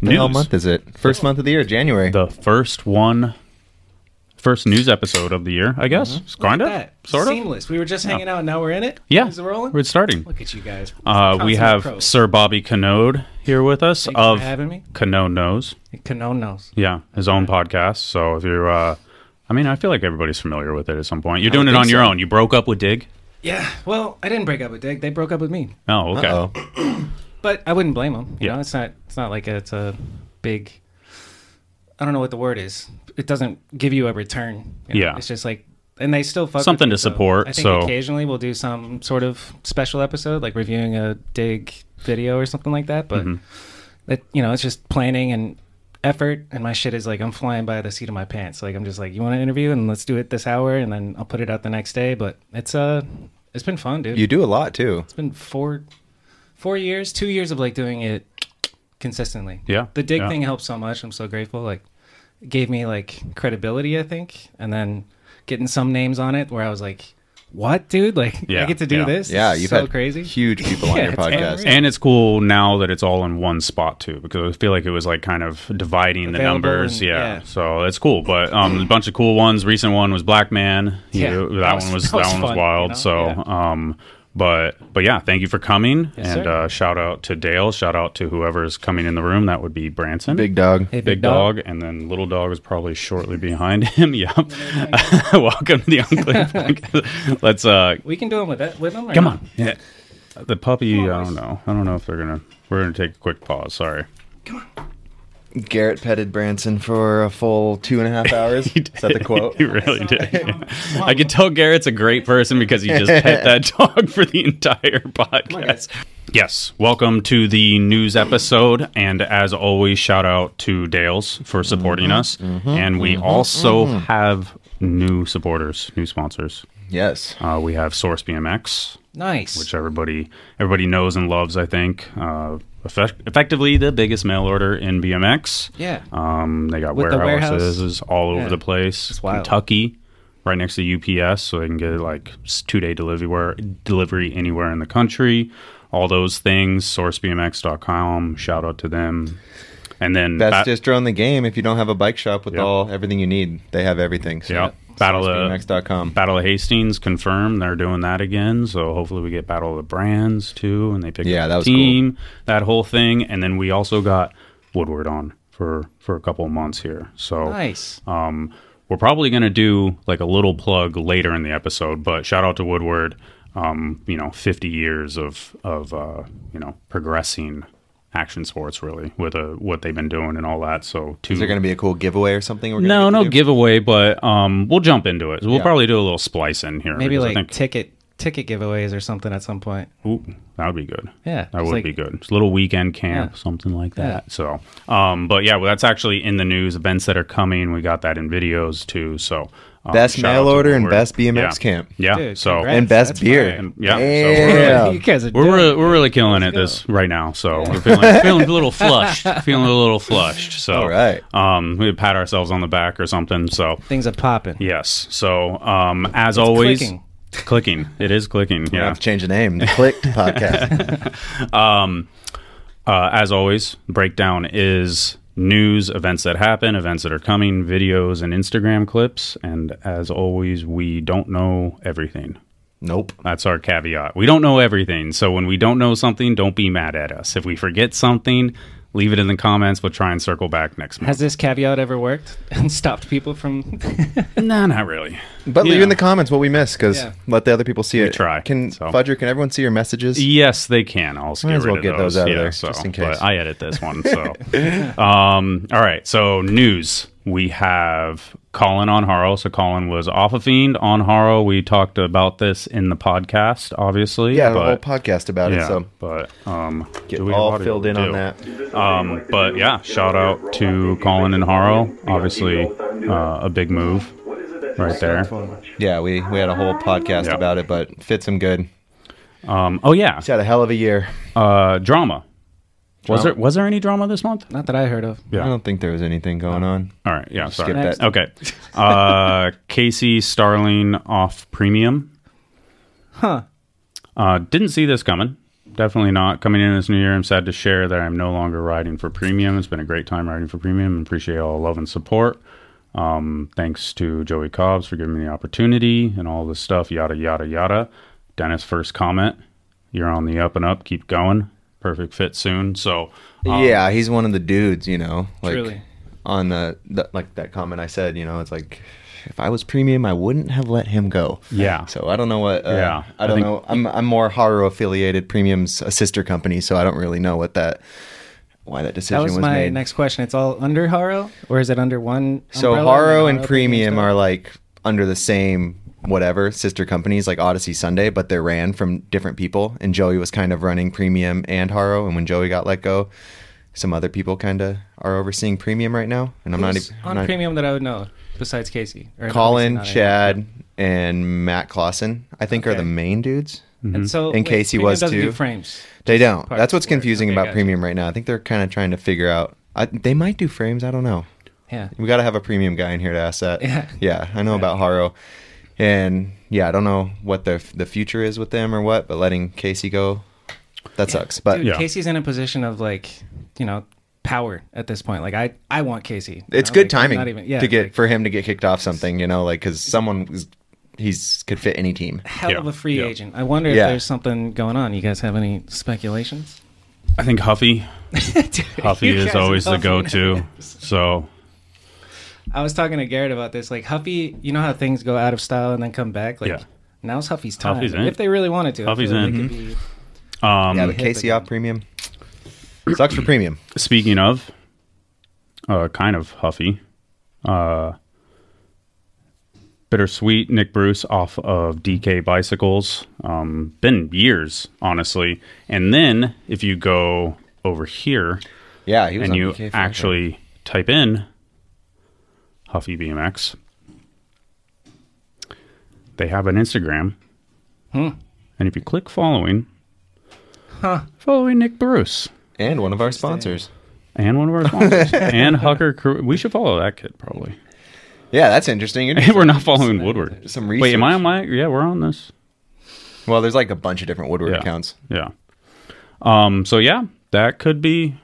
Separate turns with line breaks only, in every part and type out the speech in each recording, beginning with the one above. the hell
News.
month is it? First month of the year, January.
the first one, first news episode of the year, I guess.
Mm-hmm.
Kind of,
that.
sort of.
Seamless. We were just hanging out. Now we're in it.
Yeah,
Is it rolling?
we're starting.
Look at you guys.
Uh, we
Consummate
have
pros.
Sir Bobby Canode here with us
Thanks
of
for having me.
Canode Knows.
Canone knows.
Yeah, his own podcast. So if you're, uh, I mean, I feel like everybody's familiar with it at some point. You're doing
would
it on
think
your
so.
own. You broke up with Dig.
Yeah. Well, I didn't break up with Dick. They broke up with me.
Oh, okay.
Uh-oh.
But I wouldn't blame them. You
Yeah.
know, it's not. It's not like it's a big. I don't know what the word is. It doesn't give you a return. you know?
Yeah.
It's just like, and they still fuck with
Something
me,
to
so
support,
I think
so-
occasionally we'll do some sort of special episode, like reviewing a dig video or something like that. But
Mm-hmm.
that you know, it's just planning and effort. And my shit is like I'm flying by the seat of my pants. Like I'm just like, you want to interview and let's do it this hour, and then I'll put it out the next day. But it's uh, it's been fun, dude
You do a lot too.
it's been four four years two years of like doing it consistently
Yeah,
the dig
yeah.
thing helped so much i'm so grateful like it gave me like credibility i think and then getting some names on it where i was like what dude like
Yeah,
i get to do
yeah.
this
Yeah,
This is
you've
so
had
crazy
huge people on
Yeah,
your
it's
podcast.
unreal.
And it's cool now that it's all in one spot too, because I feel like it was like kind of dividing the
Available
numbers.
and-
yeah.
yeah.
so it's cool. But um, a bunch of cool ones. Recent one was Black Man. You-
Yeah,
that,
that was-
one was
that
that,
was
one was
fun,
wild.
you know?
So, um, but but yeah, thank you for coming.
Yes,
and
sir.
uh, shout out to Dale. Shout out to whoever's coming in the room. That would be Branson.
Big dog.
Hey,
Big dog, and then little dog is probably shortly behind him. Yep. Welcome to the Unclean Podcast. Let's uh,
we can do them with that with them or
Come
not?
on. Yeah. The puppy, I don't know. I don't know if they're going to. We're going to take a quick pause. Sorry.
Garrett petted Branson for a full two and a half hours. is that the quote?
He really did. I could tell Garrett's a great person because he just pet that dog for the entire podcast. Yes. Welcome to the news episode. And as always, shout out to Dales for supporting us. and we also have new supporters, new sponsors.
Yes.
Uh, we have Source BMX.
nice
which everybody everybody knows and loves. I think uh, effect- effectively the biggest mail order in BMX.
yeah
Um, they got
With the warehouse.
warehouses all over
Yeah.
the place.
It's wild.
Kentucky, right next to UPS, so they can get like two day delivery where- delivery anywhere in the country. All those things. SourceBMX.com. Shout out to them. And then
Best
Ba-
distro in the game. If you don't have a bike shop with
Yep.
all everything you need, they have everything. So
yeah, Battle of
BMX.com.
Battle of Hastings confirmed they're doing that again. So hopefully we get Battle of the Brands too, and they pick
Yeah,
up
that
the
was
team, that whole thing, and then we also got Woodward on for for a couple of months here. So
nice
um, we're probably going to do like a little plug later in the episode, but shout out to Woodward. Um, you know, 50 years of of uh, you know progressing action sports really with uh what they've been doing and all that. So two
Is there going to be a cool giveaway or something? We're gonna
no,
get to
no
do?
giveaway, but um, we'll jump into it. We'll
Yeah.
probably do a little splice in here.
maybe
because I
like
think-
ticket ticket giveaways or something at some point
Ooh, that would be good.
Yeah,
that
it's
would
like-
be good. It's a little weekend camp,
Yeah.
something like that. So, um, but yeah, well, that's actually in the news. Events that are coming, we got that in videos too. So, um,
Best
shout
mail
out to
order and
Woodward.
best BMX
yeah.
camp.
Yeah,
Dude,
so
congrats.
and best
That's
beer.
fine.
And- yeah, so
Damn.
you guys are
we're
doing
really,
it.
we're really killing
Let's
it this right now. So we're feeling, feeling a little flushed, feeling a little flushed. So
All right.
um, we pat ourselves on the back or something. So
things are popping
Yes. So, um, as always,
clicking.
clicking. It is clicking.
I
Yeah.
have to change the name. The Clicked podcast.
Uh, as always, breakdown is news, events that happen, events that are coming, videos, and Instagram clips. And as always, we don't know everything.
Nope.
That's our caveat. We don't know everything. So when we don't know something, don't be mad at us. If we forget something, leave it in the comments. We'll try and circle back next month.
Has this caveat ever worked and stopped people from?
no, not really.
But leave
Yeah.
in the comments what we missed because
Yeah.
let the other people see it.
try,
Can
so.
Fudger? Can everyone see your messages?
Yes, they can. I'll just
Might
get
as well
rid
get
of
those out of
Yeah,
there,
so-
just in
but
case.
I edit this one. So, um, all right. So news. We have Colin on Haro. So Colin was off a fiend on Haro. We talked about this in the podcast, obviously.
Yeah,
but,
a whole podcast about
yeah,
it. So
but um,
get
do we have
all
audio?
filled in
We
on
do.
that.
Um, but yeah, shout out to Colin and Haro. Obviously, uh, a big move right there.
Yeah, we we had a whole podcast
Yeah.
about it, but fits him good.
Um, oh yeah,
He's had a hell of a year.
uh, drama.
Drama.
Was there was there any drama this month?
Not that I heard of.
Yeah.
I don't think there was anything going on.
All right. Yeah. Sorry.
Skip that.
Okay. Uh, Casey Starling off premium.
Huh?
Uh, didn't see this coming. definitely not. Coming in this new year, I'm sad to share that I'm no longer riding for premium. It's been a great time riding for premium. Appreciate all the love and support. Um, thanks to Joey Cobbs for giving me the opportunity and all this stuff, yada, yada, yada. Dennis, first comment. You're on the up and up. Keep going. Perfect fit soon. So, um,
yeah, he's one of the dudes, you know. Like
Truly.
on the, the like that comment I said, you know, it's like if I was premium, I wouldn't have let him go.
Yeah.
So I don't know what. Uh,
Yeah, I
I don't
think-
know. I'm I'm more Haru affiliated. Premium's a sister company, so I don't really know what that why that decision
That was my
made.
next question. It's all under Haro, or is it under one?
so
umbrella
Haro
then
and
Haro
Premium
Stuff?
are like under the same whatever sister companies like Odyssey Sunday, but they're ran from different people. And Joey was kind of running Premium and Haro, and when Joey got let go, some other people kind of are overseeing Premium right now. And I'm not
Who's
even I'm
on
not-
Premium that I would know besides Casey. Or
Colin,
obviously not
Chad, and Matt Clausen. I think are
Okay.
the main dudes.
anyone. And so
in case he
Premium
was
doesn't do
too.
frames.
They don't.
Parts
That's what's
for it.
confusing
Okay,
about
gotcha.
premium right now. I think they're kind of trying to figure out. I, they might do frames. I don't know.
Yeah.
We got to have a premium guy in here to ask that.
Yeah.
I know about Haro, and yeah, I don't know what the the future is with them or what, but letting Casey go, that sucks. But
Dude,
Yeah.
Casey's in a position of like, you know, power at this point. Like I, I want Casey. you
it's
know?
good
Like, I'm
timing
Not even, yeah,
to get
like,
for him to get kicked off something, you know, like because someone is, he's could fit any team.
hell
Yeah,
of a free
yeah.
agent. I wonder
Yeah.
if there's something going on. You guys have any speculations?
I think Huffy Huffy
You
is
guys
always the
love
go
him.
to. So,
I was talking to Garrett about this. Like Huffy, you know how things go out of style and then come back. Like
Yeah.
now's Huffy's time.
Huffy's in.
If they really wanted to, I
Huffy's
feel
in.
like it could be-
Mm-hmm.
um,
yeah, but Casey off premium sucks for premium.
speaking of, uh, kind of Huffy, uh, bittersweet Nick Bruce off of DK Bicycles. Um, been years, honestly. And then if you go over here,
Yeah, he was
and
on
you
BK for-
actually type in Huffy BMX, they have an Instagram.
Hmm.
And if you click following, following Nick Bruce
and one of our sponsors.
and one of our sponsors and Hucker, Cru- we should follow that kid probably.
Yeah, that's interesting. You're-
we're not following Woodward.
Some
Wait, am I
research.
on my? Yeah, we're on this.
Well, there's like a bunch of different Woodward
Yeah.
accounts.
Yeah. Um. So yeah, that could be.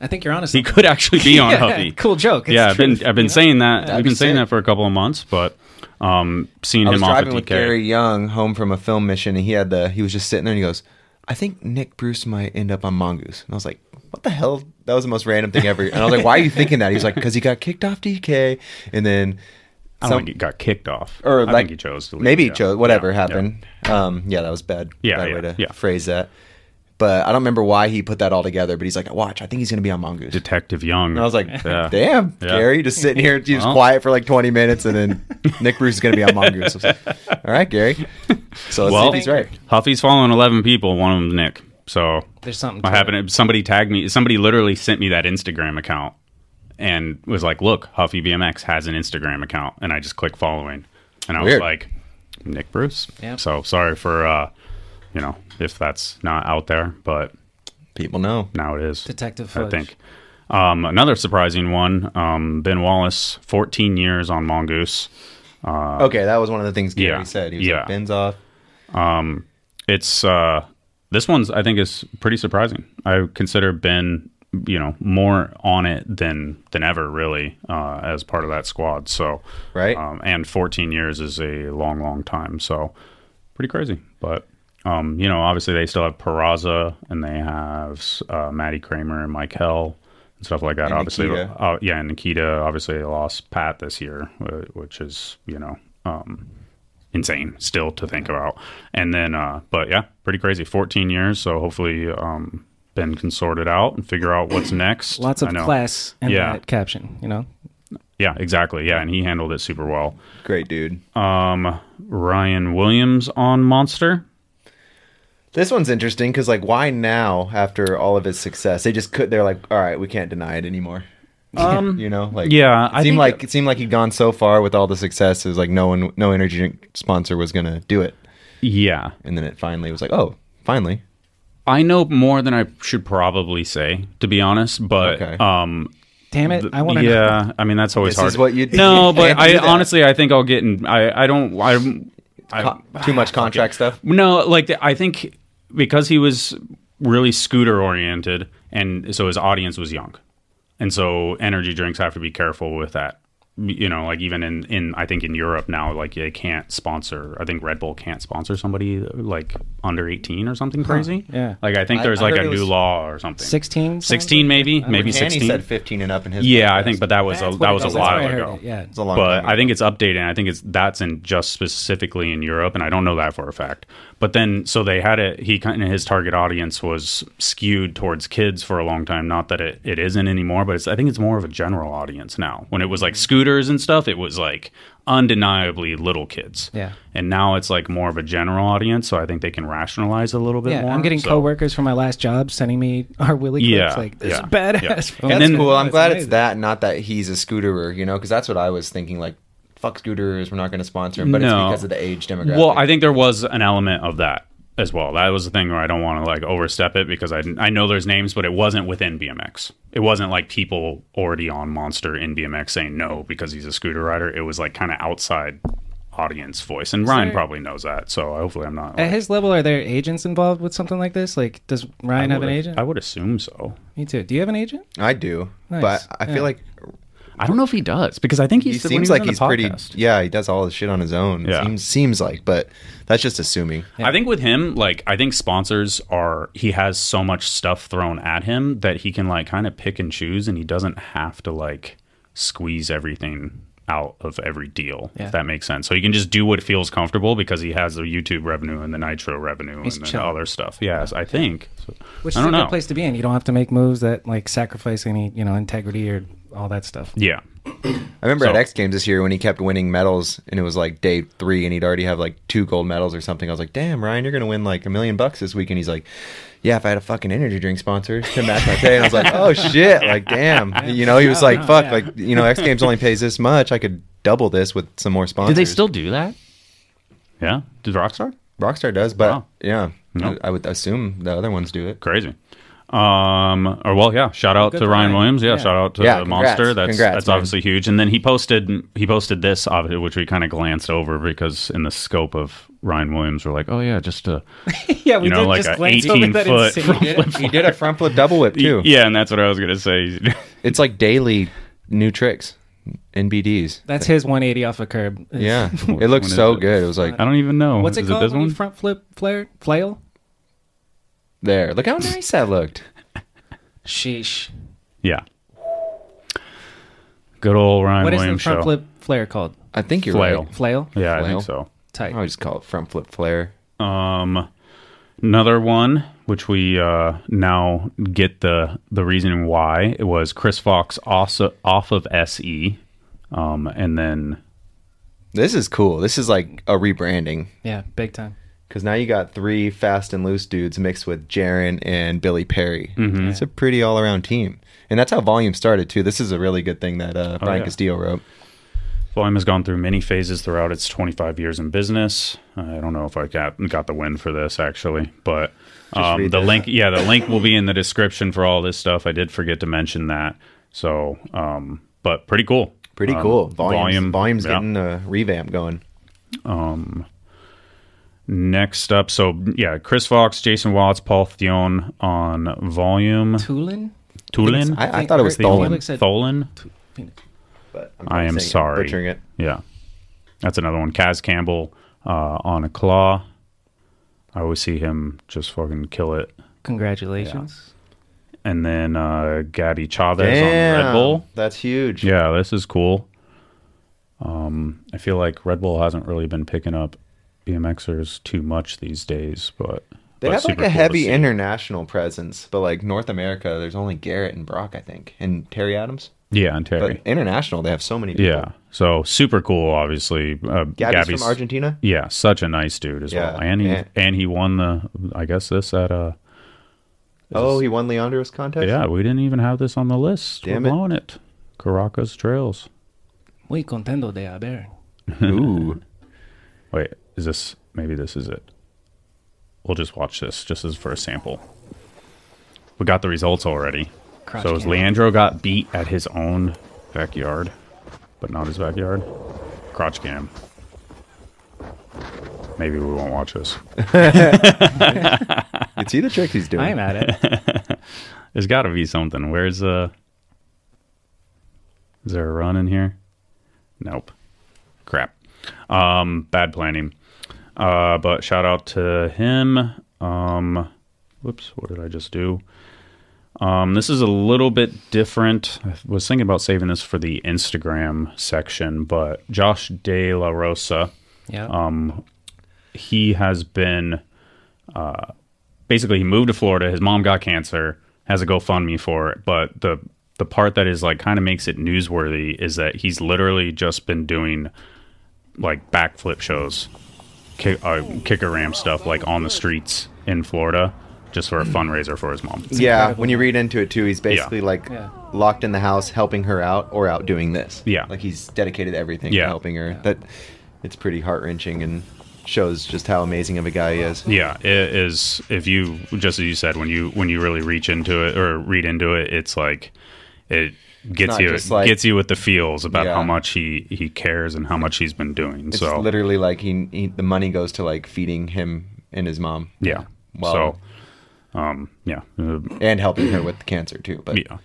I think you're honest.
He could actually be on Huffy.
Cool joke. It's
yeah,
the
I've been
truth,
I've been
you know?
saying that.
That'd
I've been
be
saying
sick.
that for a couple of months, but um, seeing
I was
him off of
driving with
DK.
Gary Young home from a film mission, and he had the he was just sitting there, and he goes, "I think Nick Bruce might end up on Mongoose." And I was like, "What the hell?" That was the most random thing ever. And I was like, "Why are you thinking that?" He's like, "Cause he got kicked off DK, and then
I don't think he got kicked off.
or
I
like
think he chose to leave.
maybe he
yeah.
chose whatever
Yeah, yeah.
happened. Yeah. Um, yeah, that was bad.
Yeah,
bad
yeah,
way to
yeah.
phrase that. But I don't remember why he put that all together. But he's like, "Watch, I think he's gonna be on Mongoose."
Detective Young.
And I was like,
Yeah.
damn,
Yeah.
Gary, just sitting here, just
Well.
quiet for like 20 minutes, and then Nick Bruce is going to be on Mongoose. I was like, All right, Gary. So let's see
well,
if he's right.
Huffy's following eleven people. One of them's Nick. So
There's something.
what
to it.
happened? Somebody tagged me. Somebody literally sent me that Instagram account and was like, "Look, Huffy BMX has an Instagram account," and I just clicked following, and I was
Weird.
like, "Nick Bruce."
Yep.
So sorry for uh, you know if that's not out there, but
People know.
now it is.
Detective
I
Fudge.
think. Um, another surprising one, um, Ben Wallace, 14 years on Mongoose.
okay, that was one of the things Gary
Yeah.
said. He was
Yeah.
like, Ben's off.
It's uh, this one's I think is pretty surprising. I consider Ben, you know, more on it than than ever really uh, as part of that squad. So
Right.
um, and 14 years is a long, long time. So pretty crazy, but. Um, you know, obviously they still have Peraza and they have uh, Maddie Kramer and Mike Hell and stuff like that.
And
obviously,
Nikita.
Uh, yeah, and Nikita. Obviously, they lost Pat this year, uh, which is you know um, insane still to think about. And then, uh, but yeah, pretty crazy. 14 years. So hopefully, um, Ben can sort it out and figure out what's next.
Lots
I
of
know.
class in
Yeah.
that caption. You know,
Yeah, exactly. Yeah, and he handled it super well.
Great dude.
Um, Ryan Williams on Monster.
This one's interesting because, like, why now after all of his success? They just could, they're like, all right, we can't deny it anymore. Um, you know, like,
yeah, I
It seemed
think-
like it seemed like he'd gone so far with all the success. It was like no one, no energy drink sponsor was gonna do it,
Yeah,
and then it finally was like, oh, finally,
I know more than I should probably say, to be honest. But
Okay.
um,
damn it! I want to. know.
yeah, I mean that's always
This
hard.
is what you do.
No,
You
but
can't
I
do that.
honestly I think I'll get in. I I don't I. I
Con- too much contract stuff.
No, like I think because he was really scooter oriented, and so his audience was young, and so energy drinks have to be careful with that. You know, like even in in I think in Europe now, like they can't sponsor. I think Red Bull can't sponsor somebody like under eighteen or something crazy.
yeah.
like I think
I-
there's
I
like
heard
a
it
new
was
law or something.
16
16 maybe, maybe
And he
sixteen.
said 15 and up in his.
yeah, I
podcast.
think, but that was a that was a while ago
yeah
It's a long
but
time
I
ago.
think it's updated. and I think it's that's in just specifically in Europe, and I don't know that for a fact. But then, so they had it. He kind of his target audience was skewed towards kids for a long time. Not that it, it isn't anymore, but it's I think it's more of a general audience now. When it was
Mm-hmm.
like scooters and stuff, it was like undeniably little kids.
Yeah.
and now it's like more of a general audience. So I think they can rationalize a little bit
yeah
more.
i'm getting
so.
coworkers from my last job sending me our willy clips
Yeah,
like this
yeah,
is badass
yeah.
phone.
And
That's
then-
cool. I'm
That's
glad it's
amazing.
that, not that he's a scooterer, you know, because that's what I was thinking. Like, fuck scooters, we're not going to sponsor him, but
No.
it's because of the age demographic.
Well, I think there was an element of that as well. That was the thing where I don't want to like overstep it because I I know there's names, but it wasn't within BMX. It wasn't like people already on Monster in BMX saying no because he's a scooter rider. It was like kind of outside audience voice, and Ryan
there-
probably knows that. So hopefully, I'm not.
at
like,
his level are there agents involved with something like this like does ryan
I
have an
would've-
agent
I would assume so.
me too do you have an agent
I do,
Nice.
but I
Yeah.
feel like
I don't know if he does because I think
he
he's, when
seems
was
like
on the
he's pretty.
podcast.
Yeah, he does all the shit on his own.
Yeah.
Seems seems like, but that's just assuming.
I think with him, like I think sponsors are he has so much stuff thrown at him that he can like kind of pick and choose, and he doesn't have to like squeeze everything out of every deal.
Yeah.
If that makes sense, so he can just do what feels comfortable because he has the YouTube revenue and the Nitro revenue
He's
and the
chilling.
other stuff. Yes, I think. So,
which
I
is a
don't
good
know.
place to be in you don't have to make moves that like sacrifice any you know integrity or all that stuff
Yeah,
I remember at
So-
X Games this year when he kept winning medals, and it was like day three, and he'd already have like two gold medals or something. I was like, "Damn, Ryan, you're gonna win like a million bucks this week." And he's like, "Yeah, if I had a fucking energy drink sponsor to match my pay." And I was like, "Oh shit!" Like, damn, you know, he was like,
no,
"Fuck!"
yeah.
Like, you know, X Games only pays this much. I could double this with some more sponsors.
Do they still do that?
yeah. Did Rockstar?
Rockstar does, but
Wow.
yeah,
No.
I would assume the other ones do it.
Crazy. Um, or well, yeah. Shout out
good
to
for
Ryan
Ryan.
Williams. Yeah,
Yeah.
Shout out to
Yeah,
the
congrats.
Monster. That's
Congrats,
that's
man.
obviously huge. And then he posted he posted this, obviously, which we kind of glanced over because in the scope of Ryan Williams, we're like, oh yeah, just a
yeah
You know, like a 18 foot
insane-
He did a front flip double whip too.
yeah. And that's what I was gonna say.
It's like daily new tricks, NBDs.
that's his 180 off a curb
Yeah, it looks
When is
so
it?
good. It was like
I don't even know.
what's it
Is
called
This
when you
one?
front flip flare flail
there. Look how nice that looked.
sheesh
yeah. Good old Ryan
What is
Williams
the front
show.
flip flare called?
I think you're
Flail.
right.
Flail?
Yeah, I
Flail.
think so.
Tight.
I would just call it front flip flare.
Um, another one, which we uh, now get the the reason why it was Chris Fox also off of SE, um, and then
This is cool. This is like a rebranding
Yeah, big time.
because now you got three fast and loose dudes mixed with Jaron and Billy Perry.
Mm-hmm.
It's a pretty all around team, and that's how Volume started too. This is a really good thing that uh, Brian
Oh, yeah.
Castillo wrote.
Volume has gone through many phases throughout its 25 years in business. I don't know if I got got the win for this actually, but um,
read
the
that.
link, yeah, the link will be in the description for all this stuff. I did forget to mention that, so um, but pretty cool,
Pretty
Um,
cool. Volume, Volume's
yeah.
getting a revamp going.
Next up, so yeah, Chris Fox, Jason Watts, Paul Theon on Volume.
Tulin?
Tulin?
I, I thought it was
Think Rick
stolen.
Felix said-
Tholen?
but I'm
I am
saying-
sorry.
Butchering it.
Yeah. That's another one. Kaz Campbell uh, on a claw. I always see him just fucking kill it.
Congratulations.
And then uh, Gabby Chavez on Red
Damn,
Bull.
That's huge.
Yeah, this is cool. Um, I feel like Red Bull hasn't really been picking up BMXers too much these days, but
They
but
have
super
like a
cool to
heavy
see.
international presence, but like North America, there's only Garrett and Brock, I think, and Terry Adams.
yeah, and
But
Terry.
international, they have so many. People.
yeah, so super cool. Obviously, uh,
Gabby's,
Gabby's
from Argentina.
Yeah, such a nice dude as
Yeah,
well. And he
yeah.
and he won the I guess this at uh
Oh, he won Leandro's contest.
yeah, we didn't even have this on the list.
Damn
We're
it.
blowing it. Caracas Trails.
Muy contento de haber.
Ooh.
Wait, is this maybe this is it? We'll just watch this just as for a sample. We got the results already.
Crotch
so
cannon.
Leandro got beat at his own backyard, but not his backyard. Crotch cam. Maybe we won't watch this.
You see the tricks he's doing.
I'm at it.
There's got to be something. Where's uh? Is there a run in here? Nope. Crap. Um, bad planning. Uh, but shout out to him. Um, whoops. What did I just do? Um, this is a little bit different. I was thinking about saving this for the Instagram section, but Josh De La Rosa
Yeah.
Um, he has been uh, basically he moved to Florida. His mom got cancer, has a GoFundMe for it, but the the part that is like kind of makes it newsworthy is that he's literally just been doing like backflip shows, kick, uh, kick a ram stuff like on the streets in Florida, just for a fundraiser for his mom.
yeah,
incredible.
when you read into it too, he's basically like
Yeah.
locked in the house, helping her out or out doing this.
Yeah.
like he's dedicated everything
Yeah.
to helping her. That it's pretty heart wrenching and shows just how amazing of a guy he is.
Yeah, it is. If you just as you said, when you when you really reach into it or read into it, it's like it gets
not
you
just like-
gets you with the feels about
Yeah.
how much he he cares and how much he's been doing.
It's
so
literally like he, he the money goes to like feeding him and his mom.
yeah,
Wow.
so um, yeah, uh,
and helping her with cancer too. But
yeah.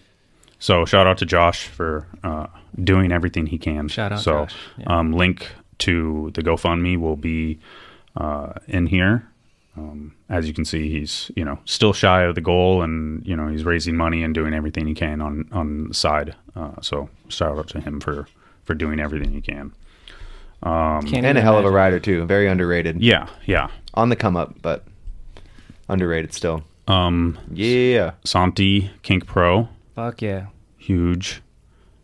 So shout out to Josh for uh, doing everything he can.
Shout out,
So
Josh.
um, link to the GoFundMe will be uh, in here. Um, as you can see, he's you know still shy of the goal, and you know he's raising money and doing everything he can on on the side. Uh, so shout out to him for for doing everything he can.
Can't
and
even
a hell of a
imagine.
rider too. Very underrated.
Yeah, yeah.
on the come up, but underrated still. Um, yeah.
Santi Kink Pro,
Fuck yeah.
huge.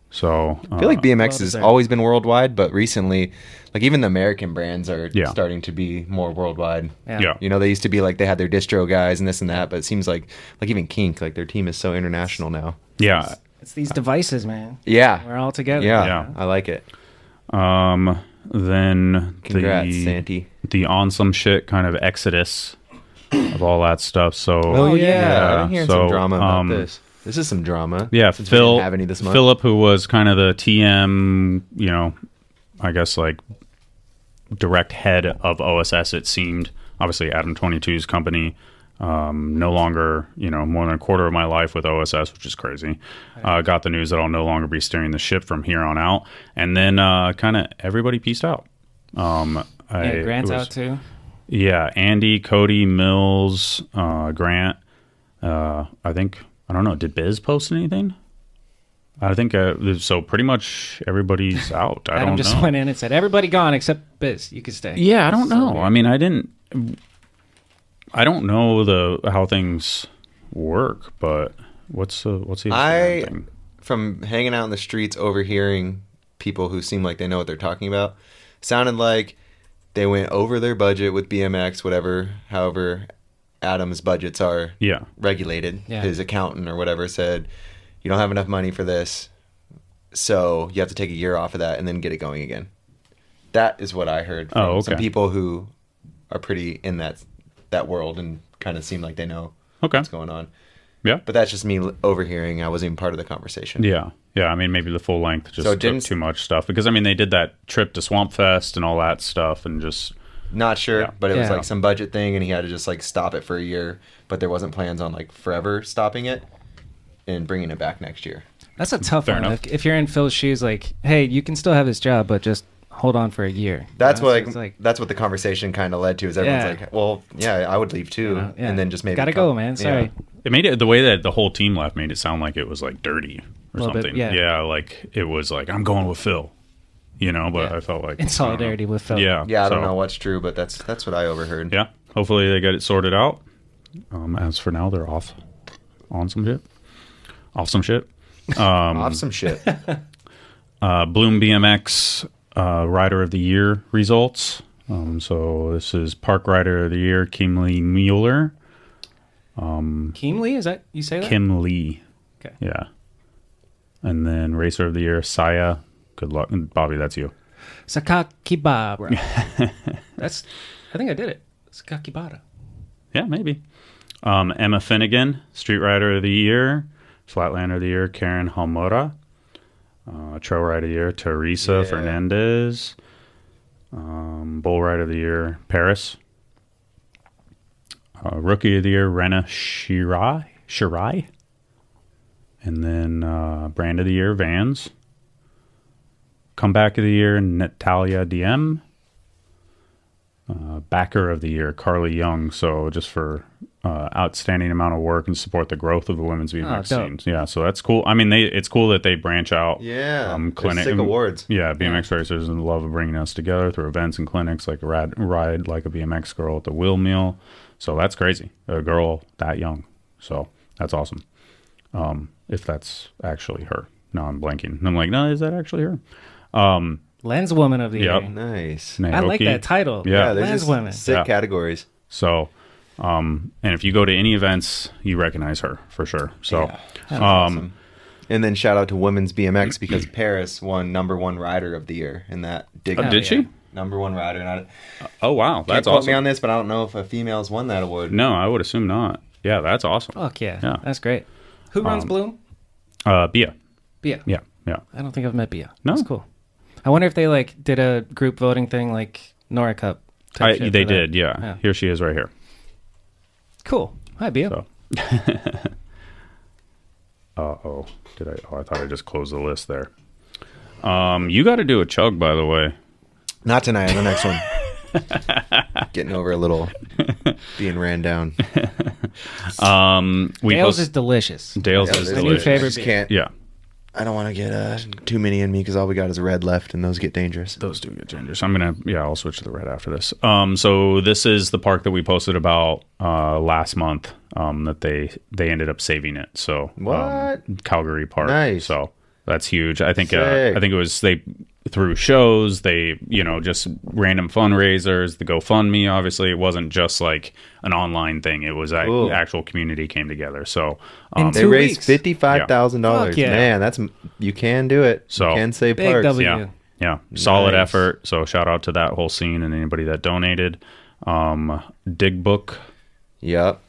So uh,
I feel like BMX
well
has
deserved.
always been worldwide, but recently, like even the American brands are
Yeah.
starting to be more worldwide.
Yeah.
yeah,
You know, they used to be like they had their distro guys and this and that, but it seems like like even Kink, like their team is so international now.
yeah.
It's these devices, man. We're
Yeah.
all together.
Yeah.
Yeah.
I like it.
Um, then
Congrats,
the
Santi.
the on some shit kind of exodus of all that stuff. So
Oh, yeah.
yeah.
I'm hearing
So,
some drama about
um,
this. This is some drama.
yeah,
since we
Phil
didn't have any this month.
Philip, who was kind of the TM, you know, I guess like direct head of OSS. It seemed obviously Adam 22's company. Um, no longer, you know, more than a quarter of my life with OSS, which is crazy. Uh, got the news that I'll no longer be steering the ship from here on out, and then uh, kind of everybody pieced out. Um, I,
Yeah, Grant's
it was-
out too.
yeah, Andy, Cody, Mills, uh, Grant. Uh, I think I don't know. Did Biz post anything? I think uh, so. Pretty much everybody's out. I
Adam
don't
just
know.
went in and said, "Everybody gone except Biz. You can stay."
yeah, I don't know. I mean, I didn't. I don't know the how things work, but what's the what's the Instagram
I-
thing?
from hanging out in the streets overhearing people who seem like they know what they're talking about sounded like they went over their budget with BMX whatever however Adam's budgets are
Yeah,
regulated
Yeah.
his accountant or whatever said you don't have enough money for this so you have to take a year off of that and then get it going again that is what I heard from
Oh,
some
okay.
people who are pretty in that that world and kind of seem like they know
okay,
what's going on
yeah,
but that's just me l- overhearing I wasn't even part of the conversation
yeah, yeah. I mean, maybe the full length just
So it
took
didn't-
too much stuff because I mean they did that trip to Swamp Fest and all that stuff, and just
Not sure,
Yeah.
but it was
Yeah.
like some budget thing, and he had to just like stop it for a year. But there wasn't plans on like forever stopping it and bringing it back next year.
That's a tough
Fair
one.
enough.
If, if you're in Phil's shoes, like, hey, you can still have this job, but just hold on for a year.
That's
You know,
what
so
like,
it's
that's what the conversation kind of led to. Is everyone's
Yeah.
like, well, yeah, I would leave too,
you know, yeah.
and then just maybe
gotta
come-
go, man. Sorry.
Yeah.
It made it the way that the whole team left made it sound like it was like dirty or
Little bit,
something.
yeah.
like it was like I'm going with Phil, you know. But
Yeah.
I felt like
In solidarity with Phil.
Yeah,
Yeah, I don't
so,
know what's true, but that's that's what I overheard.
Yeah, hopefully they get it sorted out. Um, as for now, they're off on some shit, off some shit. um,
Off some shit.
uh, Bloom BMX uh, Rider of the Year results. Um, so this is Park Rider of the Year, Kim Lee Mueller.
Keem Lee, is that you say that?
Kim Lee.
Okay.
Yeah. And then Racer of the Year, Saya. Good luck. And Bobby, that's you.
Sakakibara. That's, I think I did it. Sakakibara.
Yeah, maybe. Um, Emma Finnegan, Street Rider of the Year, Flatlander of the Year, Karen Halmora, uh, Trail Rider of the Year, Teresa
Yeah.
Fernandez, um, Bull Rider of the Year, Paris, uh, Rookie of the Year, Rena Shirai. Shirai. And then uh, Brand of the Year, Vans. Comeback of the Year, Natalia DM. Uh, backer of the Year, Carly Young. So just for uh, outstanding amount of work and support the growth of the women's
Oh,
BMX
dope.
scene. Yeah, so that's cool. I mean, they it's cool that they branch out.
Yeah,
um,
there's
clinic
sick awards.
Yeah, BMX racers and the love of bringing us together through events and clinics, like ride, ride like a BMX girl at the wheel meal. So that's crazy. A girl that young. So that's awesome. Um, if that's actually her. No, I'm blanking. I'm like, no, is that actually her?
Lens Woman of the
Yep.
Year.
Nice.
I like
Naoki.
that title.
Yeah. Yeah,
there's
Lens
just
Woman.
sick
Yeah.
categories.
So, um, and if you go to any events, you recognize her for sure. So, um,
And then shout out to women's BMX because Paris won number one rider of the year in that dig.
Oh, did she?
Number one rider. And I,
oh wow,
can't
that's
quote
awesome.
me on this, but I don't know if a female's won that award.
No, I would assume not. Yeah, that's awesome.
Fuck yeah.
Yeah. Um,
That's great. Who runs Bloom?
Uh, Bia.
Bia.
Yeah, yeah.
I don't think I've met Bia.
No?
That's cool. I wonder if they like did a group voting thing like Nora Cup. type
I,
shit
they
for that.
did. Yeah.
Yeah.
Here she is, right here.
Cool. Hi, Bia.
So. Uh oh. Did I? Oh, I thought I just closed the list there. Um, you got to do a chug, by the way.
Not tonight. On the next one. Getting over a little being ran down.
Um, we
Dale's
post-
is delicious.
Dale's
Yeah,
is
there's-
My new
delicious.
favorite
I just
beer.
can't.
Yeah.
I don't want to get uh, too many in me because all we got is a red left, and those get dangerous.
those do get ginger. So I'm gonna yeah, I'll switch to the red after this. Um, so this is the park that we posted about uh last month. Um, that they they ended up saving it. So um,
What?
Calgary Park.
Nice.
So that's huge. I think uh,
Sick.
I think it was they through shows they you know just random fundraisers the GoFundMe. Obviously, it wasn't just like an online thing. It was a,
Cool.
actual community came together. So um,
And
They
Two
raised
weeks.
fifty five thousand dollars.
Fuck yeah.
Man, that's you can do it.
So-
you can save
Big
parks.
W.
yeah yeah solid
Nice.
effort so shout out to that whole scene and anybody that donated um dig book
Yep,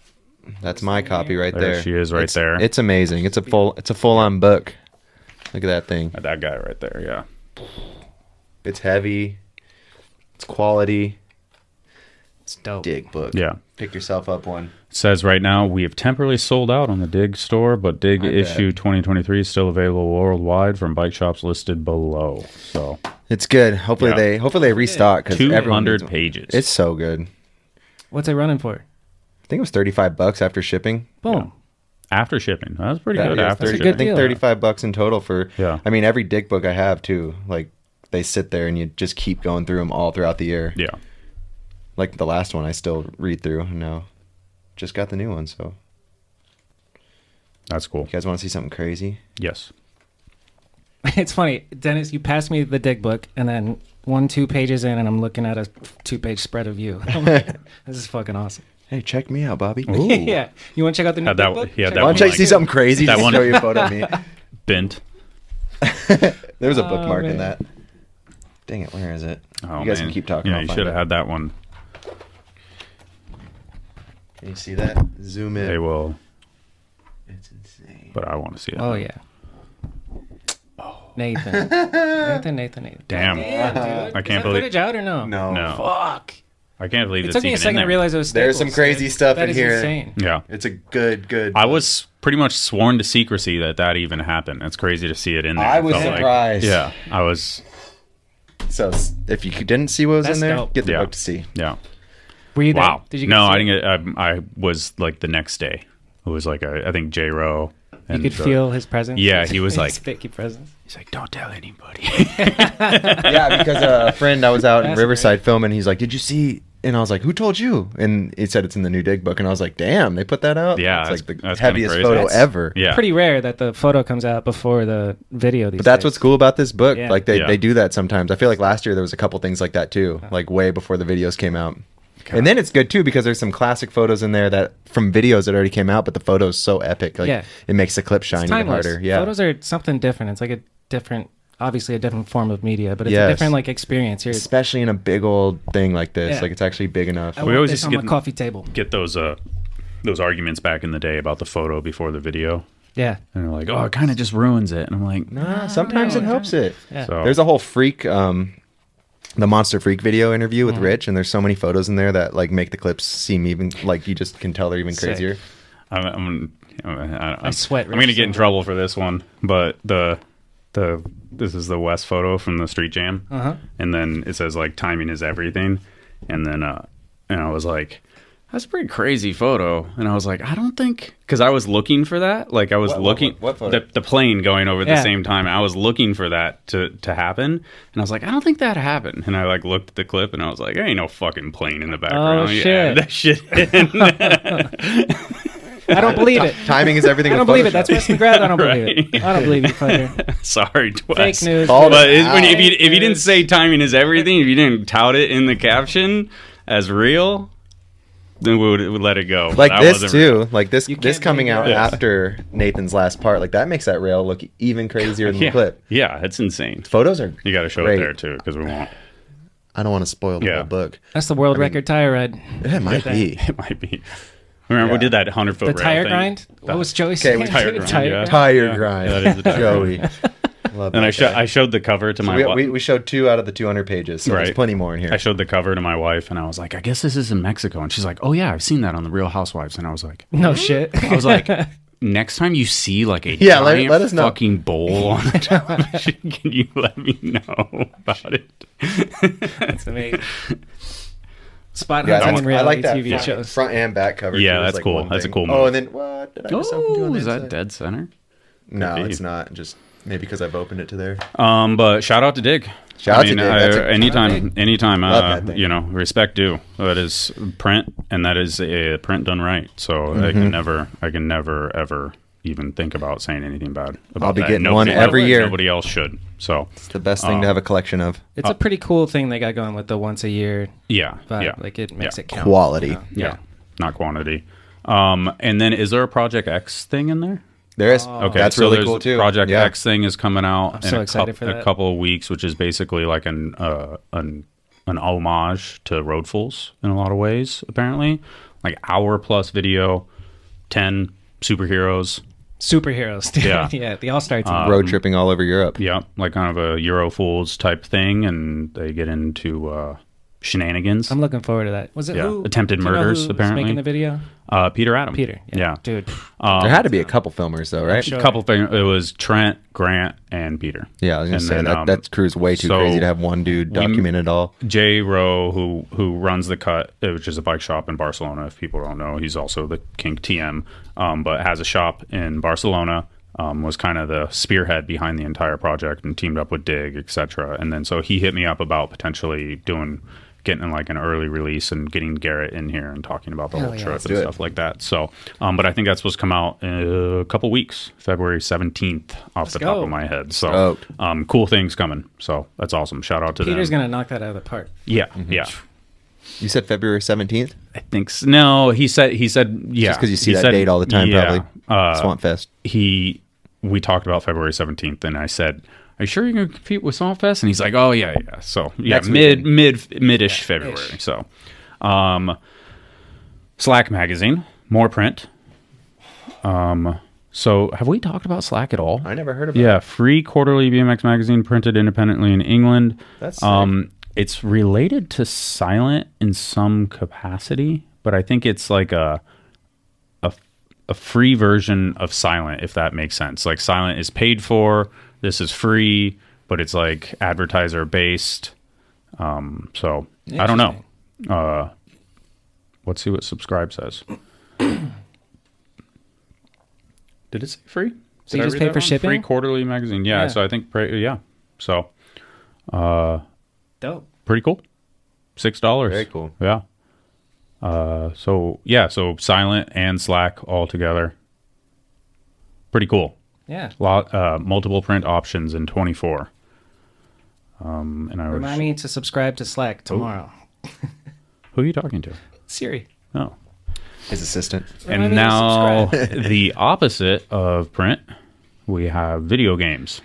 that's my copy right
there,
there.
she is right
It's-
there
It's amazing. It's a full. It's a full on book. Look at that thing.
that guy right there yeah
It's heavy. It's quality.
It's dope.
Dig book.
yeah
Pick yourself up one.
it says right now we have temporarily sold out on the dig store but dig
bet.
issue 2023 is still available worldwide from bike shops listed below so
It's good. Hopefully
Yeah.
they. Hopefully they restock because everyone.
200
needs one.
pages
It's so good. I
What's it running for?
think it was thirty five bucks after shipping.
Boom.
after shipping that's pretty
That-
good
yeah,
after
thirty-
shipping
I think
deal.
thirty five bucks in total for.
Yeah.
I mean, every dick book I have too. Like they sit there and you just keep going through them all throughout the year.
yeah
Like the last one I still read through now. Just got the new one, so
that's cool
you guys want to see something crazy?
yes
It's funny, Dennis. You passed me the dig book, and then one, two pages in, and I'm looking at a two-page spread of you. I'm like, this is fucking awesome.
Hey, check me out, Bobby.
Ooh.
yeah, you want to check out the new
Had
dig
that-
book?
he had
I
that
want
one,
to check
like-
see something crazy.
That
Just
one-
show you a photo of me.
bent
There's a
Oh,
bookmark in
man.
that. Dang it, where is it?
oh
you guys
man
can keep talking.
yeah
I'll
you
find
should have
it.
had that one
Can you see that? Zoom in.
they will
It's insane.
but i want to see it
Oh yeah.
Oh.
Nathan. Nathan. Nathan. Nathan.
damn
Yeah, dude.
I
Is
can't
that
believe-
footage out or no?
No.
No.
Fuck.
I can't believe
It
it's
took me
even
a
in
second to
there.
realize it was.
There's some
Staples,
crazy
dude.
stuff
That
in
is
here.
Insane.
Yeah.
It's a good, good.
I was pretty much sworn to secrecy that that even happened. It's crazy to see it in there.
I
It
was
felt like-
surprised.
yeah, I was.
So s- if you didn't see what was
That's
in there,
dope.
get the
Yeah.
book to see.
Yeah.
Were you there?
Wow.
Did you? Get
no,
to
I
see it?
didn't. Get, um, I, I was like the next day. It was like I I think J. Rowe.
You could feel his presence.
Yeah, he was
His
like-
sticky presence.
He's like, don't tell anybody.
yeah, because uh, a friend I was out in
That's
Riverside filming, he's like, "Did you see?" And I was like, "Who told you?" And he said it's in the new dig book, and I was like, "Damn, they put that out."
Yeah,
it's
that's-
like the
that's kinda
heaviest
crazy.
photo
That's-
ever.
yeah.
Pretty rare that the photo comes out before the video. These
But that's
days.
what's cool about this book.
Yeah.
Like they,
Yeah.
they do that sometimes. I feel like last year there was a couple things like that too,
Oh.
like way before the videos came out. And then it's good too because there's some classic photos in there that from videos that already came out, but the photo's so epic. Like
Yeah.
it makes the clip shine
It's
even
timeless.
harder. Yeah.
Photos are something different. It's like a different, obviously a different form of media, but it's
Yes.
a different like experience. Here,
Especially in a big old thing like this.
Yeah. Oh,
Like it's actually big enough.
I
We
want
always
this
used to
on
get
my
in-
coffee table.
Get those uh, those arguments back in the day about the photo before the video,
Yeah,
and they're like, oh, it kind of just ruins it. And I'm like,
Ah, sometimes it helps it.
Yeah.
So-
There's a whole freak um, the Monster Freak video interview
Mm-hmm.
with Rich, and there's so many photos in there that like make the clips seem even like you just can tell they're even
Sick.
crazier.
I'm, I'm, I'm, I'm,
I sweat
I'm gonna
Rich
get in
so
trouble for this one, but the the this is the West photo from the street jam,
Uh-huh.
and then it says like timing is everything, and then uh, and I was like. That's a pretty crazy photo, and I was like, I don't think because I was looking for that. Like I was
What- what-
looking
what- what photo?
The, the plane going over at
Yeah.
the same time. I was looking for that to to happen, and I was like, I don't think that happened. And I like looked at the clip, and I was like, there ain't no fucking plane in the background. You added
Oh, shit.
that shit. in.
I don't believe it.
Timing is everything.
I don't
with
believe it.
Photoshop.
That's Wes McGrath. I don't believe it. I don't believe you, fucker.
Sorry, Wes.
Fake news.
Called
But
it
it- when, if you
Fake
if you didn't
news.
say timing is everything, if you didn't tout it in the caption as real, then we would, we would let it go.
like
That
this
wasn't
too. Like this
You
this
can't
coming
make it
out
up. Yeah.
after Nathan's last part. Like that makes that rail look even crazier than
real. Yeah,
the clip.
yeah, it's insane.
Photos are.
You got to show
Great.
it there too because we won't.
I don't want to spoil the
Yeah.
whole book.
That's the world record tire ride.
It might be.
It might be. Remember we
Yeah.
did that hundred foot
The
rail
tire
thing.
grind.
The-
What was Joey saying?
tire
Dude,
grind,
tire
yeah.
grind?
Tire
Yeah,
grind.
that is the tire
Joey. Love
And
that
I showed
guy.
I showed the cover to my
we,
wa-
we, we showed two out of the 200 pages, so there's
Right.
plenty more in here.
I showed the cover to my wife, and I was like, I guess this is in Mexico, and she's like, Oh yeah, I've seen that on the Real Housewives, and I was like,
No shit.
I was like, next time you see like a
Yeah, let-
giant
let us know.
fucking bowl on the television, can you let me know about it?
That's amazing. Spot
Yeah,
hunting
that's-
in
I like
reality
that
TV
front,
shows.
front and back cover.
Yeah,
too, is,
that's cool.
one
That's a
thing.
cool
Oh,
move.
and then what? Did I miss something? Do you
Oh,
want
is that
inside?
dead center?
No,
Could be.
it's not. Just maybe because I've opened it to there.
Um, but shout out to Dig.
Shout out to Dig.
I- uh,
That's a-
anytime, anytime.
Love
Uh,
that thing.
you know, respect due. That is print, and that is a print done right. So I
Mm-hmm.
can never, I can never ever even think about saying anything bad about
I'll be
that.
getting
Nobody-
one every year.
Nobody else should. So
It's the best
Oh.
thing to have a collection of.
It's a pretty cool thing they got going with the once a year
yeah, Oh.
vibe.
yeah,
Like it makes
yeah.
it count.
Quality.
yeah, not quantity. Um, and then is there a Project X thing in there?
There is.
Oh. Okay,
that's
so
really
there's
cool too.
Project
Yeah.
X thing is coming out in
so
a,
excited
coup-
for
a
that.
couple of weeks, which is basically like an uh, an an homage to Roadfuls in a lot of ways. Apparently, like hour plus video, ten superheroes.
Superheroes. Dude.
Yeah. Uh,
Yeah. The all star team.
Road tripping all over Europe.
um, Yeah, like kind of a Euro Fools type thing, and they get into uh, shenanigans.
I'm looking forward to that. Was it
Yeah.
who-
Attempted
do you know
murders,
who was
apparently.
making the video?
Uh, Peter Adam.
Peter.
Yeah.
Dude.
there had to be a couple filmers though, right?
sure.
A couple things. It was Trent, Grant, and Peter.
Yeah, I was gonna
And
say
then,
that
um,
that crew's way too
so
crazy to have one dude document it all.
Jay Rowe, who who runs the Cut, uh, which is a bike shop in Barcelona. If people don't know, he's also the Kink TM, um, but has a shop in Barcelona. Um, was kind of the spearhead behind the entire project and teamed up with Dig, etc. And then so he hit me up about potentially doing getting like an early release and getting Garrett in here and talking about the
Hell
whole
yeah,
trip
let's
and
do it.
stuff like that. So, um, but I think that's supposed to come out in a couple weeks, February seventeenth, off the top
go.
of my head. So,
Dope.
um, cool things coming. So that's awesome. Shout out to
Peter's
them.
going to knock that out of the park.
Yeah,
Mm-hmm.
yeah.
You said February seventeenth,
I think so. no. He said he said yeah
because you see
He
that
said-
date all the time,
yeah.
probably.
Uh,
Swamp Fest.
he we talked about February seventeenth, and I said, "Are you sure you're going to compete with Songfest?" And he's like, "Oh yeah, yeah." So yeah,
Next
mid mid mid-ish February. So, um, Slack magazine, more print. Um, so have we talked about Slack at all?
I never heard about.
Yeah, free quarterly BMX magazine printed independently in England.
That's
um, it's related to silent in some capacity, but I think it's like a a a free version of silent, if that makes sense. Like silent is paid for. This is free, but it's like advertiser based. Um, so I don't know. Uh, let's see what subscribe says. Did it say free?
So
Did
you
I
just
read
pay
that wrong?
for
Free
shipping?
quarterly magazine. Yeah.
Yeah.
So I think, pra- yeah. So
Dope.
pretty cool. Six dollars.
Very cool.
Yeah. Uh, so yeah, so silent and Slack all together. Pretty cool.
Yeah.
Lot uh, multiple print options in twenty four. Um, and I was,
Remind me to subscribe to Slack
Oh.
tomorrow.
who are you talking to?
Siri.
Oh.
His assistant.
Remind
and
me to
now the opposite of print, we have video games.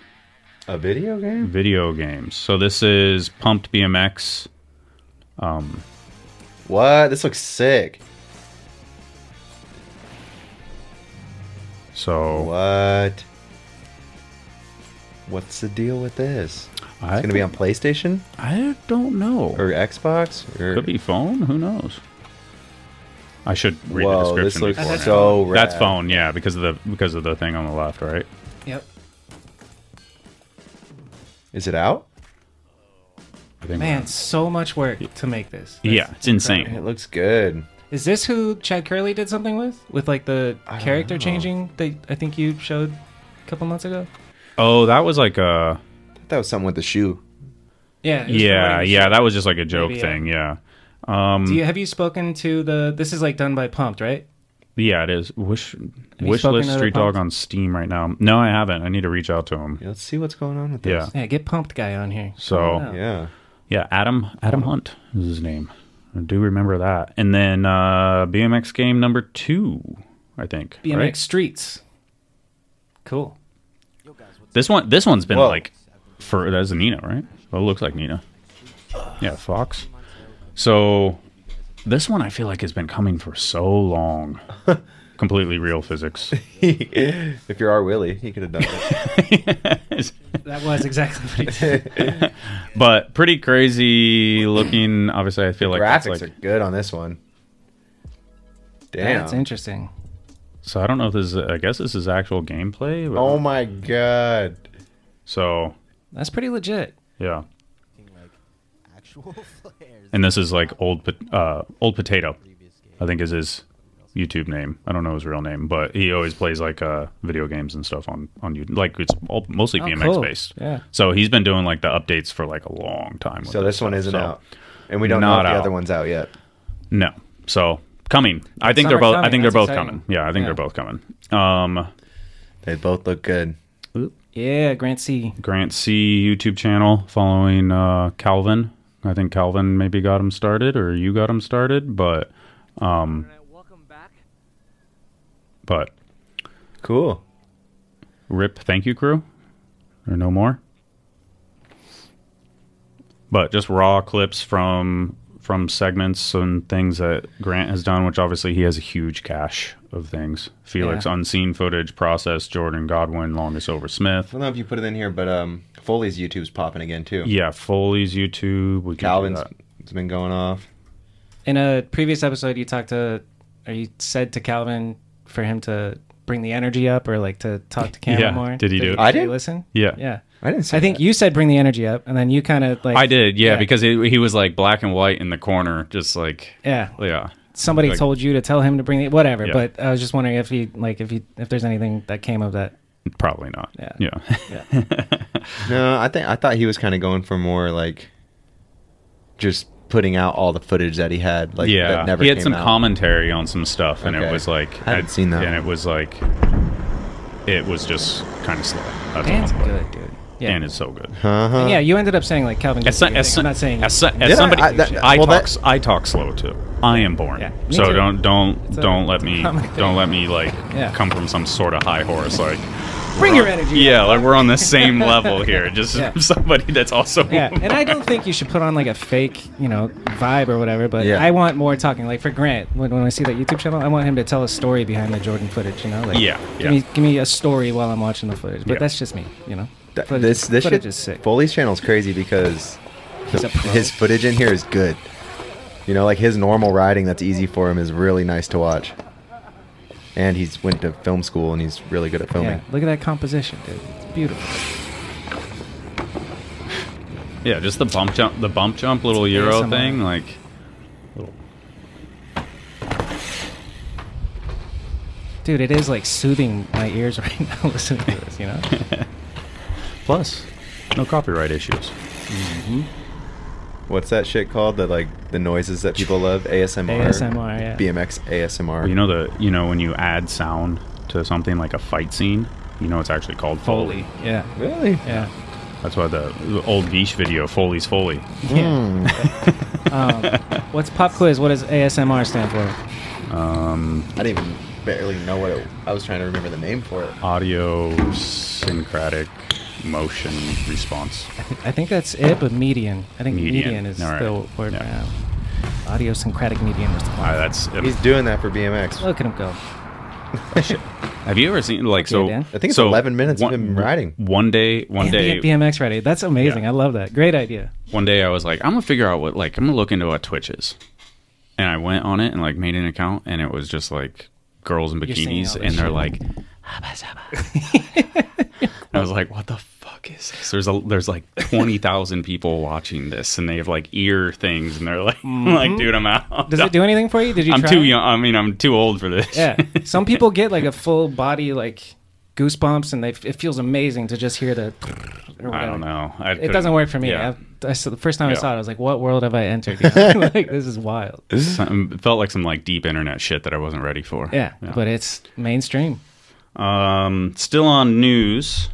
A video game.
Video games. So this is Pumped BMX. Mm.
What? This looks sick.
So Oh.
What? What's the deal with this?
I,
It's gonna be on PlayStation
I don't know.
or Xbox or
Could be phone. Who knows? I should read
Whoa,
the
this
description
looks
before. now.
so rad.
That's phone, yeah, because of the because of the thing on the left, right?
Yep.
Is it out?
I think
Man, so much work to make this. That's-
yeah, it's insane.
It looks good.
Is this who Chad Curley did something with? With like the
I don't
character
know.
changing that I think you showed a couple months ago?
Oh, that was like a
That was something with the shoe.
Yeah. it was
yeah, um,
promoting-
yeah. That was just like a joke
Maybe, yeah.
thing. Yeah,
Do you, have you spoken to the? This is like done by Pumped, right?
yeah. It is wish
you
wish
spoken to
list
the
Street Dog
punks?
on Steam right now. No, I haven't. I need to reach out to him.
Yeah, let's see what's going on with
Yeah.
this.
Yeah, get Pumped guy on here.
So-
Oh,
Yeah.
Yeah, Adam Adam Hunt is his name. I do remember that. And then uh, BMX game number two, I think.
BMX
right?
Streets. Cool.
This one this one's been
Whoa.
like for that's Nina, right? Well, it looks like Nina. Yeah, Fox. So this one I feel like has been coming for so long. Completely real physics.
if you're R. Willie, he could have done it.
That was exactly what he did.
but pretty crazy looking. Obviously, I feel like that's
Graphics
like
are good on this one. Damn.
That's interesting.
so I don't know if this is I guess this is actual gameplay. But,
oh my god.
so
That's pretty legit.
yeah.
like actual flares.
and this is like old Po- uh, old potato i think is his youtube name i don't know his real name but he always plays like uh, video games and stuff on on youtube like it's all, mostly
Oh,
bmx
cool.
based
Yeah.
so he's been doing like the updates for like a long time with
So this one
stuff,
isn't
so-
out. And we don't know
Not
if the
out.
other one's out yet.
no so coming i think
Some
they're
are
both i
coming.
think they're
That's
both
exciting.
coming yeah i think
Yeah.
they're both coming um
They both look good.
Yeah, Grant C.
grant c youtube channel following uh calvin i think calvin maybe got him started or you got him started but um,
Welcome back.
but
Cool.
Rip, thank you, crew, or no more. But just raw clips from from segments and things that Grant has done, which obviously he has a huge cache of things. Felix,
Yeah.
unseen footage, process, Jordan Godwin, longest over Smith.
I don't know if you put it in here, but um, Foley's YouTube's popping again too.
Yeah, Foley's YouTube. We could do
Calvin's
that.
it's been going off.
In a previous episode, you talked to, or you said to Calvin for him to bring the energy up or like to talk to camera
Yeah,
more.
did he do it?
I
you
did?
listen?
Yeah.
Yeah.
I didn't see
I think
that.
you said bring the energy up, and then you kind of like
I did, yeah, because he he was like black and white in the corner, just like
yeah.
yeah.
Somebody
like-
told you to tell him to bring the whatever,
Yeah.
but I was just wondering if he like if he if there's anything that came of that.
Probably not.
Yeah.
Yeah.
No, I think I thought he was kind of going for more like just putting out all the footage that he had. Like
yeah,
that never
he had
came
some
out.
commentary on some stuff, and
Okay.
it was like
I haven't seen that
and
one.
it was like it was just kind of slow. That's
Dan's
all.
good, dude. Yeah.
Dan is so good.
Uh-huh.
yeah, you ended up saying like Calvin.
As,
Just
so-
did your
as,
thing.
so-
I'm not saying
as, so-
Did I?
as somebody,
I-
I,
that- well,
talk
that-
s- I talk slow too. I am born,
Yeah, me
so
too.
don't don't
It's a-
don't
it's
let
a
me
common thing.
don't let me like
Yeah.
come from some sort of high horse like.
bring your energy. up.
Yeah, like we're on the same level here. Just
Yeah.
somebody that's also
Yeah, and I don't think you should put on like a fake, you know, vibe or whatever. But
Yeah.
I want more talking. Like for Grant, when, when I see that YouTube channel, I want him to tell a story behind the Jordan footage. You know, like
Yeah,
give
yeah.
me give me a story while I'm watching the footage. But
Yeah.
that's just me, you know.
Th-
Footage-
this this
footage
shit,
is sick.
Foley's channel is crazy because
He's a pro.
his footage in here is good. You know, like his normal riding that's easy for him is really nice to watch. And he's went to film school and he's really good at
yeah,
filming.
look at that composition, dude. It's beautiful.
Yeah, just the bump jump, the bump jump little euro
ASMR.
thing, like. Little.
Dude, it is like soothing my ears right now listening to this, you know?
Plus, no copyright issues.
What's that shit called? The like the noises that people love? ASMR.
ASMR, yeah.
BMX ASMR.
Or you know the you know when you add sound to something like a fight scene, you know it's actually called foley.
Yeah.
really?
Yeah.
That's why the, the old Geesh video, Foley's Foley.
yeah. um, what's pop quiz? What does ASMR stand for?
I didn't even barely know what it I was trying to remember the name for it.
Audio syncratic motion response.
I think that's it, but median. I think median,
Median.
is
All right.
the word
Yeah. Ah,
now. Audiosyncratic median was the
Wow,
one.
that's
He's doing that for BMX.
Look at him go.
Have you ever seen like so?
you, Dan.
I think it's
so
11 minutes of him riding.
One day, one day,
Ambient BMX ready. That's amazing.
Yeah.
I love that. Great idea.
one day I was like, I'm gonna figure out what like I'm gonna look into what Twitch is, and I went on it and like made an account, and it was just like girls in
You're seeing all
bikinis,
this
and they're
shit.
like, "Habba zabba." And I was like, what the fuck is this? There's a there's like twenty thousand people watching this, and they have like ear things, and they're like, I'm like, dude, I'm out.
Mm-hmm. Does it do anything for you? Did you?
I'm
try
too
it?
young. I mean, I'm too old for this.
Yeah. Some people get like a full body like goosebumps, and they it feels amazing to just hear the. or
I
whatever.
don't know. I
It
couldn't-
doesn't work for me.
yeah.
I, I saw, the first time I
Yeah.
saw it, I was like, "What world have I entered? You know? like, this is wild."
This is some, it felt like some like deep internet shit that I wasn't ready for.
Yeah, but it's mainstream.
Um, still on news.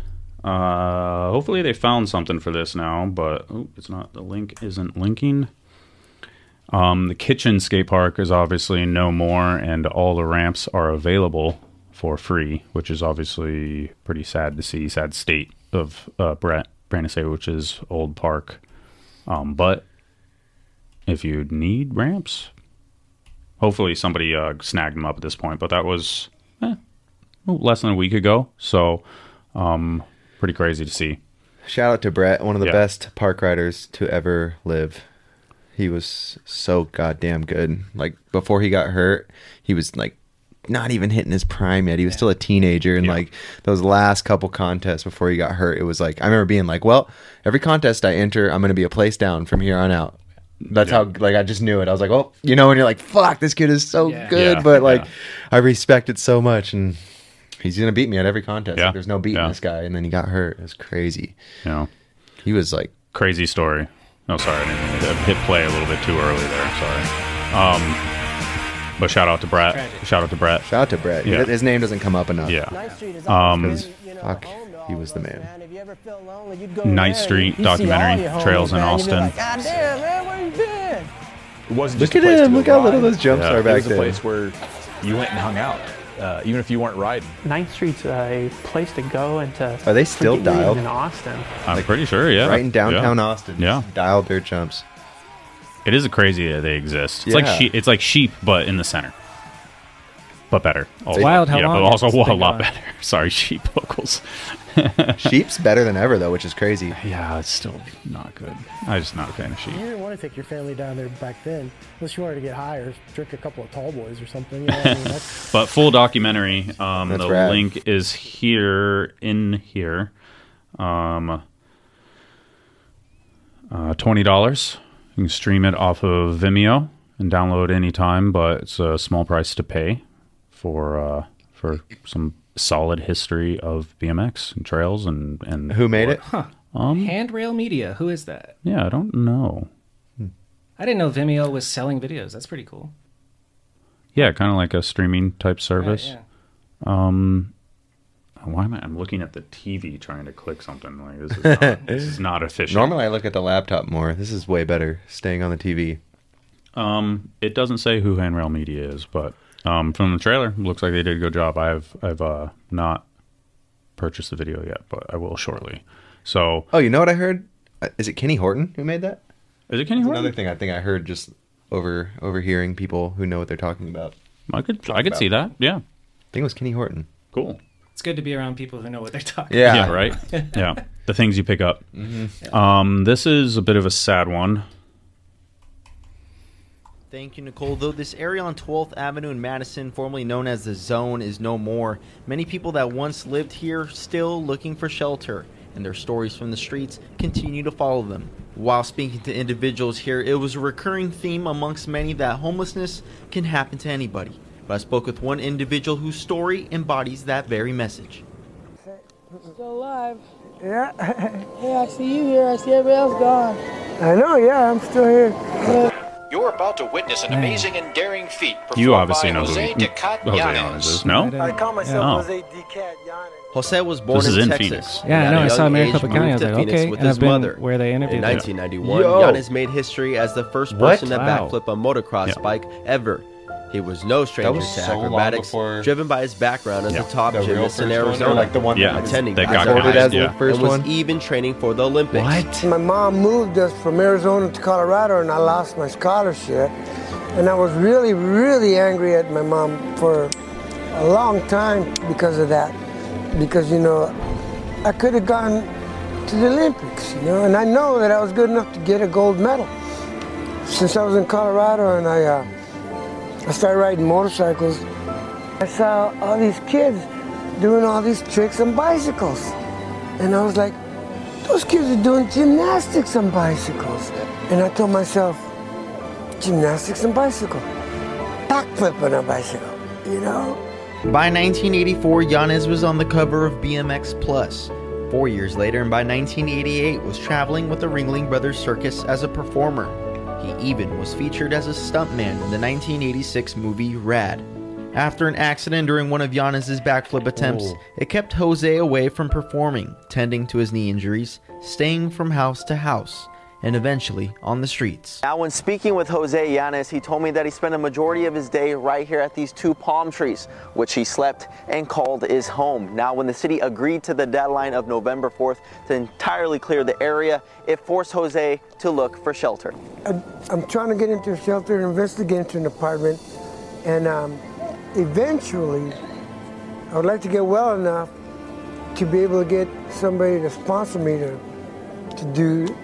Uh, hopefully they found something for this now, but oh, it's not. The link isn't linking. Um, the kitchen skate park is obviously no more, and all the ramps are available for free, which is obviously pretty sad to see. Sad state of uh, Brett Branislavich's old park. Um, but if you need ramps, hopefully somebody uh, snagged them up at this point. But that was oh, less than a week ago. So, um, pretty crazy to see.
Shout out to Brett, one of the
Yeah.
best park riders to ever live. He was so goddamn good. Like before he got hurt, he was like not even hitting his prime yet. He was still a teenager and
Yeah.
like those last couple contests before he got hurt, it was like I remember being like, Well, every contest I enter, I'm gonna be a place down from here on out. That's how like I just knew it. I was like, Oh, you know, and you're like, Fuck, this kid is so
Yeah.
good,
Yeah,
but like
yeah.
I respect it so much and he's gonna beat me at every contest.
Yeah,
Like, there's no beating
yeah.
this guy and then he got hurt. It was crazy.
You know,
He was like,
crazy story. No, sorry, I didn't mean to hit play a little bit too early there. Sorry. Um, but shout out to Brett.
Tragic.
Shout out to Brett.
shout out to Brett.
Yeah.
His name doesn't come up enough.
Yeah.
Ninth Street is always
Um,
been, you know,
fuck,
home to
he
all
was
of
the
us,
man.
If you ever felt lonely, you'd go
Ninth
there
Street
and you'd see all
documentary,
your homies,
Trails in
man. You'd be
Austin.
Like, God damn, man, where you been?
It wasn't
Look
just
at
a place
him.
to
Look
go
how little
ride.
those jumps
Yeah.
are
It
It
back
was a
there.
place where you went and hung out, uh, even if you weren't riding.
Ninth Street's a place to go and to.
Are they still
freaking read
dialed?
in Austin?
I'm pretty sure. Yeah.
Right in downtown
Yeah.
Austin.
Yeah.
Dialed their jumps.
It is crazy that they exist. It's like
Yeah.
she- It's like sheep, but in the center. But better. Also.
wild how
yeah,
long
but also
it's
a
been
lot
going.
better. Sorry, sheep vocals.
Sheep's better than ever, though, which is crazy.
Yeah, it's still not good. I'm just not a fan of sheep.
You didn't want to take your family down there back then, unless you wanted to get high or drink a couple of tall boys or something. You know, I mean, that's,
But full documentary. Um,
That's
the
rad.
link is here in here. Um, uh, Twenty dollars. You can stream it off of Vimeo and download anytime, but it's a small price to pay for uh, for some solid history of BMX and trails and and
Who made it?
Handrail Media. Who is that?
Yeah, I don't know.
I didn't know Vimeo was selling videos. That's pretty cool.
Yeah, kind of like a streaming type service.
Yeah, yeah.
Why am I? I'm looking at the TV trying to click something. Like this is not, this is not efficient.
Normally, I look at the laptop more. This is way better, staying on the TV.
It doesn't say who Handrail Media is, but um, from the trailer, looks like they did a good job. I've I've uh, not purchased the video yet, but I will shortly. So
Oh, you know what I heard? Uh, Is it Kenny Horton who made that?
is it Kenny
That's
Horton?
another thing I think I heard just over overhearing people who know what they're talking about. I
I could I could see that. Yeah,
think it was Kenny Horton.
cool.
It's good to be around people who know what they're talking.
Yeah.
Yeah, right. yeah, the things you pick up. Um, this is a bit of a sad one.
Thank you, Nicole. Though this area on 12th Avenue in Madison, formerly known as the Zone, is no more, many people that once lived here still looking for shelter, and their stories from the streets continue to follow them. While speaking to individuals here, it was a recurring theme amongst many that homelessness can happen to anybody. But I spoke with one individual whose story embodies that very message.
Still alive.
yeah,
Yeah, I see you here. I see everybody else gone.
I know. Yeah, I'm still here.
You're about to witness an amazing and daring feat.
You obviously know who
Jose
Jose
Decat
Llanes
Llanes.
is.
I
No,
didn't-
I call
Oh.
myself Jose D. Cat Giannis.
Jose was born
This is
in,
in
Texas.
Phoenix.
Yeah,
and
I
at
know.
a
I saw
young
Maricopa
age
County. I
moved
was
to
like,
Phoenix
okay.
with
And
his
I've been
mother.
where they interviewed
In
them.
1991,
Yo.
Giannis made history as the first
What?
person to
Wow.
backflip a motocross
Yeah.
bike ever. He was no stranger
was
to
so long
acrobatics,
before-
driven by his background as
Yeah.
a top
The real
gymnast
first
in
one, or
Arizona,
like the one
Yeah,
that
attending
that got
basketball
voted as
recognized,
the
yeah.
first
and was
one.
even training for the Olympics.
My mom moved us from Arizona to Colorado, and I lost my scholarship. And I was really, really angry at my mom for
a long time because of that. Because, you know, I could have gone to the Olympics, you know, and I know that I was good enough to get a gold medal. Since I was in Colorado and I, uh, I started riding motorcycles, I saw all these kids doing all these tricks on bicycles. And I was like, those kids are doing gymnastics on bicycles. And I told myself, gymnastics on bicycle, backflip on a bicycle, you know?
By 1984, Yanez was on the cover of BMX Plus. Four years later, and by 1988, was traveling with the Ringling Brothers Circus as a performer. He even was featured as a stuntman in the 1986 movie Rad. After an accident during one of Yanez's backflip attempts,
Oh.
Ooh.
it kept Jose away from performing, tending to his knee injuries, staying from house to house, and eventually on the streets.
Now, when speaking with Jose Yanez, he told me that he spent a majority of his day right here at these two palm trees, which he slept and called his home. Now, when the city agreed to the deadline of November 4th to entirely clear the area, it forced Jose to look for shelter.
I- I'm trying to get into a shelter and investigate into an apartment, and um, eventually, I would like to get well enough to be able to get somebody to sponsor me to to do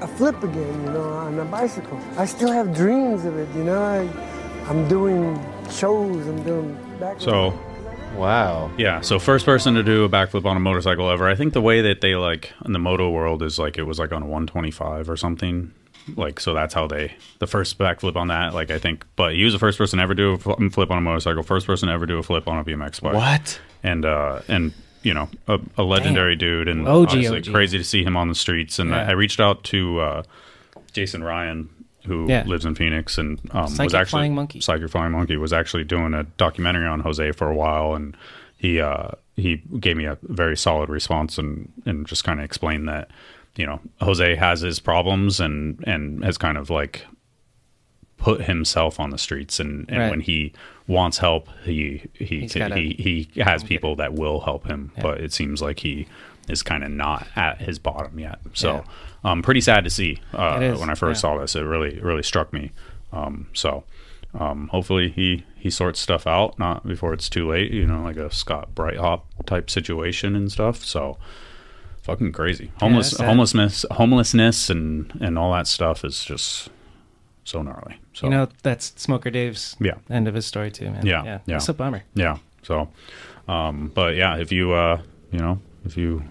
a flip again, you know, on a bicycle. I still have dreams of it, you know. I, I'm doing shows. I'm doing back.
So,
wow.
Yeah. So first person to do a backflip on a motorcycle ever. I think the way that they like in the moto world is like it was like on a 125 or something. Like so that's how they the first backflip on that. Like I think, but he was the first person to ever do a fl- flip on a motorcycle. First person to ever do a flip on a BMX bike.
What?
And uh and you know a, a legendary dude and
OG,
obviously
OG.
crazy to see him on the streets. And I,
Yeah.
I reached out to uh Jason Ryan. Who
Yeah.
lives in Phoenix and um, was
Psychic
actually
Flying Monkey.
Psychic Flying Monkey was actually doing a documentary on Jose for a while, and he uh, he gave me a very solid response and and just kind of explained that you know Jose has his problems and and has kind of like put himself on the streets and, and
Right.
when he wants help he he
He's gotta-
he, he has people that will help him but it seems like he is kind of not at his bottom yet so um pretty sad to see uh
It is,
when i first
yeah.
saw this it really really struck me um so um hopefully he he sorts stuff out not before it's too late you know like a scott brighthop type situation and stuff so fucking crazy homeless
that's sad.
homelessness homelessness and and all that stuff is just so gnarly so
You know, that's Smoker Dave's
Yeah.
end of his story too, man.
yeah,
yeah.
yeah,
It's a bummer.
Yeah. So, um, but yeah, if you, uh, you know, if you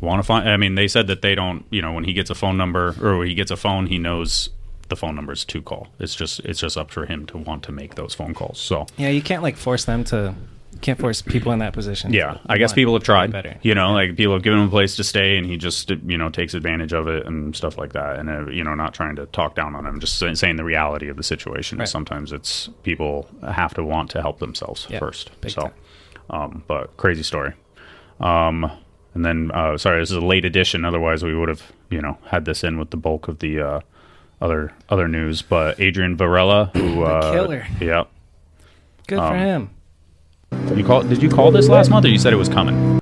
want to find, I mean, they said that they don't, you know, when he gets a phone number or when he gets a phone, he knows the phone numbers to call. It's just, it's just up for him to want to make those phone calls. So,
Yeah, you can't like force them to. You can't force people in that position.
yeah,
to
I guess
want
people have tried.
Better.
You know, like people have given him a place to stay, and he just you know takes advantage of it and stuff like that. And uh, you know, not trying to talk down on him, just say- saying the reality of the situation.
Right.
Sometimes it's people have to want to help themselves
Yeah,
first.
big
So, um, but crazy story. Um, and then uh, sorry, this is a late edition. Otherwise, we would have you know had this in with the bulk of the uh, other other news. But Adrian Varela, who uh,
killer.
yeah,
Good for
um,
him.
you call? Did you call this last month, or you said it was coming?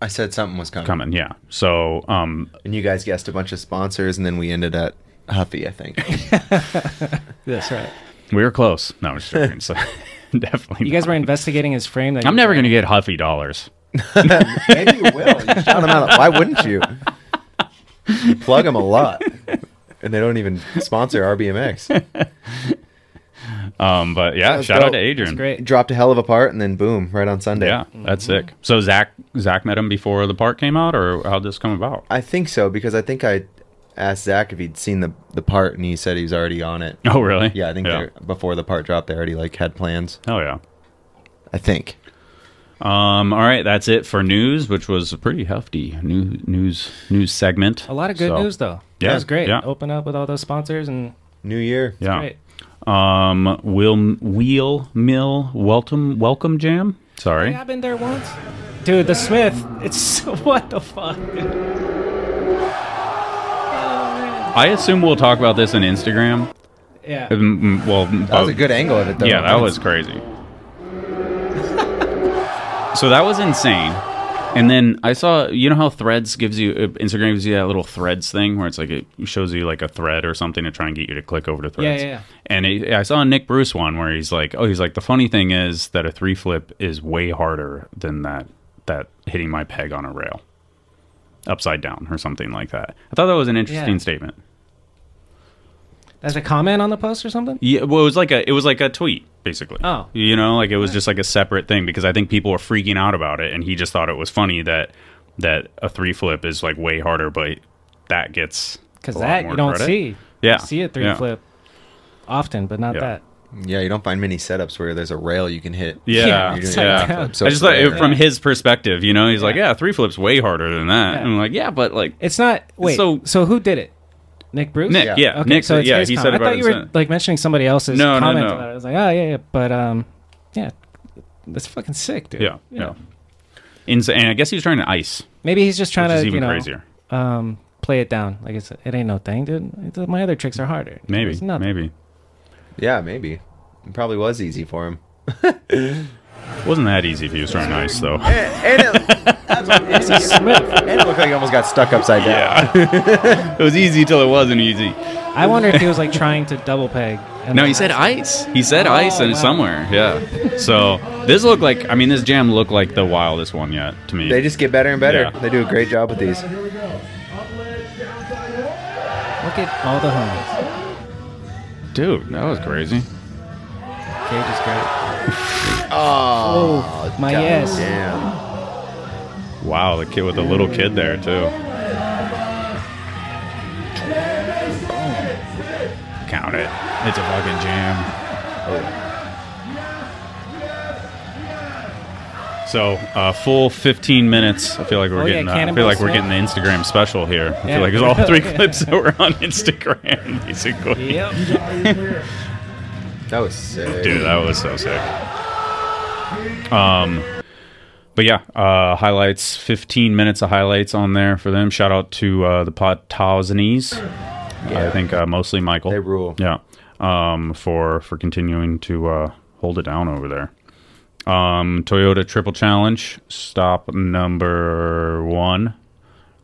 I said something was coming.
Coming, yeah. So, um,
and you guys guessed a bunch of sponsors, and then we ended at Huffy, I think.
That's right.
We were close. No, I'm just joking. So, definitely.
You guys were investigating his frame. That
I'm
you-
never going to get Huffy dollars.
Maybe you will. You shout them out. Why wouldn't you? You plug them a lot, and they don't even sponsor RBMX.
Um, but yeah,
That's
shout out
dope.
to Adrian.
Dropped a hell of a part, and then boom, right on Sunday.
Yeah, that's
Mm-hmm.
sick. So Zach, Zach met him before the part came out, or how'd this come about?
I think so because I think I asked Zach if he'd seen the the part, and he said he was already on it.
Oh, really?
Yeah, I think
Yeah.
they're before the part dropped, they already like had plans.
Oh yeah,
I think.
Um, all right, that's it for news, which was a pretty hefty new, news news segment.
A lot of good
So-
news though.
Yeah,
that was great.
Yeah,
Open up with all those sponsors and
New year.
yeah. Um, Will Wheel Mill Welcome Welcome Jam. Sorry.
I've been there once. Dude, the Smith. It's what the fuck.
I assume we'll talk about this on Instagram.
Yeah.
Um, mm, well, that
was a good angle of it, though.
Yeah, that
That's-
was crazy. so that was insane. And then I saw, you know how Threads gives you uh, Instagram gives you that little Threads thing where it's like it shows you like a thread or something to try and get you to click over to
Yeah,
Threads.
yeah, yeah.
And it, I saw a Nick Bruce one where he's like, oh, he's like the funny thing is that a three flip is way harder than that that hitting my peg on a rail upside down or something like that. I thought that was an interesting
Yeah.
statement.
That's a comment on the post or something.
Yeah, well, it was like a it was like a tweet basically.
Oh.
you know, like it was just like a separate thing because I think people were freaking out about it, and he just thought it was funny that that a three flip is like way harder, but that gets
Because
a lot
that
more
you don't
credit.
see.
Yeah,
You see a three
yeah.
flip often, but not that.
Yeah, you don't find many setups where there's a rail you can hit.
Yeah,
You're
yeah.
doing backflips, so
I
it's
just thought
rare.
it, from his perspective, you know, he's like, yeah, three flips way harder than that.
Yeah.
And I'm like, yeah, but like,
It's not. Wait. So,
So-
so who did it? Nick Bruce.
Nick, Yeah. yeah,
Okay,
Nick,
so it's
yeah,
his
he said
comment. I
about
thought you
his,
were
uh,
like mentioning somebody else's
No, no,
comment.
no.
about it. I was like, oh yeah, yeah, but um, yeah, that's fucking sick, dude.
yeah, yeah. Ins- and I guess he was trying to ice.
Maybe he's just trying
Which
to
is even
you know
crazier.
um play it down. Like it's it ain't no thing, dude. It's- My other tricks are harder.
Maybe,
It's nothing.
maybe
Yeah, maybe. It probably was easy for him.
wasn't that easy if he was trying to ice though.
and it looked like he almost got stuck upside down.
it was easy till it wasn't easy.
I wonder if he was like trying to double peg. and
No,
then
he said ice. He said
Oh,
ice and
wow.
somewhere. Yeah. So this looked like I mean this jam looked like the wildest one yet to me.
They just get better and better.
Yeah.
They do a great job with these.
Look at all the homies.
Dude, that was crazy.
Cage is great.
Oh,
my yes.
Damn.
Wow, the kid with the little kid there too. Count it. It's a fucking jam. So uh, full 15 minutes. I feel like we're
Oh, yeah,
getting. uh, I
Cannonball
feel like we're
Smash.
getting the Instagram special here. I
Yeah.
feel like it's all three
Yeah.
clips that were on Instagram basically.
Yep.
That was sick.
Dude, that was so sick. Um, but yeah, uh, highlights. Fifteen minutes of highlights on there for them. Shout out to uh, the Potosnies. I think uh, mostly Michael.
They rule.
Yeah, um, for for continuing to uh, hold it down over there. Um, Toyota Triple Challenge stop number one.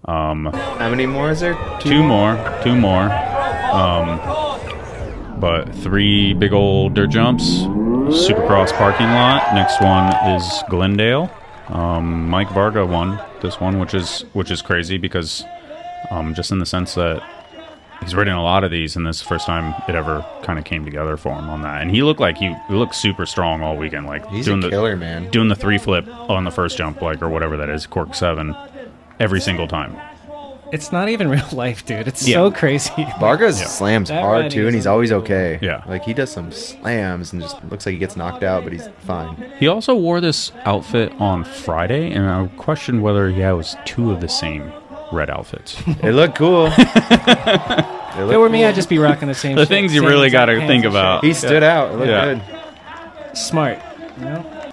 Um,
How many more is there?
two more, two more. Um, but three big old dirt jumps, Supercross parking lot. Next one is Glendale. Um, Mike Varga won this one, which is which is crazy because um, just in the sense that he's ridden a lot of these, and this is the first time it ever kind of came together for him on that. And he looked like he, he looked super strong all weekend, like
He's
doing
a
the
killer, man.
doing the three flip on the first jump, like or whatever that is, cork seven, every single time.
It's not even real life, dude. It's
Yeah.
so crazy.
Vargas
Yeah.
slams
That
hard
ride
too, and
is
he's always okay.
Yeah.
Like he does some slams and just looks like he gets knocked out, but he's fine.
He also wore this outfit on Friday, and I questioned whether he was two of the same red outfits.
It looked cool. It
If
looked
it were me,
cool.
I'd just be rocking the same.
the
shit,
things you
same
really got
exact
to
pants
think
and
about.
He stood
Yeah.
out. It looked
yeah.
good.
shit. Smart. You know?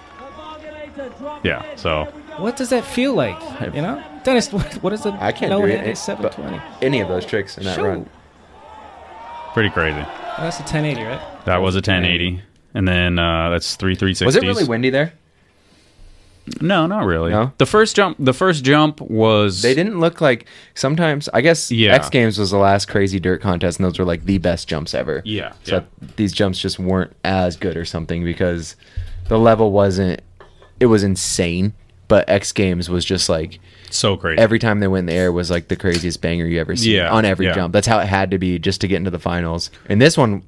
Yeah. So
What does that feel like? You know, Dennis. What, what is the?
I can't
no
do
hand
it.
is Oh,
but
720.
Any of those tricks in that
Shoo.
run.
pretty crazy.
Oh, that's a 1080, right?
That was a 1080, and then uh, that's three 360s.
Was it really windy there?
No, not really.
No?
The first jump. The first jump was.
They didn't look like sometimes. I guess
Yeah.
X Games was the last crazy dirt contest, and those were like the best jumps ever.
Yeah,
So these jumps just weren't as good or something because the level wasn't. It was insane, but X Games was just like
so crazy.
every time they went in the air was like the craziest banger you ever seen
Yeah,
on every
yeah.
jump. That's how it had to be just to get into the finals. And this one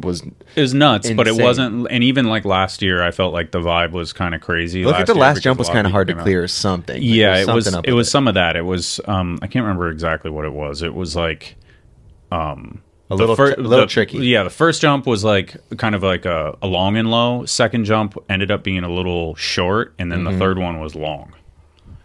was
it was nuts, but it
Insane.
wasn't. And even like last year, I felt like the vibe was kind of crazy.
look at the
year
last
because
jump
a
was
lot
kind of hard to
people came out.
clear or something. Like,
yeah
there
it was
something up
it
with
was some of that it was um i can't remember exactly what it was it was like um
A
the
little
fir-
t- a little
the-
tricky.
yeah the first jump was like kind of like a, a long and low second jump ended up being a little short and
Mm-hmm.
then the third one was long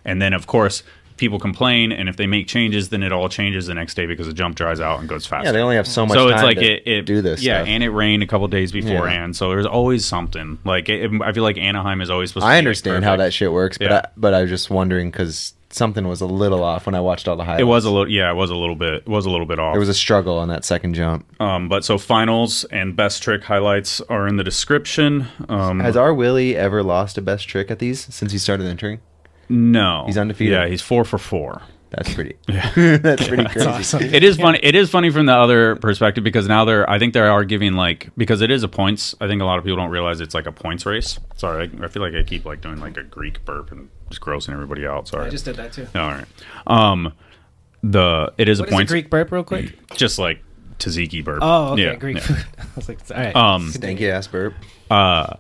and then of course people complain and if they make changes then it all changes the next day because the jump dries out and goes faster
Yeah, they only have so much
so it's
time
like
to
it, it
do this
yeah
stuff.
and it rained a couple days beforehand so there's always something like it, i feel like anaheim is always supposed to be,
I
like,
understand how
perfect.
that shit works, but
Yeah.
I, but I was just wondering because something was a little off when I watched all the highlights.
It was a little, yeah, it was a little bit, it was a little bit off.
There was a struggle on that second jump.
um, but so finals and best trick highlights are in the description. Um,
Has our Willie ever lost a best trick at these since he started entering?
No,
He's undefeated.
Yeah, he's four for four.
That's pretty. That's pretty crazy.
It is funny. It is funny from the other perspective because now they're. I think they are giving like because it is a points. I think a lot of people don't realize it's like a points race. Sorry, I, I feel like I keep like doing like a Greek burp and just grossing everybody out. Sorry,
I just did that too.
All right. Um, the it is
What
a
is a
points
Greek burp, real quick?
just like tzatziki burp.
Oh, okay,
Yeah,
Greek
yeah.
food. I was like, all right.
Um,
Stanky ass burp.
Uh,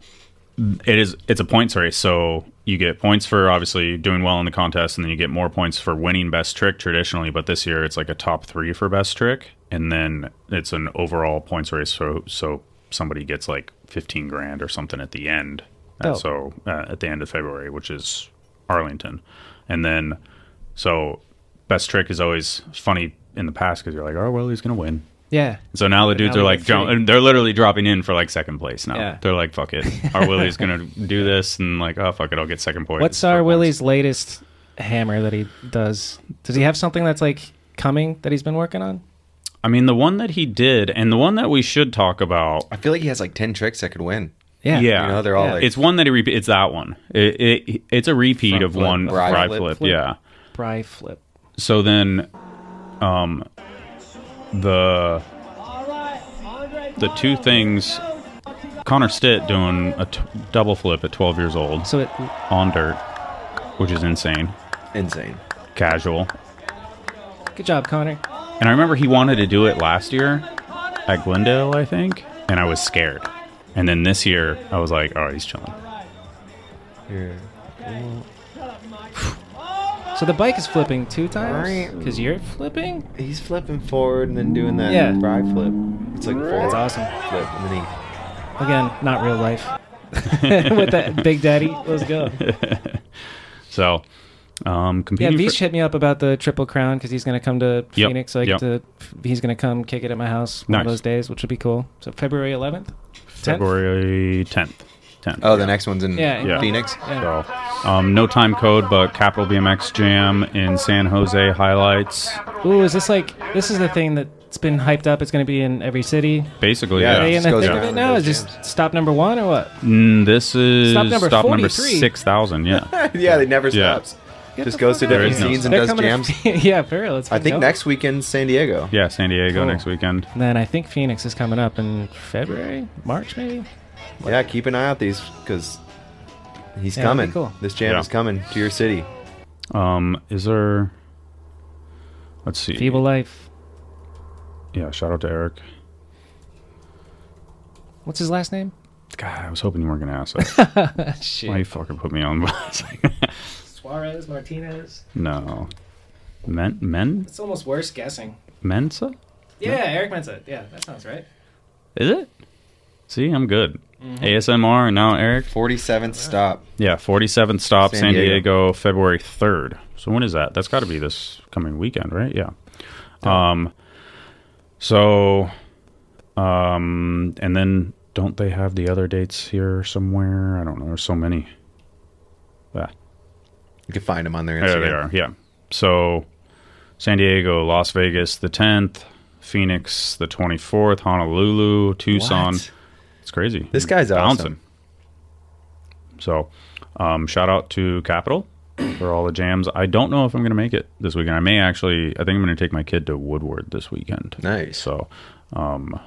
it is. It's a points race, so you get points for obviously doing well in the contest, and then you get more points for winning best trick traditionally. But this year, it's like a top three for best trick, and then it's an overall points race. So so somebody gets like fifteen grand or something at the end. Uh,
Dope.
so uh, at the end of February, which is Arlington, and then so best trick is always funny in the past because you're like, oh well, he's gonna win.
Yeah.
So now the
But
dudes
now
are
we
like,
got
jump,
three.
and they're literally dropping in for like second place now.
Yeah.
They're like, fuck it, our Willie's gonna do this, and like, oh fuck it, I'll get second place.
What's our Willie's latest hammer that he does? Does he have something that's like coming that he's been working on?
I mean, the one that he did, and the one that we should talk about.
I feel like he has like ten tricks that could win.
Yeah, yeah.
You know, they're all like
it's one that he repeat. It's that one. It, it it's a repeat
Front
of
flip,
one
bride
bride
flip.
flip.
Flip.
Yeah.
Bry flip.
So then, um, the the two things, Connor Stitt doing a t- double flip at 12 years old.
So it
on dirt, which is insane,
insane,
casual.
Good job, Connor.
And I remember he wanted to do it last year at Glendale, I think, and I was scared. And then this year, I was like, "All right, he's chilling."
So the bike is flipping two times because you're flipping.
He's flipping forward and then doing that
Yeah.
fry flip. It's like forward
That's awesome.
flip and then he
Again, not real life. With that Big Daddy, let's go.
so, um,
Yeah,
competing.
Beach
for-
hit me up about the Triple Crown because he's going to come to
Yep,
Phoenix. So I
yep.
get to- he's going to come kick it at my house one of
Nice.
those days, which would be cool. So February 11th, 10th.
February 10th. 10th.
Oh, the next one's in
Yeah, in
Phoenix?
Yeah.
So, um, no time code, but Capital BMX Jam in San Jose highlights.
Ooh, is this like this is the thing that's been hyped up? It's going to be in every city.
Basically,
Are
yeah.
they in
Just
the
goes
thick of
around
it
and
now?
goes
Is just stop number one or what?
Mm, this is
Stop number
stop number
43.
6,000, yeah.
yeah, they never
Yeah.
stops. Just goes to different scenes and does jams.
yeah, for real. It's
I think
dope.
next weekend San Diego.
Yeah, San Diego
Cool.
next weekend.
And Then I think Phoenix is coming up in February, March maybe.
Yeah, keep an eye out these because he's
Yeah, that'd
coming.
be cool.
This jam
Yeah.
is coming to your city.
Um, is there? Let's see.
Feeble life.
Yeah, shout out to Eric.
What's his last name?
God, I was hoping you weren't gonna ask that.
Shit.
Why you fucking put me on? blast?
Suarez Martinez.
no, men, men,
It's almost worse guessing.
Mensa.
Yeah, Eric Mensa. Yeah, that sounds right.
Is it? See, I'm good.
Mm-hmm.
ASMR and now Eric.
Forty seventh stop.
Yeah, 47th stop,
San
San Diego,
Diego.
February 3rd. So when is that? That's got to be this coming weekend, right? Yeah. Um. So, um, and then don't they have the other dates here somewhere? I don't know. There's so many. Yeah.
You can find him on their Instagram.
There they are. Yeah. So, San Diego, Las Vegas, the 10th, Phoenix, the 24th, Honolulu, Tucson.
What?
It's crazy.
This guy's
Bouncing.
awesome.
So, um, shout out to Capital for all the jams. I don't know if I'm going to make it this weekend. I may actually. I think I'm going to take my kid to Woodward this weekend.
Nice.
So, um,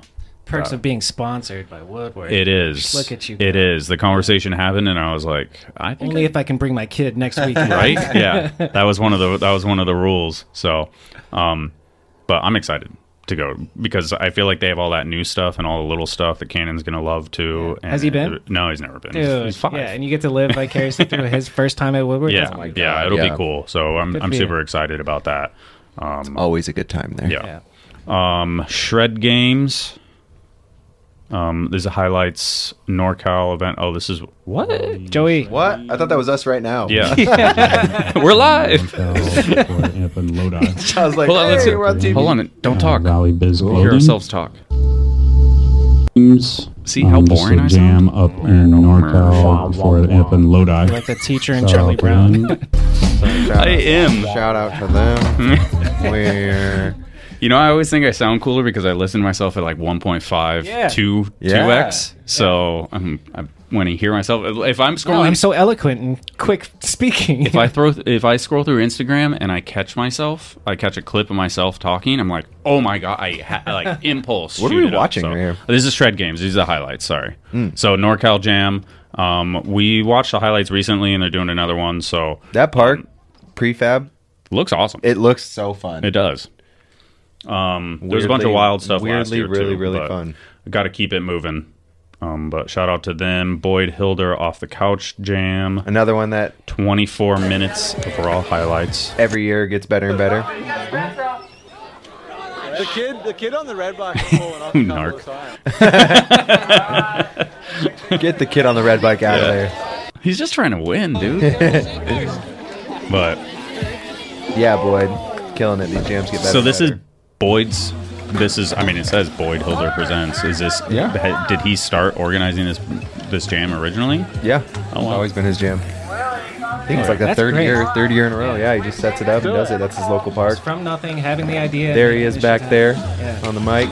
Perks
Uh,
of being sponsored by Woodward.
it is.
Look at you.
It is. The conversation happened, and I was like, I think
Only if I can bring my kid next week.
right? yeah, that was one of the that was one of the rules. So, um, but I'm excited to go because I feel like they have all that new stuff and all the little stuff that Cannon's gonna love too. And
Has he been?
No, he's never been. He's-
Dude,
he's five.
yeah, and you get to live vicariously through his first time at Woodward. Oh
yeah,
That's
yeah,
amazing.
it'll
yeah.
be cool. So I'm
Good
I'm
for you.
super excited about that. Um,
Always a good time there.
yeah. Um, Shred Games. Um, there's a highlights NorCal event. Oh, this is what?
Joey,
What? I thought that was us right now.
Yeah. We're live.
uh,
I was like,
Hold on, let's
hey,
see.
we're on TV.
Hold on, don't talk.
Valley Biz
We'll hear
Welding.
ourselves talk.
See
how boring I sound?
jam up in NorCal for an up in Lodi.
Like the teacher and
Shout
Charlie
out
Brown.
to them.
Shout
I
out-
am.
Shout out to them. We're
You know, I always think I sound cooler because I listen to myself at like 1.5,
Yeah.
2,
Yeah.
2x. So I'm, I'm when I hear myself. If I'm scrolling,
No, Oh, I'm so eloquent and quick speaking.
if I throw if I scroll through Instagram and I catch myself, I catch a clip of myself talking. I'm like, oh my god, I ha- like impulse.
What are
shoot
we
it up.
watching
So-
right here? Hmm.
This is shred games. These are the highlights. Sorry. So NorCal Jam. Um, we watched the highlights recently, and they're doing another one. So
that park prefab
looks awesome.
It looks so fun.
It does. Um, there's a bunch of
Weirdly-
wild stuff last
weirdly
year
really,
too,
really
but
fun.
Got to keep it moving. Um, but shout out to them, Boyd Hilder off the couch jam.
Another one that
24 minutes of raw highlights.
Every year gets better and better.
The kid, the kid on the red box is pulling up.
Narc.
Get the kid on the red bike out of
there. He's just trying to win, dude. but
yeah, Boyd, killing it. These jams get better.
so this is Boyd's. This is. I mean, it says Boyd Hilder presents. Is this? Yeah. Did he start organizing this this jam originally?
Yeah. It's always been his jam. I think it's like the
That's
third
great.
year, third year in a row. Yeah, he just sets it up and does it. That's his local park.
From nothing, having the idea.
There he is back there
Yeah.
on the mic.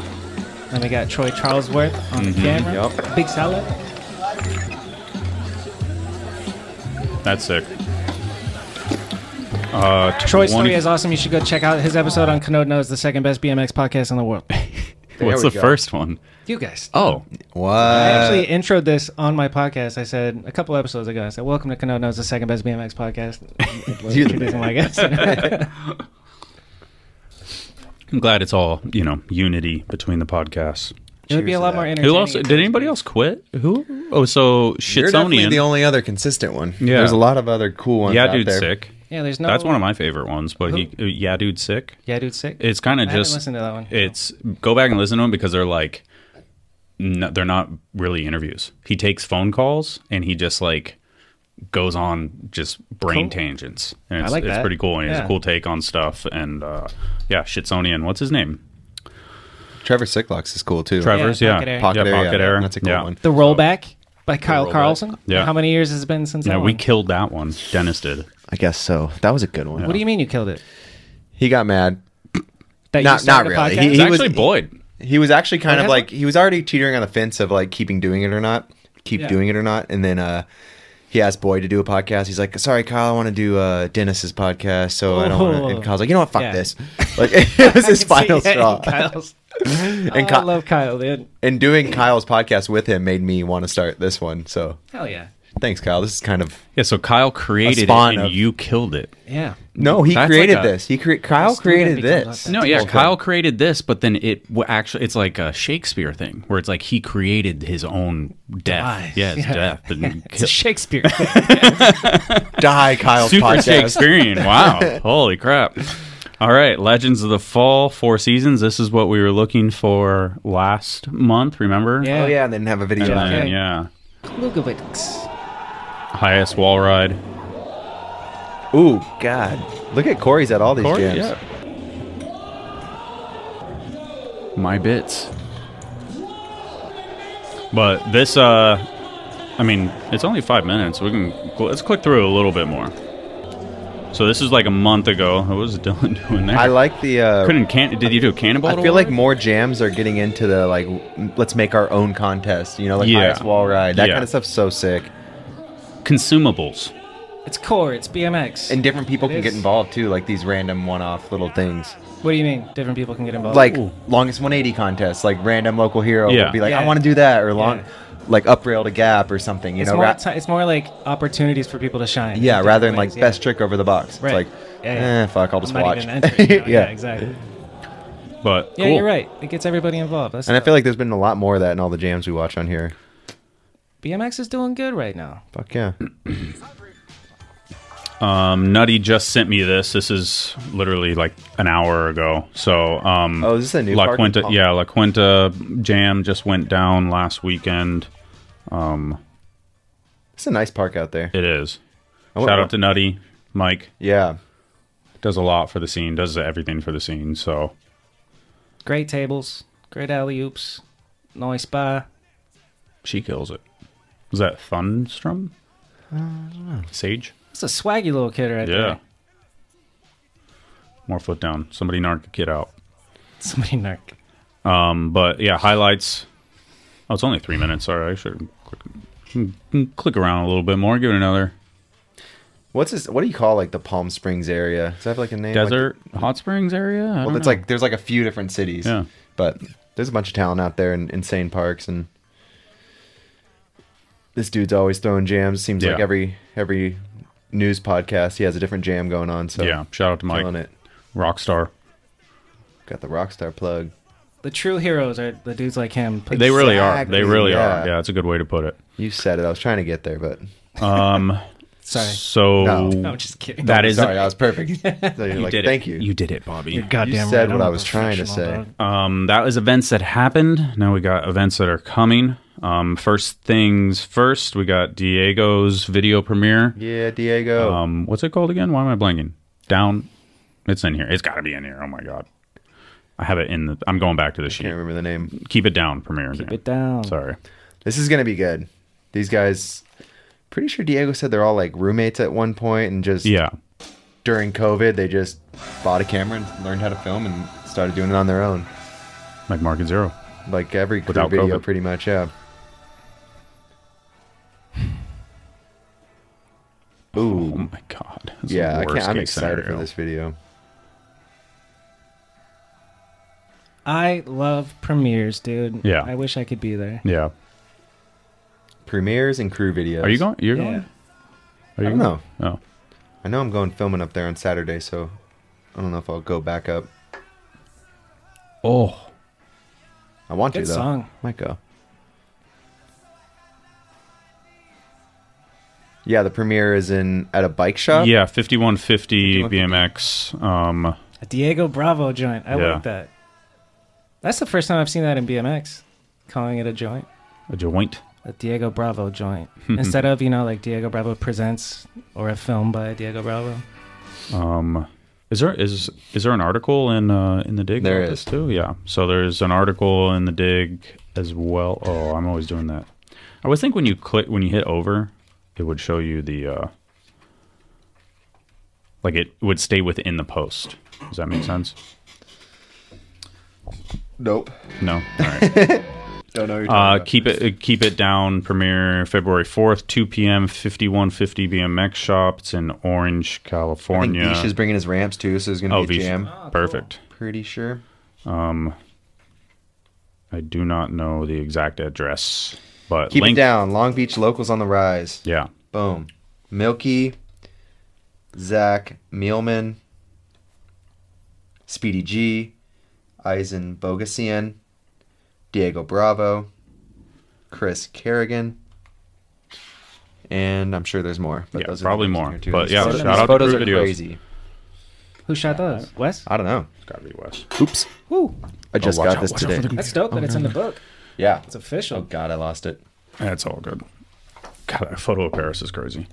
Then we got Troy Charlesworth on the
Mm-hmm.
Mhm.
camera. Big salad.
That's sick. Uh, 20
Troy's story is awesome. You should go check out his episode on Canode Knows, the second best BMX podcast in the world.
What's the first one?
You guys.
Oh.
What?
I actually introed this on my podcast. I said a couple episodes ago. I said, "Welcome to Canode Knows, the second best BMX podcast."
You're the
Introducing my
best.
guest.
I'm glad it's all you know unity between the podcasts.
It would be a lot more entertaining.
Who else? Did anybody else quit? Who? Oh, so
You're definitely
Shitsonian.
the only other consistent one.
Yeah.
There's a lot of other cool ones.
yeah,
out
dude,
there.
sick.
Yeah, there's no-
That's one of my favorite ones. But he, uh, yeah, dude, sick.
Yeah, dude, sick.
It's kind
I
of
haven't
just
listened to that one.
It's go back and listen to them because they're like, no, they're not really interviews. He takes phone calls and he just like goes on just brain
Cool.
tangents. And
I
it's,
like
it's
that.
pretty cool. And he has a
Yeah.
cool take on stuff. And uh, yeah, Shitsonian. What's his name?
Trevor Sicklocks is cool too.
Trevor's, yeah.
Pocket Air. Pocket Air, yeah, that's a cool
Yeah.
one.
The rollback by Kyle
Rollback.
Carlson.
Yeah.
How many years has it been since?
Yeah,
that
we
one?
killed that one. Dennis did.
I guess so. That was a good one.
What do you mean you killed it?
He got mad.
That
not
you
not
started a
really.
podcast?
He,
It's
he
actually
was,
Boyd.
He was actually kind of
Oh, has
like he was already teetering on the fence of like keeping doing it or not, keep
Yeah.
doing it or not, and then uh he asked Boyd to do a podcast. He's like, "Sorry, Kyle, I want to do uh, Dennis's podcast, so I don't." want to And Kyle's like, "You know what? Fuck
Oh. Yeah.
this." Like it was his final
Yeah,
straw.
Kyle's.
And
Oh, I
Ky-
love Kyle, dude.
And doing Kyle's podcast with him made me want to start this one. So
Hell yeah.
thanks, Kyle. This is kind of
Yeah, so Kyle created it
spawn
and
of-
you killed it.
Yeah.
no. He
That's
created
like a-
this. He cre- Kyle created this.
No, yeah, Kyle created this, but then it w- actually it's like a Shakespeare thing where it's like he created his own death.
Demise.
Yeah, his
Yeah.
death. And
It's a Shakespeare.
Die, Kyle's
Super
podcast.
Shakespearean. Wow. Holy crap. All right, Legends of the Fall, Four Seasons. This is what we were looking for last month, remember?
Yeah. Oh, yeah, and they didn't have a video
And
out.
then,
Yeah.
yeah.
Lugovics.
Highest wall ride.
Ooh, God. Look at Corey's at all these
Corey,
jams.
yeah. my bits. But this, uh, I mean, it's only five minutes. We can let's click through a little bit more. So this is like a month ago. What was Dylan doing there?
I like the. Uh,
Couldn't can. Did you do a cannonball?
I feel like more jams are getting into the like, w- let's make our own contest. You know, like
Yeah.
highest wall ride. That
Yeah.
kind of stuff's so sick.
Consumables.
It's core. It's BMX.
And different people
It
can
is-
get involved too, like these random one-off little things,
What do you mean? Different people can get involved.
like longest 180 contests, like random local hero
Oh. Yeah.
would be like, I
Yeah.
want to do that, or long, like up rail to gap or something. You
it's
know,
more.
ra-
ti- it's more like opportunities for people to shine.
yeah,
in
rather than
different
like
ways, yeah.
best trick over the box.
Right.
It's like,
Yeah, yeah.
eh, fuck, I'll
I'm
just
not
watch.
even entering now.
yeah.
yeah, exactly.
But
Yeah,
Cool.
you're right. It gets everybody involved. That's
And I feel like there's been a lot more of that in all the jams we watch on here.
BMX is doing good right now.
Fuck yeah.
Um, Nutty just sent me this. This is literally like an hour ago. So, um,
Oh, is this a new
La
park in
Quinta?
Palm-
Yeah, La Quinta Jam just went down last weekend. Um,
It's a nice park out there.
It is.
I
Shout
want one.
out to Nutty, Mike.
Yeah,
does a lot for the scene. Does everything for the scene. So
Great tables. Great alley oops. Nice bar.
she kills it. Was that Thunstrom? Sage.
It's a swaggy little kid right
yeah.
there.
More foot down. Somebody narc the kid out.
Somebody narc.
Um, but yeah, highlights. Oh, it's only three minutes. Sorry, I should. click around a little bit more. Give it another
What's this? What do you call like the Palm Springs area? Does that have like a name? Like-
desert hot springs area. I
well,
don't
it's
know.
like there's like a few different cities.
Yeah.
But there's a bunch of talent out there in insane parks, and this dude's always throwing jams. Seems like
Yeah.
every every news podcast he has a different jam going on. So
yeah. Shout out to Mike,
Killing it.
rock star.
Got the rock star plug.
The true heroes are the dudes like him.
They really are. They really are. Yeah, that's a good way to put it.
You said it. I was trying to get there, but
Um,
Sorry.
So
No. No,
just kidding.
That
No,
is
sorry, that was perfect. So you're
You
like,
did it.
thank you.
You did it, Bobby.
You're goddamn You said right. what I'm I a was trying to professional, say.
Um, that was events that happened. Now we got events that are coming. Um, first things first, we got Diego's video premiere.
Yeah, Diego.
Um, what's it called again? Why am I blanking? Down. It's in here. It's got to be in here. Oh my god. I have it in the. I'm going back to the sheet. Can't
remember the name.
Keep it down. Premiere. Keep
it down.
Sorry.
This is gonna be good. These guys. Pretty sure Diego said they're all like roommates at one point, and just
Yeah.
During COVID, they just bought a camera and learned how to film and started doing it on their own.
Like Mark and Zero.
Like every crew
Without
video,
COVID.
pretty much. Yeah. Ooh. Oh
my god. That's the
yeah, I can't,
worst
I'm
case
excited
scenario.
for this video.
I love premieres, dude.
Yeah.
I wish I could be there.
Yeah.
Premieres and crew videos.
Are you going? You're
Yeah.
going.
I
Are you
don't know.
Oh.
I know I'm going filming up there on Saturday, so I don't know if I'll go back up.
Oh.
I want
Good
to though.
song.
Might go. Yeah, the premiere is in at a bike shop.
Yeah, 5150 BMX. Um,
A Diego Bravo joint. I
Yeah.
like that. That's the first time I've seen that in BMX, calling it a joint.
a joint.
A Diego Bravo joint. Instead of, you know, like Diego Bravo presents or a film by Diego Bravo.
Um, is there is is there an article in uh, in the dig?
There
about
is.
this too. Yeah. So there's an article in the dig as well. Oh, I'm always doing that. I always think when you click when you hit over, it would show you the uh, like it would stay within the post. Does that make sense?
Nope.
No. All right.
Don't know what you're talking
Uh,
about.
keep it uh, keep it down. Premiere February fourth, two p.m. fifty one fifty BMX shop. It's in Orange,
I think
California.
Vish is bringing his ramps too, so it's gonna
oh,
be a
Vish.
jam.
perfect.
Pretty sure.
Um, I do not know the exact address, but
Keep
link,
it down. Long Beach locals on the rise.
Yeah,
Boom. Milky, Zach Mealman, Speedy G, Eisen Bogassian, Diego Bravo, Chris Kerrigan, and I'm sure there's more. But
Yeah,
those are the
probably
names
more,
in here, too.
but
These
yeah,
photos,
shout
these
out to
photos
Crew
are
Videos.
crazy.
Who shot those? Wes?
I don't know.
it's gotta be West.
Oops.
Ooh.
I just
watch
got
out,
this
watch out for
today.
the-
That's dope that it's in
Oh,
the book.
Yeah.
It's official.
Oh God, I lost it.
That's all good. God, that photo of Paris is crazy.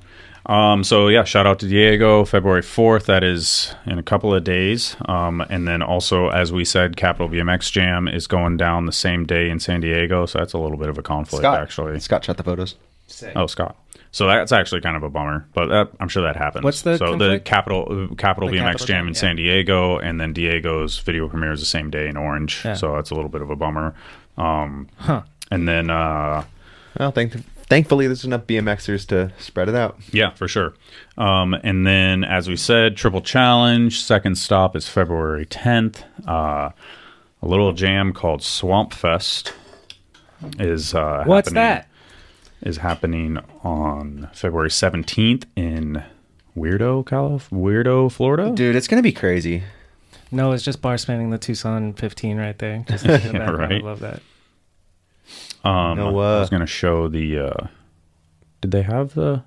Um, so yeah, shout out to Diego, February fourth. That is in a couple of days. Um, and then also, as we said, Capital BMX Jam is going down the same day in San Diego. So that's a little bit of a conflict,
Scott.
actually.
Scott shot the photos.
Oh, Scott. So that's actually kind of a bummer, but that, I'm sure that happens.
What's the
so the
conflict?
capital uh, capital
The
BMX
Capital
Jam
Jam,
in
yeah.
San Diego, and then Diego's video premiere is the same day in Orange.
Yeah.
So that's a little bit of a bummer. Um,
Huh.
And then uh,
Well, thank- thankfully there's enough BMXers to spread it out.
yeah, for sure. Um, and then, as we said, triple challenge. Second stop is February 10th. Uh, a little jam called Swamp Fest is uh,
What's
happening-
that?
Is happening on February 17th in Weirdo, Calif- Weirdo, Florida.
Dude, it's gonna be crazy.
No, it's just bar spinning the Tucson 15 right there. Just in the
Yeah,
background.
right.
I love that.
Um,
No,
I
uh,
was going to show the. Uh, did they have the?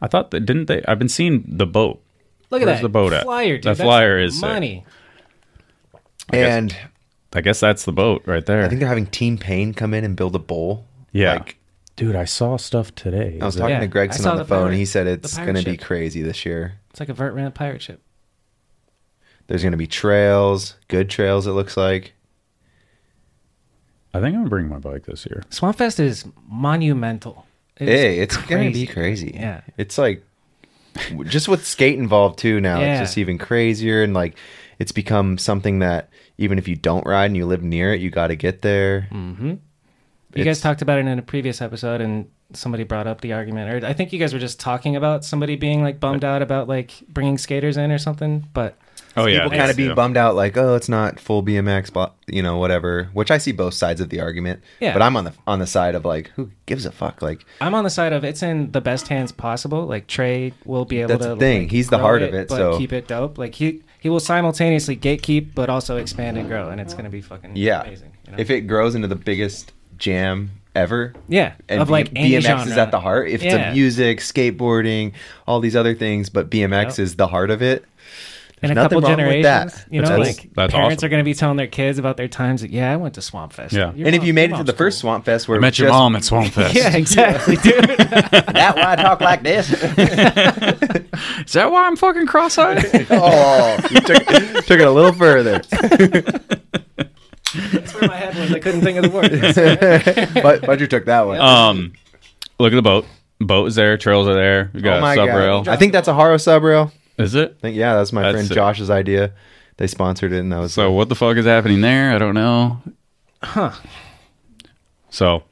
I thought that didn't they? I've been seeing the boat.
Look at
Where's
that
the boat at?
flyer, dude.
That
That's
flyer is sick.
money.
And
I guess that's the boat right there.
I think they're having Team Pain come in and build a bowl.
yeah. Dude, I saw stuff today.
I was
Is it-
talking
Yeah,
to Gregson
I saw
on the,
the
phone.
pirate-
he said
the
it's
pirate
going to be
ship.
crazy this year.
It's like a vert ramp pirate ship.
There's going to be trails, good trails. It looks like.
I think I'm gonna bring my bike this year.
Swampfest is monumental. It is
hey, it's going to be crazy.
Yeah.
it's like just with skate involved too now.
Yeah.
It's just even crazier and like it's become something that even if you don't ride and you live near it, you got to get there.
Mm-hmm. You guys talked about it in a previous episode, and somebody brought up the argument, or I think you guys were just talking about somebody being like bummed out about like bringing skaters in or something. But
Oh yeah, people kind
It's-
of be bummed out, like, oh, it's not full BMX, but you know, whatever. Which I see both sides of the argument.
Yeah.
But I'm on the on the side of like, who gives a fuck? Like,
I'm on the side of it's in the best hands possible. Like Trey will be able
That's
to.
the thing.
like,
He's the
grow
heart of it,
but
so-
keep it dope. Like he he will simultaneously gatekeep, but also expand and grow, and it's gonna be fucking
yeah,
amazing.
if it grows into the biggest jam ever,
Yeah,
and
of,
B-
like, any
BMX is
genre.
at the heart. If
Yeah.
it's music, skateboarding, all these other things, but BMX
Yep.
is the heart of it.
In
There's
a
nothing
couple
wrong with
generations,
that.
you know,
That's-
like
that's
parents
awesome.
are gonna be telling their kids about their times. That, yeah, I went to Swamp Fest.
Yeah.
Your
and if
mom-
you made it
your
to the first Swamp Fest, where
I
it
met
was
your
just-
mom at Swamp Fest.
Yeah, exactly, dude.
that why I talk like this?
Is that why I'm fucking cross-eyed?
oh, you took, took it a little further.
That's where my head was. I couldn't think of the word.
but but you took that one.
Um, look at the boat. Boat is there. Trails are there. We got
oh
a
my
sub
god!
rail.
I think that's a Haro sub rail.
Is it?
I think yeah, that's my
That's
friend
it.
Josh's idea. They sponsored it, and that was
So what the fuck is happening there? I don't know.
Huh.
So,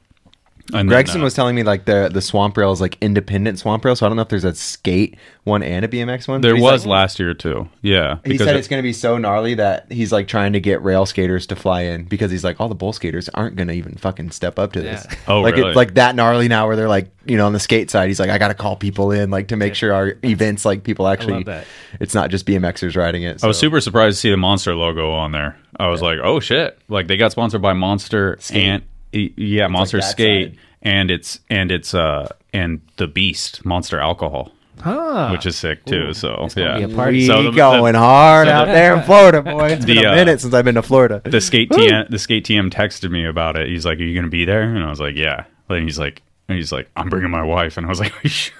and
Gregson
then, uh,
was telling me like the the swamp rail is like independent swamp rail. So I don't know if there's a skate one and a BMX one. but
there
he's
was
like-
last year too. Yeah,
He
because
said
it-
it's going to be so gnarly that he's like trying to get rail skaters to fly in because he's like all the bowl skaters aren't going to even fucking step up to this.
Yeah. Oh,
like
really?
it's like that gnarly now where they're like you know on the skate side he's like I got to call people in like to make sure our events like people actually
that.
it's not just BMXers riding it.
I was super surprised to see the Monster logo on there. I was like, oh shit! Like they got sponsored by Monster and e- yeah, Monster
that
Skate and it's and it's uh and the Beast Monster Alcohol.
Huh.
Which is sick too. so yeah,
be a party. We going hard out there in Florida, boy. It's been
uh,
a minute since I've been to Florida.
The skate
Woo.
TM, the skate TM texted me about it. He's like, "Are you gonna be there?" And I was like, "Yeah." And he's like, and "He's like, I'm bringing my wife." And I was like, "Are you sure?"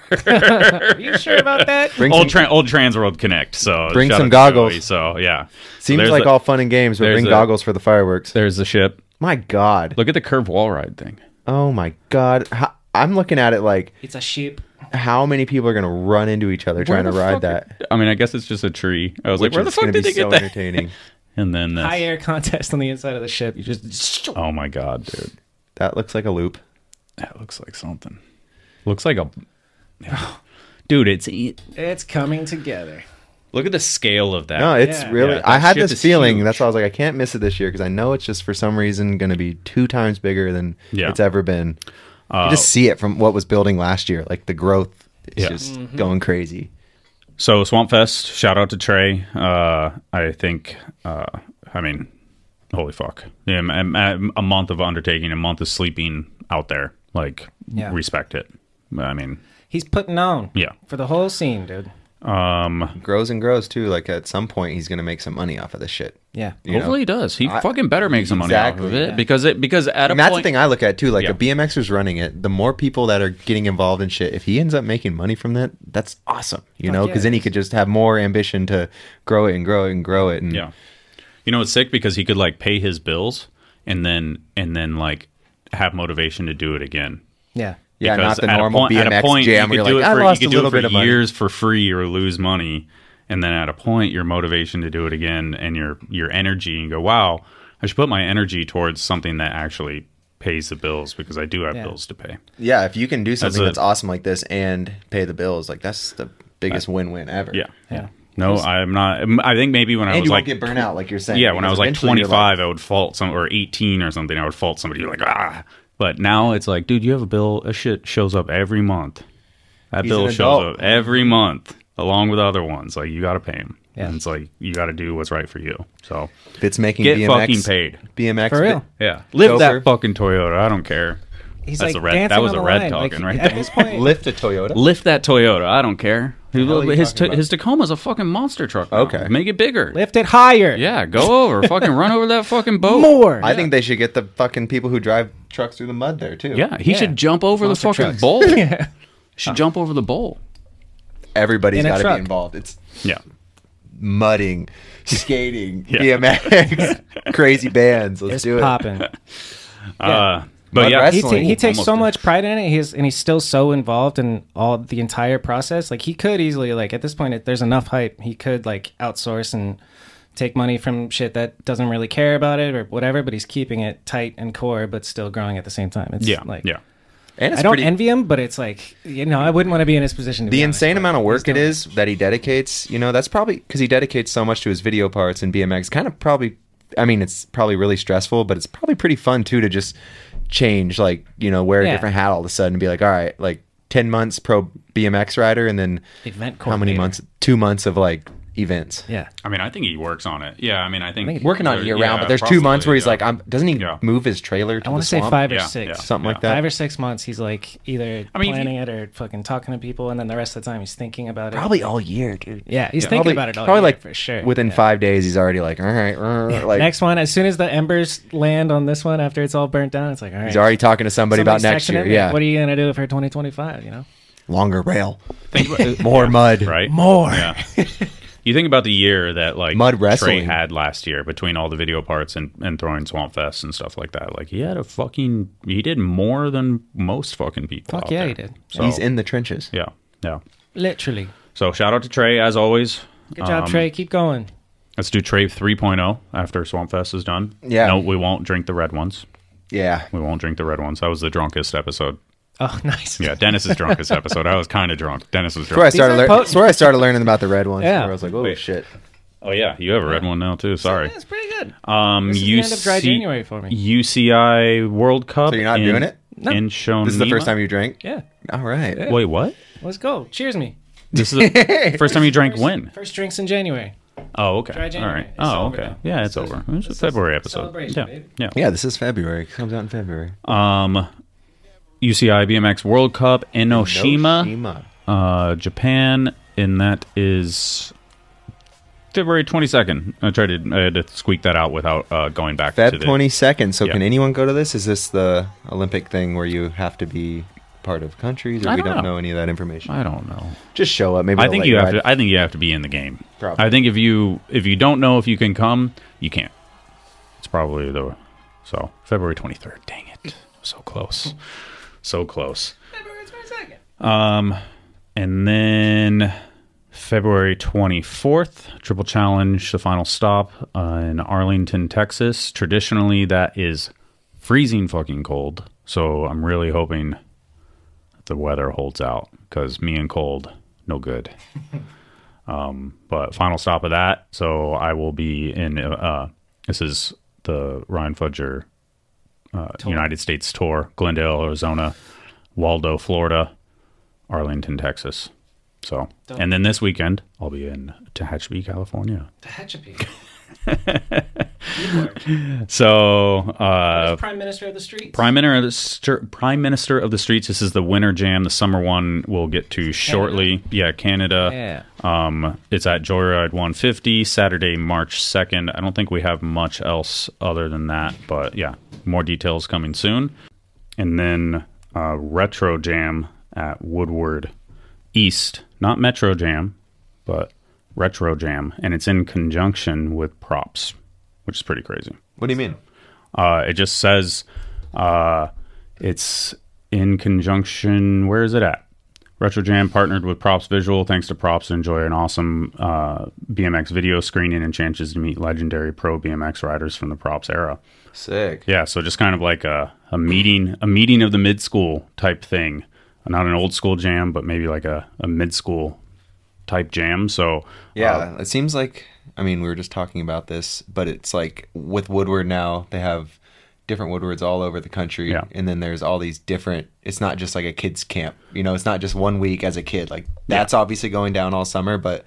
Are you sure about that?
Bring
old,
some-
tran old Trans World Connect. So
Bring
shout
some
out to Joey.
goggles.
so yeah,
Seems
There's
like
the-
all fun and games, but
there's
bring
the-
goggles for the fireworks.
There's the ship.
My God!
Look at the curved wall ride thing.
Oh my God! How, I'm looking at it like
It's a sheep.
How many people are going to run into each other trying to
the
ride
fuck are-
that?
I mean, I guess it's just a tree. I was
Which
like, "Where the
is gonna
fuck did
be
they get
so
that?"
entertaining.
and then this.
High air contest on the inside of the ship. You just
Oh my god, dude!
That looks like a loop.
That looks like something. Looks like a. Dude, it's
e
It's coming together.
look at the scale of that.
No, it's
Yeah.
really.
Yeah,
I
that
had
shit
this
is
feeling.
huge.
That's why I was like, I can't miss it this year because I know it's just for some reason going to be two times bigger than
Yeah.
it's ever been.
Uh,
you just see it from what was building last year. Like the growth is
Yeah.
just going crazy.
So Swamp Fest, shout out to Trey. Uh, I think, uh, I mean, holy fuck, yeah, I'm- I'm- I'm- a month of undertaking, a month of sleeping out there. Like,
Yeah.
respect it. I mean,
He's putting on.
Yeah.
For the whole scene, dude.
um,
grows and grows too. Like at some point, he's going to make some money off of this shit.
Yeah.
hopefully he does. He
I-
fucking better make some money off of
Exactly.
it because it because at a
And that's
point,
the thing I look at too. Like
Yeah.
the BMXers running it, the more people that are getting involved in shit, if he ends up making money from that, that's awesome. You
Fuck
know,
yeah,
because then he could just have more ambition to grow it and grow it and grow it. And
Yeah. You know, it's sick because he could like pay his bills and then and then like have motivation to do it again.
Yeah.
Yeah,
Because
not the
at a
normal
point- at a
BMX
point,
jam
You
where
could
you're
do it
like,
for,
"I
you
lost
could
a
do it
little
for
bit of money."
years for free or lose money, and then at a point, your motivation to do it again and your your energy and go, wow, I should put my energy towards something that actually pays the bills because I do have
Yeah.
bills to pay.
yeah, if you can do something
a-
that's, awesome like this and pay the bills, like that's the biggest win-win ever.
Yeah.
Yeah.
No, I'm not. I think maybe when I
And
was
you
like
won't get burnout like you're saying.
Yeah, when I
because
was like
eventually
25,
you're like-
I would fault some or 18 or something. I would fault somebody like ah. But now it's like, dude, you have a bill. A shit shows up every month. That
He's
bill
an
shows up
adult.
every month along with other ones. Like you got to pay them.
Yeah.
And it's like you got to do what's right for you. So if
it's making
get
BMX
fucking paid.
BMX For real.
yeah. Live
Gopher.
that fucking Toyota. I don't care.
He's
That's
like
a red. That
dancing
was
on
a
the
red
line.
talking
Like,
right
at
there.
this point-
Lift a Toyota.
Lift that Toyota. I don't care.
hell are you
His,
talking
t- his Tacoma's a fucking monster truck. now.
Okay.
Make it bigger.
Lift it higher.
Yeah. Go over. fucking run over that fucking boat.
I think they should get the fucking people who drive trucks through the mud there too.
Yeah, he should jump over the fucking bowl. Should jump over the bowl.
Everybody's
In a
got to
truck.
be involved. It's
Yeah.
mudding, skating,
Yeah.
BMX, crazy bands. Let's
It's
do it.
popping.
Uh,
Mud
but yeah,
he, ta- he takes so much pride in it. He's and he's still so involved in all the entire process. Like he could easily like at this point, if there's enough hype. He could like outsource and take money from shit that doesn't really care about it or whatever, but he's keeping it tight and core, but still growing at the same time. It's
Yeah,
like
yeah.
And it's
I don't
pretty-
envy him, but it's like you know I wouldn't want to be in his position. To
the
be honest.
insane amount of work it is that he dedicates you know that's probably because he dedicates so much to his video parts and bmx kind of probably i mean it's probably really stressful but it's probably pretty fun too to just change like you know wear a
Yeah.
different hat all of a sudden and be like all right like 10 months pro bmx rider and then
Event
how many
coordinator.
months two months of like events
yeah
I mean, I think he works on it. Yeah, I mean, I think
working on it year round, but there's two months where he's like, I'm, doesn't he move his trailer? To
I want
the
to say
swamp?
five or six,
something like that.
Five or six months, he's like either
I mean, if
planning it or fucking talking to people, and then the rest of the time he's thinking about it.
Probably all year, dude.
Yeah, he's thinking
probably,
about it all
probably
year
like
for sure.
Within five days, he's already like, all right, uh, like
next one, as soon as the embers land on this one, after it's all burnt down, it's like all right.
He's already talking to somebody about
somebody's
next year.
texting him,
Yeah.
What are you gonna do for 2025? You know.
Longer rail.
about-
More mud.
Right.
More.
Yeah. You think about the year that like
Mud
Trey
wrestling.
had last year between all the video parts and, and throwing Swamp Fest and stuff like that. Like he had a fucking he did more than most fucking people.
Fuck
out
yeah,
there.
he did.
He's in the trenches.
Yeah. Yeah.
Literally.
So shout out to Trey as always.
Good job,
Um,
Trey. Keep going.
Let's do Trey 3.0 after Swamp Fest is done.
Yeah.
No, we won't drink the red ones.
Yeah.
We won't drink the red ones. That was the drunkest episode.
Oh, nice.
Yeah, Dennis's drunkest episode. I was kind of drunk. Dennis was
That's where I
drunk.
started. lear- that's where I started learning about the red ones.
Yeah.
where I was like, oh shit.
Oh yeah, you have a red one now too. Sorry, it's
pretty good.
Um,
This is the
UC-
end of dry January for me.
UCI World Cup.
So you're not
in-
doing it?
No.
In Shonima?
This is the first time you drank.
Yeah.
All right.
Wait, what?
Let's go. Cheers me.
This is the first time you drank when?
First drinks in January.
Oh, okay.
Dry
All
January.
right.
It's
oh,
over
okay.
now.
Yeah, it's over. It's a February episode.
celebration,
Yeah.
baby.
yeah.
Yeah. This is February. It comes out in February.
Um, UCI BMX World Cup Enoshima, uh, Japan, and that is February 22nd. I tried to I had to squeak that out without uh, going back to
Feb
the
twenty second. So
Yeah.
can anyone go to this? Is this the Olympic thing where you have to be part of countries, or
I
we
don't
don't
know.
know any of that information?
I don't know.
Just show up. Maybe
I
they'll
think
let
you have
ride.
to. I think you have to be in the game.
Probably.
I think if you if you don't know if you can come, you can't. It's probably the so February twenty third. Dang it, so close, so close. Um, and then February 24th, Triple Challenge, the final stop uh, in Arlington, Texas. Traditionally, that is freezing fucking cold. So I'm really hoping the weather holds out because me and cold, no good. um, but final stop of that. So I will be in, uh, uh, this is the Ryan Fudger uh, United States tour, Glendale, Arizona, Waldo, Florida, Arlington, Texas. So,
Dope.
and then this weekend I'll be in Tehachapi, California. So, uh,
Where's Prime Minister of the Streets?
Prime Minister, Prime Minister of the Streets. This is the winter jam. The summer one we'll get to shortly. Yeah, Canada. Yeah. Um, it's at Joyride 150 Saturday, March 2nd. I don't think we have much else other than that, but yeah, more details coming soon. And then uh, Retro Jam at Woodward East, not Metro Jam, but Retro Jam, and it's in conjunction with Props, which is pretty crazy.
What do you mean?
Uh, it just says uh, it's in conjunction. Where is it at? Retro Jam partnered with Props Visual. Thanks to Props, enjoy an awesome uh, BMX video screening and chances to meet legendary pro BMX riders from the Props era.
Sick.
Yeah, so just kind of like a, a meeting, a meeting of the mid school type thing. Not an old school jam, but maybe like a, a mid school type jam. So
Yeah,
Um,
it seems like I mean we were just talking about this, but it's like with Woodward now they have different Woodwards all over the country,
Yeah.
and then there's all these different. It's not just like a kids camp, you know. It's not just one week as a kid. Like that's obviously going down all summer, but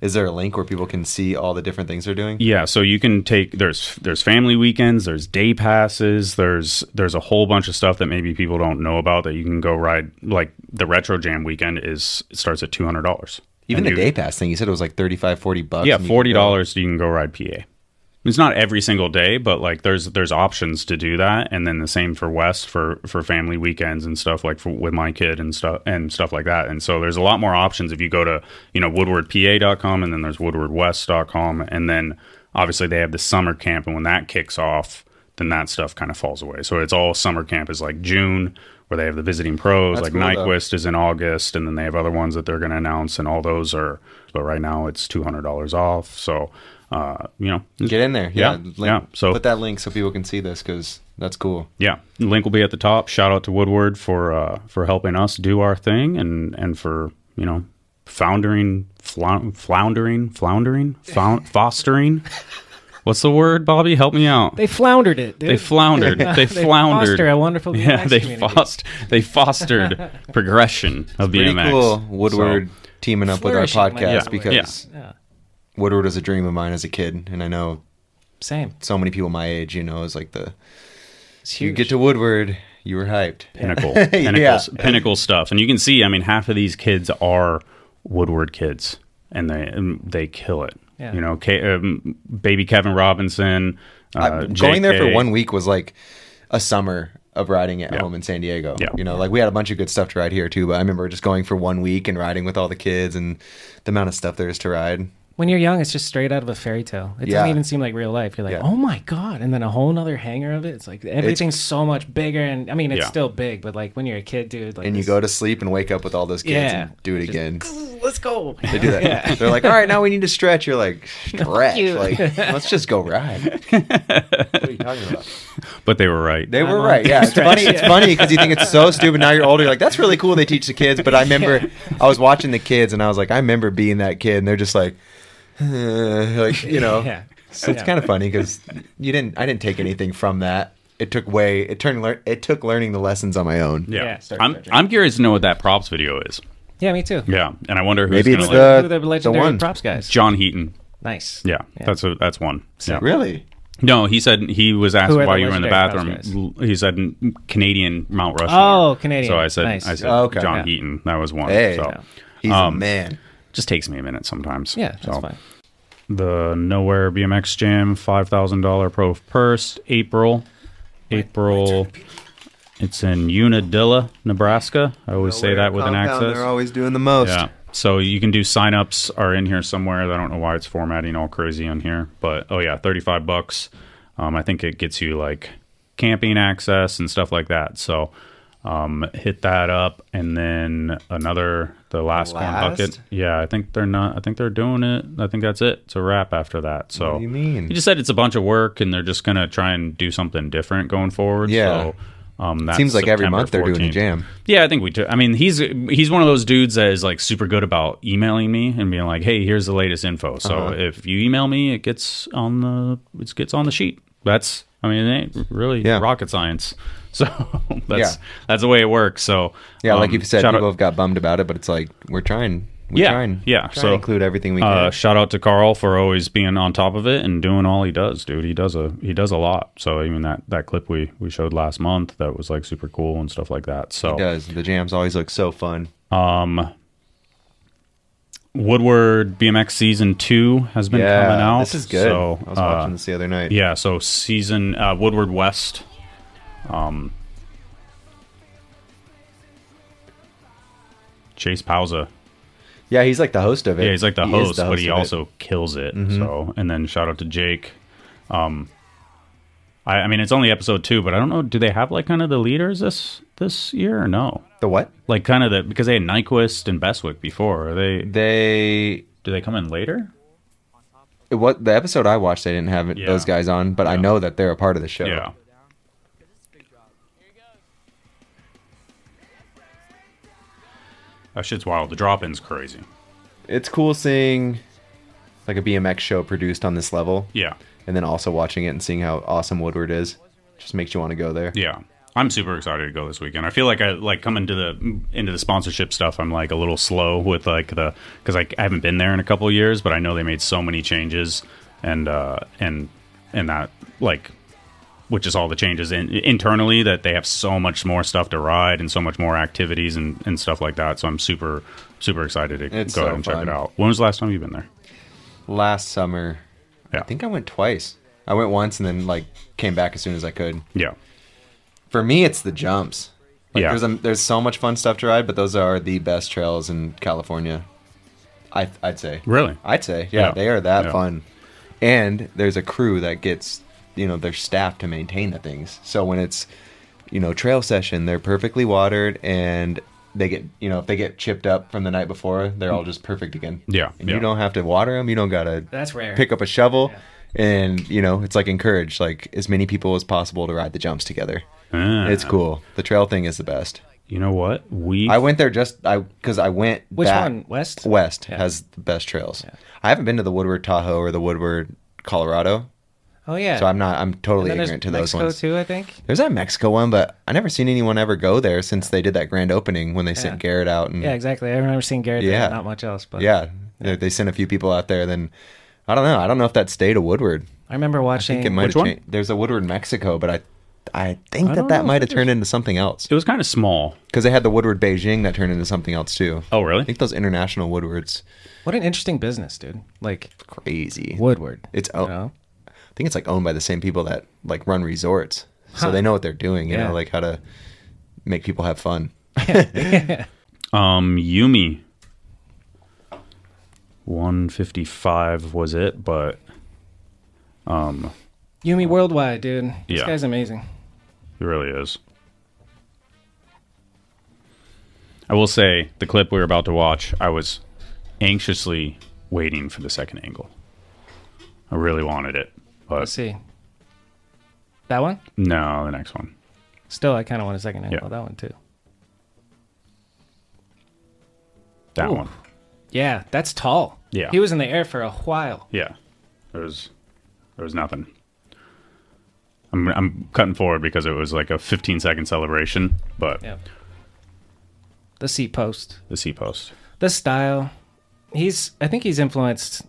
is there a link where people can see all the different things they're doing?
Yeah, so you can take there's there's family weekends, there's day passes, there's there's a whole bunch of stuff that maybe people don't know about that you can go ride. Like the retro jam weekend is it starts at two hundred dollars.
Even the day pass thing, you said it was like 35, 40 bucks.
Yeah,
and you could
forty
go-
dollars you can go ride PA. It's not every single day, but like there's there's options to do that, and then the same for West for for family weekends and stuff like for, with my kid and stuff and stuff like that. And so there's a lot more options if you go to you know woodwardpa.com and then there's woodwardwest.com, and then obviously they have the summer camp, and when that kicks off, then that stuff kind of falls away. So it's all summer camp is like June where they have the visiting pros like
That's cool, though.
Nyquist. Fest is in August, and then they have other ones that they're going to announce, and all those are. But right now, it's two hundred dollars off. So uh, you know,
Get in there. Yeah.
yeah.
Link-
So
put that link so people can see this because that's cool.
yeah, link will be at the top. Shout out to Woodward for uh, for helping us do our thing and and for you know foundering, flou- floundering, floundering, found, fostering. What's the word, Bobby? Help me out.
They floundered it. dude.
They floundered. They floundered.
foster a wonderful
Yeah,
BMX
they
community.
fost- They fostered progression of
Pretty
BMX.
cool. Woodward teaming up with our
Flourishing might be
podcast
the word.
because
Yeah.
Woodward was a dream of mine as a kid, and I know
same.
So many people my age, you know, is like the
It's
you get to Woodward, you were hyped.
pinnacle,
Yeah.
pinnacle, pinnacle stuff. And you can see, I mean, half of these kids are Woodward kids, and they and they kill it.
Yeah.
You know, K, um, baby Kevin Robinson. Uh,
Going there for
JK.
one week was like a summer of riding at home in San Diego.
Yeah.
You know, like we had a bunch of good stuff to ride here too, but I remember just going for one week and riding with all the kids and the amount of stuff there is to ride.
When you're young, it's just straight out of a fairy tale. It
Yeah.
doesn't even seem like real life. You're like,
Yeah.
oh my god, and then a whole nother hanger of it. It's like everything's so much bigger, and I mean, it's
Yeah.
still big, but like when you're a kid, dude, like
and you go to sleep and wake up with all those kids
Yeah.
and do it again.
let's go.
They do that.
Yeah.
They're like, all right, now we need to stretch. You're like, stretch.
you.
Like, let's just go ride. what are you talking about?
But they were right.
They were right. Yeah, it's funny. It's funny because you think it's so stupid. Now you're older. You're like, that's really cool. They teach the kids. But I remember I was watching the kids, and I was like, I remember being that kid, and they're just like, like you know.
Yeah.
Oh. So it's
Yeah.
kind of funny because you didn't. I didn't take anything from that. It took way. It turned. Lear, it took learning the lessons on my own.
Yeah, I'm I'm curious to know what that props video is.
Yeah, me too.
Yeah, and I wonder who's
Maybe
gonna
it's
like-
the- Who are the legendary the one. props
guys?
John Heaton.
Nice.
Yeah,
Yeah.
that's a, that's one. Yeah.
Really?
No, he said he was
Who
asked
are the
why you were in the
legendary
bathroom. L- He said "N- Canadian Mount Rushmore.
Oh, Canadian.
So I said
Nice.
I said
Oh, okay.
John
Yeah.
Heaton. That was one.
Hey.
so, um,
Yeah. He's a man.
Just takes me a minute sometimes.
Yeah, that's
so.
fine.
The Nowhere BMX Jam, five thousand dollar pro purse, April, April. It's in Unadilla, Nebraska. I always say that with an
Compound,
accent.
They're always doing the most.
Yeah. So you can do signups are in here somewhere. I don't know why it's formatting all crazy on here, but oh yeah, thirty five bucks. Um, I think it gets you like camping access and stuff like that. So um, hit that up, and then another the last, corn bucket.
Last?
Yeah, I think they're not. I think they're doing it. I think that's it. It's a wrap after that. So
What do you mean?
He just said it's a bunch of work, and they're just gonna try and do something different going forward.
Yeah.
So, um, that's
Seems like every
September
month they're doing a
14th.
jam.
Yeah, I think we do. I mean, he's he's one of those dudes that is like super good about emailing me and being like, "Hey, here's the latest info." So
Uh-huh.
if you email me, it gets on the it gets on the sheet. That's I mean, it ain't really rocket science. So that's that's the way it works. So
Yeah,
um,
like you've said,
shout out-
people have got bummed about it, but it's like we're trying. We're
yeah,
trying.
yeah.
Trying to include everything we can.
Uh, shout out to Carl for always being on top of it and doing all he does, dude. He does a he does a lot. So even that that clip we we showed last month that was like super cool and stuff like that. So
It does. The jams always look so fun.
Um, Woodward BMX season two has been
Yeah,
coming out.
this is good.
So, uh,
I was watching this the other night.
Yeah, so season uh, Woodward West. Um, Chase Pausa.
Yeah, he's like the host of it.
Yeah, he's like the,
He is
host, but he
of it.
also kills it.
Mhm.
So, and then shout out to Jake. Um, I, I mean, it's only episode two, but I don't know. Do they have like kind of the leaders this this year or no?
The what?
Like kind of the because they had Nyquist and Beswick before. Are they
they
do they come in later?
It wa- the episode I watched, they didn't have it- those guys on, but I know that they're a part of the show.
Yeah. That shit's wild. The drop in's crazy.
It's cool seeing like a BMX show produced on this level.
Yeah.
And then also watching it and seeing how awesome Woodward is. Just makes you want to go there.
Yeah. I'm super excited to go this weekend. I feel like I like coming to the into the sponsorship stuff. I'm like a little slow with like the because like I haven't been there in a couple of years, but I know they made so many changes and uh and and that like which is all the changes in, internally that they have so much more stuff to ride and so much more activities and, and stuff like that. So I'm super super excited to
It's
go
so
ahead and check
fun.
it out. When was the last time you've been there?
Last summer,
yeah. I
think I went twice. I went once and then like came back as soon as I could.
Yeah.
For me, it's the jumps. Like,
Yeah.
There's a, there's so much fun stuff to ride, but those are the best trails in California. I I'd say.
Really?
I'd say. Yeah,
Yeah.
they are that
Yeah.
fun. And there's a crew that gets, you know, their staff to maintain the things. So when it's, you know, trail session, they're perfectly watered and they get you know if they get chipped up from the night before, they're all just perfect again.
Yeah,
and
yeah.
you don't have to water them. You don't gotta
That's rare.
pick up a shovel, and you know it's like encouraged like as many people as possible to ride the jumps together.
Ah.
It's cool. The trail thing is the best.
You know what? We
I went there just I because I went.
Which
back-
one? West?
West has the best trails. I haven't been to the Woodward Tahoe or the Woodward Colorado.
Oh yeah.
So I'm not. I'm totally
And then there's
ignorant to those
Mexico
ones.
too, I think.
There's that Mexico one, but I never seen anyone ever go there since they did that grand opening when they sent Garrett out and
Yeah, exactly. I remember seeing Garrett.
Yeah.
There, not much else, but
yeah, They, they sent a few people out there. Then I don't know. I don't know if that stayed a Woodward.
I remember watching.
I think it might have changed. There's a Woodward Mexico, but I I think
Mm.
that
I don't know
that
if
might have
it
turned into something else. It
was kind of small
because they had the Woodward Beijing that turned into something else too.
Oh really?
I think those international Woodwards
What an interesting business, dude. Like
crazy
Woodward.
It's o- I think it's like owned by the same people that like run resorts, so
Huh.
they know what they're doing. You
Yeah.
know, like how to make people have fun.
Um, Yumi. 155 was it, but um,
Yumi Worldwide, dude. This
Yeah.
guy's amazing.
it really is. I will say the clip we were about to watch, I was anxiously waiting for the second angle. I really wanted it, but
Let's see. That one?
no, the next one.
Still, I kind of want a second angle.
Yeah.
That one too.
That
Ooh.
one.
Yeah, that's tall.
Yeah.
He was in the air for a while.
Yeah. There was there was nothing. I'm I'm cutting forward because it was like a 15 second celebration, but
Yeah. The C post.
the C post.
The style. He's. I think he's influenced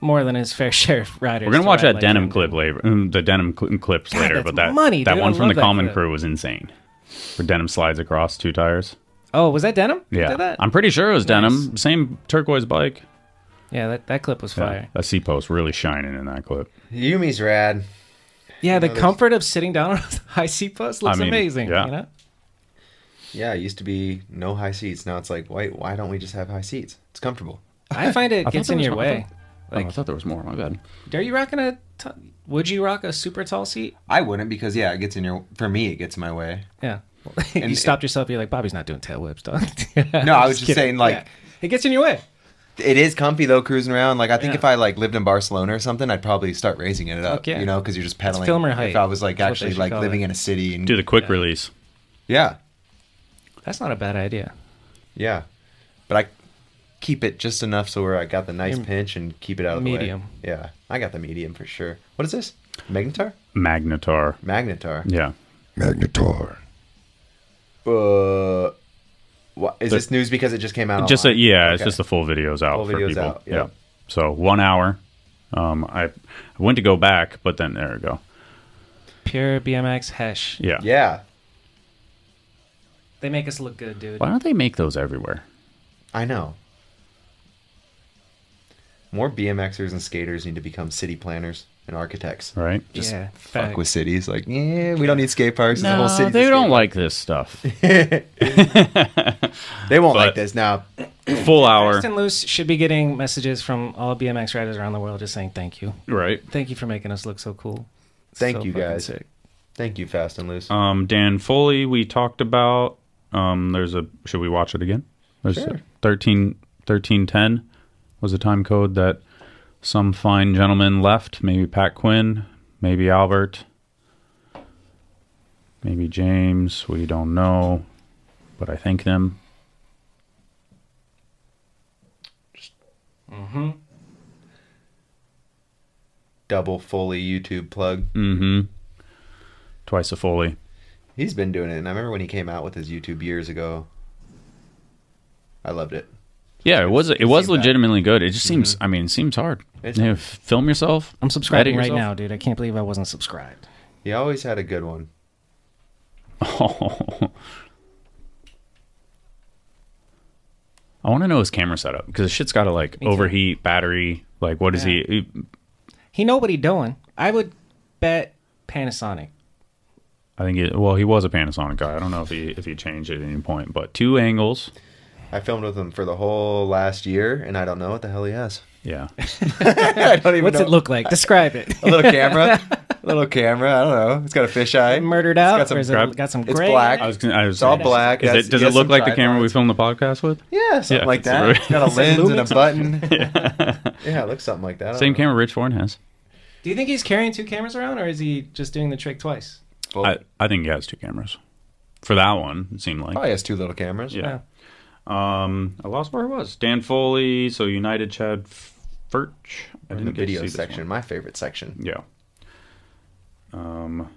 more than his fair share of riders.
We're gonna
to
watch
ride
that
like
denim
him.
clip later, mm, the denim cl- clips
God,
later.
that's
But that
money,
that
dude.
one
I
from the
love that
Common
clip.
Crew was insane. For denim slides across two tires.
Oh, was that denim? He
Yeah,
Did that?
I'm pretty sure it was
Nice.
denim. Same turquoise bike.
Yeah, that, that clip was
Yeah,
fire.
that C post really shining in that clip.
Yumi's rad.
Yeah, the
know, there's-
comfort of sitting down on a high seat post looks
I mean,
amazing.
yeah.
You know?
Yeah, it used to be no high seats. Now it's like, wait, why don't we just have high seats? It's comfortable.
I find it
I thought
gets
there
in
was
your
more- I
way.
thought- oh, I thought there was more. My bad.
Are you rocking a? T- would you rock a super tall seat?
I wouldn't because yeah, it gets in your. For me, it gets in my way.
Yeah. you
And-
stopped yourself. You're like, Bobby's not doing tail whips, dog.
No, I was just saying, like-
it gets in your way.
It is comfy though, cruising around. Like I think if I like lived in Barcelona or something, I'd probably start raising it up.
Fuck yeah.
You know, because you're just
That's
pedaling.
filmer height.
If I was like
That's what they
actually
should
like
call
living
it.
in a city and
Do the quick release.
yeah,
That's not a bad idea.
yeah, but I keep it just enough so where I got the nice
Your-
pinch and keep it out of
Medium.
the way. Yeah, I got the medium for sure. What is this? Magnetar?
Magnetar.
Magnetar.
Yeah.
Magnetar. Uh, what, is
The-
this news because it just came
Oh,
out?
just a,
online?
yeah, it's
Okay.
just the full videos out
Full
for
videos
people.
out,
yeah.
yeah.
So one hour. Um, I, I went to go back, but then there we go.
Pure BMX hesh.
Yeah.
Yeah.
They make us look good, dude.
Why don't they make those everywhere?
I know. More BMXers and skaters need to become city planners and architects.
Right.
Just
Yeah,
fuck
fact.
with cities. Like, yeah, we don't need skate parks. the
No,
whole city.
they don't like this stuff.
They won't like
But-
this now.
Full hour.
Fast and loose should be getting messages from all BMX riders around the world, just saying thank you.
Right.
Thank you for making us look so cool.
Thank
So
you
fucking
guys.
sick.
Thank you, Fast and Loose.
Um, Dan Foley, we talked about. Um, there's a. Should we watch it again? There's
Sure.
13, 1310 was a time code that some fine gentleman left. Maybe Pat Quinn, maybe Albert, maybe James. We don't know, but I thank them.
Mm-hmm.
Double Foley YouTube plug.
Mm-hmm. Twice a Foley.
He's been doing it, and I remember when he came out with his YouTube years ago. I loved it.
Yeah, it was it was legitimately good. It just seems. I mean, it seems hard.
It's-
You know, film yourself.
I'm subscribing
edit
right
yourself.
now, dude. I can't believe I wasn't subscribed.
He always had a good one.
Oh. I want to know his camera setup because the shit's got to like overheat, battery. Like, what is he?
He know what he doing. I would bet Panasonic.
I think. It, well, he was a Panasonic guy. I don't know if he if he changed it at any point, but two angles.
I filmed with him for the whole last year, and I don't know what the hell he has.
Yeah.
I don't even
What's
know.
it look like? Describe it.
a little camera. little camera. I don't know. It's got a fisheye.
Murdered out. or is it got some
It's
gray? Uh,
black.
I
was gonna- I was
it's all
gonna-
black.
Is
That's-
it, does it
has
look
some
like the camera
tripod.
we filmed the podcast with?
Yeah, something like
that's
that.
right.
It's got a lens and a button.
Yeah.
Yeah, it looks something like that. I don't
Same
know.
camera Rich Warren has.
Do you think he's carrying two cameras around, or is he just doing the trick twice?
I, I think he has two cameras. For that one, it seemed like.
Probably has two little cameras.
Yeah. Um, I lost where it was. Dan Foley, so United Chad Furch. I
We're in
didn't
the
get to see
video
this
section, my favorite section.
Yeah. Um,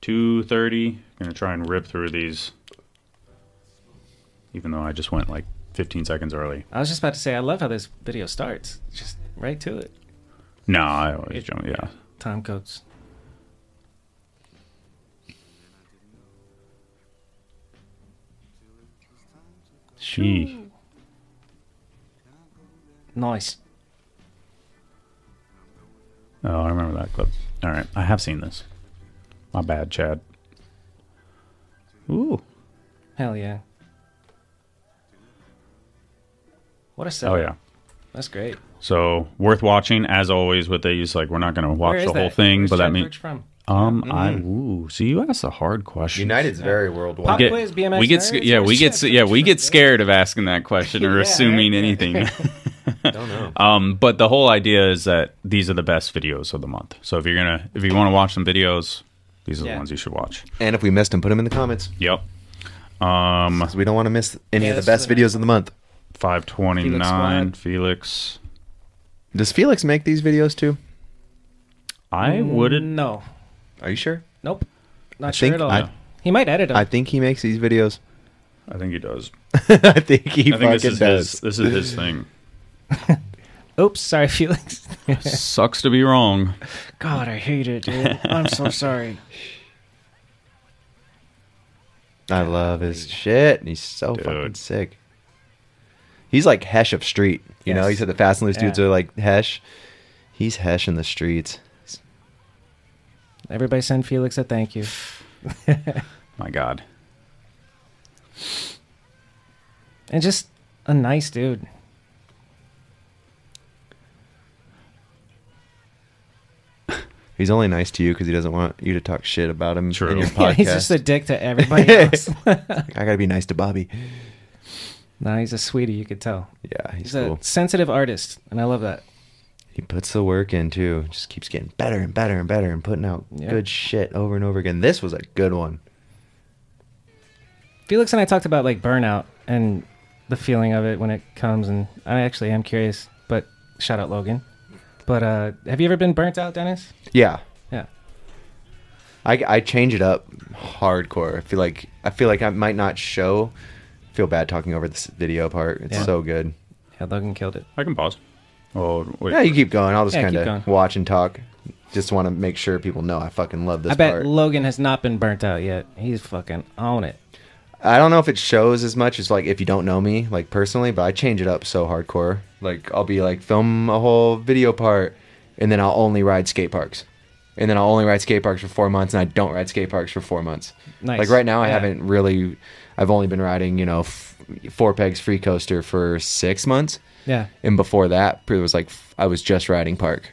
two thirty. Gonna try and rip through these, even though I just went like fifteen seconds early.
I was just about to say, I love how this video starts. Just right to it.
No, I always jump. Yeah.
Tom Coates.
She.
Nice.
Oh, I remember that clip. All right, I have seen this. My bad, Chad. Ooh.
Hell yeah. What a
Oh
setup.
yeah.
That's great.
So worth watching as always with these. Like we're not gonna watch
Where is
the whole
that?
thing,
Where's
but that
Chad
means
Birch from?
um I ooh. So you asked a hard question.
United's very worldwide.
We get,
quiz, BMX
we get
nerds,
sc- yeah we get s- yeah we get scared of asking that question or assuming anything.
Don't know.
um, but the whole idea is that these are the best videos of the month. So if you're gonna if you want to watch some videos, these are the
Yeah.
ones you should watch.
And if we missed them, put them in the comments.
Yep. Um,
we don't want to miss any
Yeah,
of the
this
best videos of the month.
Five twenty nine Felix.
Does Felix make these videos too?
I wouldn't.
No.
Are you sure?
Nope. Not
I
sure
think
at all.
I-
he might edit them.
I think he makes these videos.
I think he does.
I think he
I think this
fucking
is
does.
his this is his thing.
Oops, sorry, Felix.
Sucks to be wrong.
God, I hate it, dude. I'm so sorry.
I love his shit. and He's so fucking sick. He's like Hesh of street. You know,
Yes.
he said the fast and loose dudes
Yeah.
are like Hesh. He's Hesh in the streets.
Everybody send Felix a thank you.
My God.
And just a nice dude.
He's only nice to you because he doesn't want you to talk shit about him in your podcast.
Yeah, he's just a dick to everybody else.
I gotta be nice to Bobby.
no, he's a sweetie, you could tell.
Yeah, he's,
He's
cool.
a sensitive artist, and I love that.
He puts the work in too. Just keeps getting better and better and better and putting out
Yeah.
good shit over and over again. This was a good one.
Felix and I talked about like burnout and the feeling of it when it comes, and I actually am curious. But shout out Logan. But uh, have you ever been burnt out, Dennis?
Yeah.
Yeah.
I, I change it up hardcore. I feel like I feel like I might not show. Feel bad talking over this video part. It's
Yeah.
so good.
Yeah, Logan killed it.
I can pause. Oh wait.
Yeah, you keep going. I'll just
Yeah, keep
kind
going.
of watch and talk. Just want to make sure people know I fucking love this
I bet
part.
Logan has not been burnt out yet. He's fucking on it.
I don't know if it shows as much as like if you don't know me like personally, but I change it up so hardcore. Like I'll be like film a whole video part, and then I'll only ride skate parks, and then I'll only ride skate parks for four months, and I don't ride skate parks for four months.
Nice.
Like right now, I
Yeah.
haven't really. I've only been riding, you know, f- four pegs free coaster for six months.
Yeah.
And before that, it was like f- I was just riding park.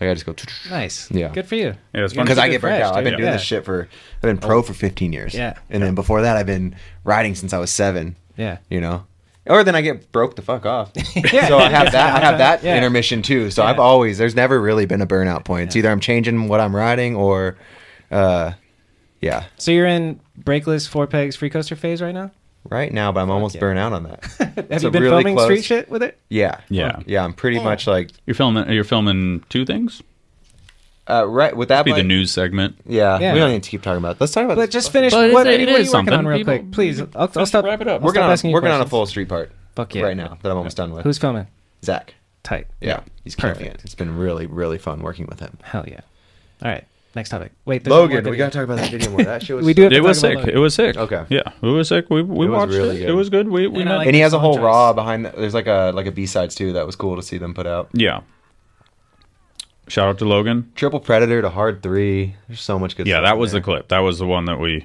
Like I just go.
Nice.
Yeah.
Good for you.
Yeah, it's
You're
Because I
keeping
get
it
burnt
fresh,
out. I've been
dude.
doing
Yeah. Oh.
this shit for, I've been pro for 15 years.
Yeah.
And then before that, I've been riding since I was seven.
Yeah.
You know? Or then I get broke the fuck off. So I have that, I have that
Yeah.
intermission too. So I've always, there's never really been a burnout point. It's either I'm changing what I'm riding or, uh, yeah.
So you're in Breakless Four Pegs Free Coaster phase right now?
Right now, but I'm almost burnt out on that.
Have
So
you been
really
filming
close.
street shit with it?
Yeah.
Yeah.
Yeah. I'm pretty much like,
You're filming. You're filming two things.
uh, right with that.
Be the
like-
news segment.
Yeah,
Yeah.
We don't need to keep talking about it. Let's talk about
But just finish
But
what,
it- it
what are
is
you working on
something.
real
People-
quick, please. I'll, I'll stop. Wrap it up.
Working,
stop
on,
asking you
working on a
questions.
full street part.
Fuck yeah.
Right now that I'm almost done with.
Who's filming?
Zach.
Tight.
Yeah, he's killing it. It's been really, really fun working with him.
Hell yeah! All right, next topic. Wait, there's one
Logan,
more
we
video.
gotta talk about that video more. That shit was.
We do have to
It was
talk about
sick.
Logan.
It was sick.
Okay.
Yeah, it was sick. We we
It was
watched
really
it.
good.
It was good. We we
And I
met-
like
and he
the
has a whole
song
raw behind. The, there's like a like a B sides too. That was cool to see them put out.
yeah. Shout out to Logan.
Triple Predator to Hard Three. There's so much good.
Yeah,
stuff
that
in
was
there.
the clip. That was the one that we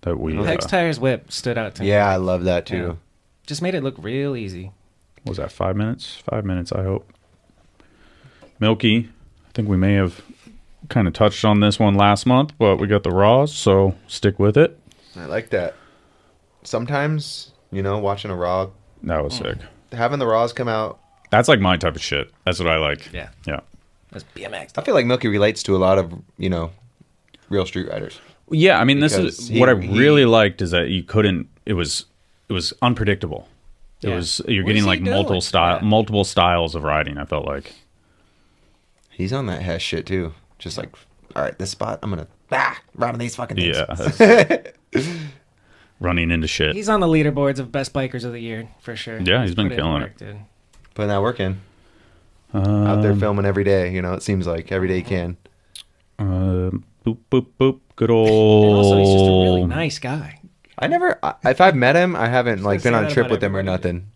that we uh,
Hex Tire's whip stood out to me.
Yeah, I love that too.
Just made it look real easy.
was that five minutes? Five minutes, I hope. Milky, I think we may have kind of touched on this one last month, but we got the Raws, so stick with it.
I like that. Sometimes, you know, watching a Raw,
That
Mm.
was sick.
having the Raws come out.
That's like my type of shit. That's what I like.
Yeah.
Yeah.
That's BMX.
I feel like Milky relates to a lot of, you know, real street riders.
Yeah, I mean, this
Because
is
he-
what I
he-
really liked is that you couldn't. It was it was unpredictable. It
Yeah.
was you're
What
getting
is he
like multiple
doing?
style multiple styles of riding. I felt like
He's on that Hess shit too. Just like, all right, this spot, I'm going to ah, ride on these fucking things.
yeah, that's- running into shit.
He's on the leaderboards of best bikers of the year for sure.
Yeah, he's been
put in
killing
work,
it.
dude.
Putting that work in. out there
Um,
filming every day, you know, it seems like every day you can.
Um, boop boop boop. Good
And
old.
also, he's just a
Oh.
really nice guy.
I never, I, if I've met him, I haven't like
say
been on a
that
trip
about
with him or nothing.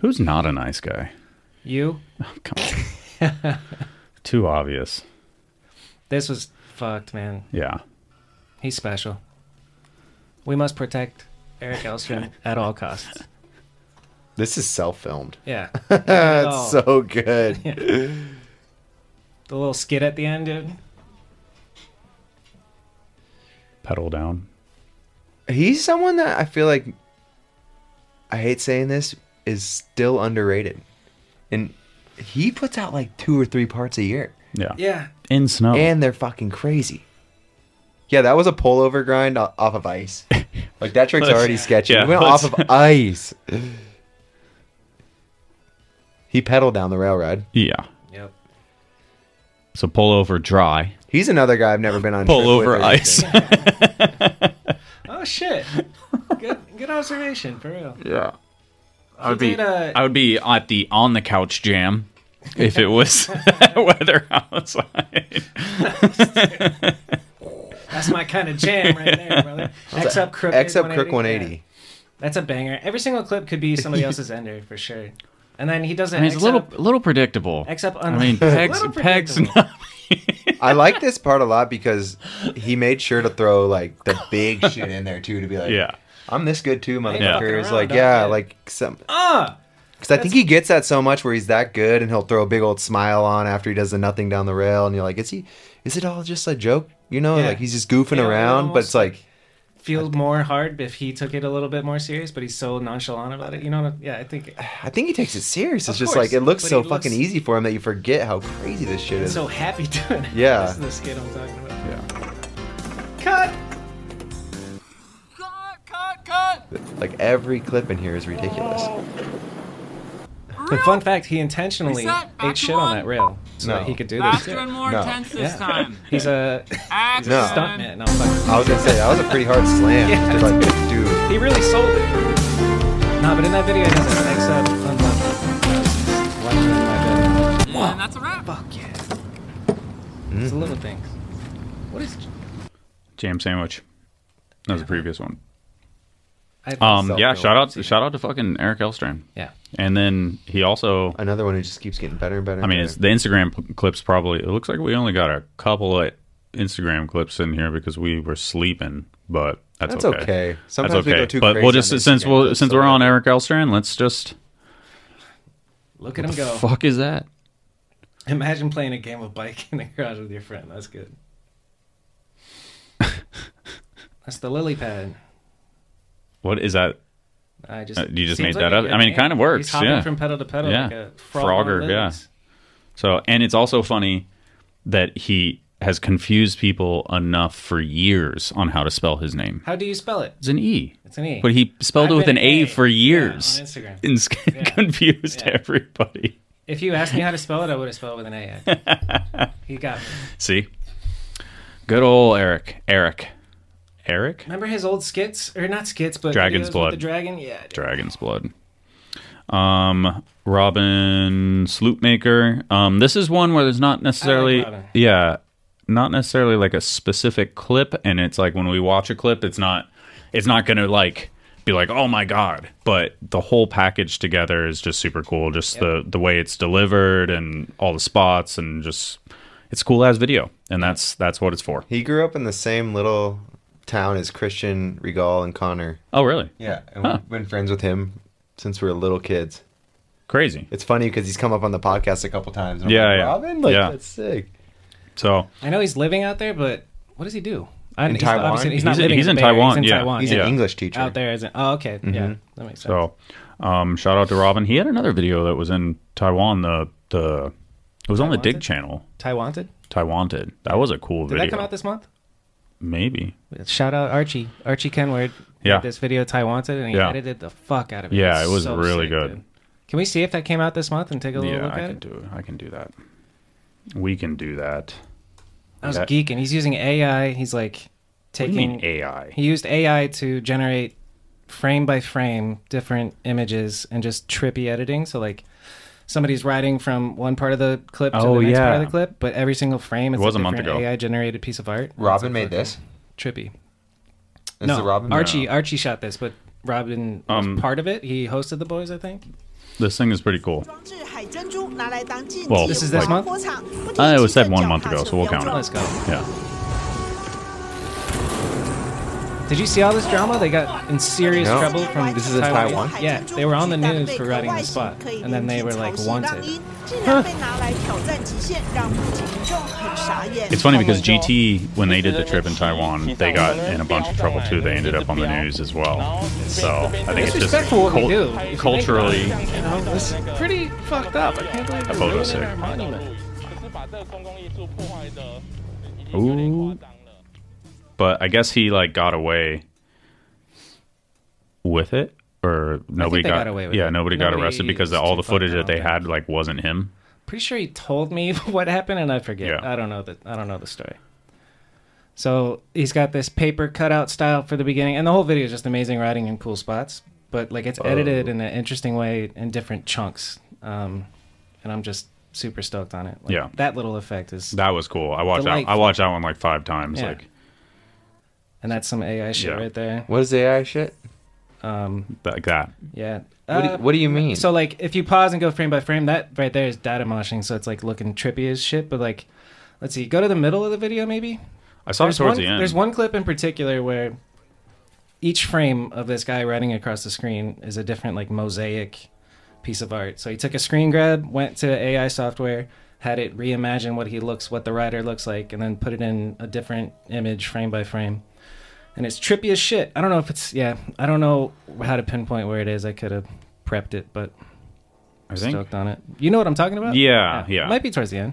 Who's not a nice guy?
You.
Too obvious.
This was fucked, man.
Yeah.
He's special. We must protect Eric Elstrom at all costs.
This is self-filmed.
Yeah. Oh.
it's so good.
The little skit at the end, dude.
Pedal down.
He's someone that I feel like I hate saying this is still underrated, and he puts out like two or three parts a year.
Yeah.
Yeah.
In snow.
and they're fucking crazy. Yeah, that was a pullover grind o- off of ice. Like that trick's
Let's-
already sketchy.
yeah,
we went
let's-
off of ice. he pedaled down the rail ride.
Yeah.
Yep.
So pull over dry.
He's another guy I've never been on.
Pull
trip with
over
or
ice.
anything.
Oh shit. Good, good observation, for real.
Yeah. I
He
would be
did, uh,
I would be at the on the couch jam if it was weather outside.
That's my kind of jam right there, brother.
That's
X
a-
up crook.
X up crook 180.
Yeah. That's a banger. Every single clip could be somebody else's ender for sure. And then he does
I
an
mean, it's
X
a little
up.
little predictable.
X up
I mean,
unlike- a
pegs
little
pegs.
I like this part a lot because he made sure to throw like the big shit in there too to be like,
Yeah.
I'm this good too,
ain't
motherfucker.
fucking
It's
around,
like,
dog.
yeah, like some.
Ah.
Because I think he gets that so much where he's that good and he'll throw a big old smile on after he does the nothing down the rail. And you're like, is he, is it all just a joke? You know,
Yeah.
like he's just goofing
Yeah,
around, but
almost
it's like,
Feel more hard if he took it a little bit more serious, but he's so nonchalant about it. You know what? I'm- Yeah, I think
I think he takes it serious.
Of
It's just
course,
like, it looks
but
so
he looks-
fucking easy for him that you forget how crazy this shit
he's
is.
so happy doing it.
Yeah.
This is the skit I'm talking about.
Yeah.
Cut.
Like every clip in here is ridiculous.
Oh,
Fun fact: He intentionally
Is that
ate shit on that rail so
No.
that he could do this.
Faster
too.
and more
No.
intense this
Yeah.
time.
He's a he's a
No.
stuntman. No, fuck.
I was going to say, that was a pretty hard slam.
Yeah.
Just like, dude.
He really sold it. No, but in that video, he does an X up unlock. Watch it in my bed.
And that's a wrap.
Fuck yeah.
Mm.
It's the little things. What is?
Jam sandwich. That was the previous one.
I,
Um yeah,
Self-built.
shout out shout out to fucking Eric Elstrom.
Yeah.
And then he also
Another one who just keeps getting better and better.
I
and
mean,
better.
it's the Instagram p- clips probably. It looks like we only got a couple of Instagram clips in here because we were sleeping, but that's,
That's
okay.
okay. Sometimes we go too
but
crazy
we'll
on
just
the
since
Instagram
we'll
clips,
since
so
we're on Eric Elstrand, let's just
Look at him go.
fuck is that?
Imagine playing a game of bike in the garage with your friend. That's good. That's the lily pad.
What is that?
I just
Uh, you just made
seems
that
a
up?
good
I mean, it
name.
kinda works,
He's hopping
yeah.
from pedal to pedal
Yeah.
like a frog on
Frogger, yeah.
lilies.
So, and it's also funny that he has confused people enough for years on how to spell his name.
How do you spell it?
It's an E.
It's an E.
But he spelled
I've
it with
been
an A,
A,
for
yeah, on
years.
Instagram.
And s- confused everybody.
If you asked me how to spell it, I would have spelled it with an A. I think. he got me.
See? Good old Eric. Eric. Eric?
Remember his old skits or not skits, but
Dragon's
videos with
Blood.
The dragon, yeah.
Dragon's Blood. Um Robin Sloopmaker. Um this is one where there's not necessarily
Robin.
yeah, not necessarily like a specific clip and it's like when we watch a clip it's not it's not going to like be like oh my god, but the whole package together is just super cool just the the way it's delivered and all the spots and just it's cool as video and that's that's what it's for.
He grew up in the same little town as Christian, Regal, and Connor.
Oh really?
Yeah, and
Huh.
we've been friends with him since we were little kids.
Crazy.
It's funny because he's come up on the podcast a couple times. and I'm
Yeah,
like,
yeah.
Robin, like
Yeah.
that's sick.
So
I know he's living out there, but what does he do? I
In
he's not-
Taiwan?
obviously He's, not
He's in-
living
he's in
there,
Taiwan,
He's in
yeah.
Taiwan.
He's an
yeah.
English teacher.
out there. Isn't, oh, okay. Yeah,
Mhm.
that makes sense.
So, um, shout out to Robin. He had another video that was in Taiwan. The the it was on the
Taiwanted?
Dig Channel.
Taiwan did.
Taiwanted. That was a cool
Did
video.
that come out this month?
Maybe.
Shout out Archie. Archie Kenward.
Yeah.
Did this video Taiwan did, and he
Yeah.
edited the fuck out of it.
Yeah, it
It's
was
so
really
sick,
good.
dude. Can we see if that came out this month and take a little
Yeah,
look
I
at
can
it?
do it. I can do that. We can do that.
I was
That-
geeking. He's using AI. He's like
What do
taking
you mean AI?
He used AI to generate frame by frame different images and just trippy editing. So like somebody's riding from one part of the clip to
Oh,
the next part
yeah.
of the clip, but every single frame
It
is
was
a
a month
different
ago.
AI generated piece of art.
Robin
It's a
made this?
fucking trippy.
This
no,
is Robin?
Archie Archie shot this, but Robin
Um,
was part of it. He hosted the boys, I think.
This thing is pretty cool.
海珍珠拿来当禁
忌 Well,
这
this is
是
this month? I was said one month ago, so we'll count it.
Let's go.
Yeah.
Did you see all this drama? They got in serious
No.
trouble from
This is in
Taiwan.
Taiwan?
Yeah, they were on the news for writing the spot, and then they were like wanted.
竟然被拿来挑战极限，让民众很傻眼。
It's funny because GT, when they did the trip in Taiwan, they got in a bunch of trouble too. They ended up on the news as well. So I think it's just
Disrespectful what we do.
cult- culturally.
You know, it's pretty fucked up. I can't believe
That
they're
photo's
ruining our
sick.
monument.
Ooh. But I guess he like got away with it, or nobody
they
got,
got away with
yeah,
it.
nobody, got
Nobody
arrested because
was
all the
too fucked
footage that they had like wasn't him.
Pretty sure he told me what happened, and I forget. I don't know the I don't know the story. So he's got this paper cutout style for the beginning, and the whole video is just amazing writing in cool spots. But like it's edited
Oh.
in an interesting way in different chunks, um, and I'm just super stoked on it. Like,
Yeah.
that little effect is
That was cool. I watched that. I
Delightful.
watched that one like five times.
Yeah.
Like
and that's some AI shit
Yeah.
right there.
What is AI shit?
Um,
like that.
Yeah. Uh,
What do- what do you mean?
So like, if you pause and go frame by frame, that right there is data moshing. So it's like looking trippy as shit. But like, let's see, go to the middle of the video maybe.
I saw it
There's
towards
one-
the end.
There's one clip in particular where each frame of this guy riding across the screen is a different like mosaic piece of art. So he took a screen grab, went to AI software, had it reimagine what he looks, what the rider looks like, and then put it in a different image frame by frame. And it's trippy as shit. I don't know if it's yeah. I don't know how to pinpoint where it is. I could have prepped it, but
I
I'm
think-
stoked on it. You know what I'm talking about?
Yeah, yeah.
It might be towards the end.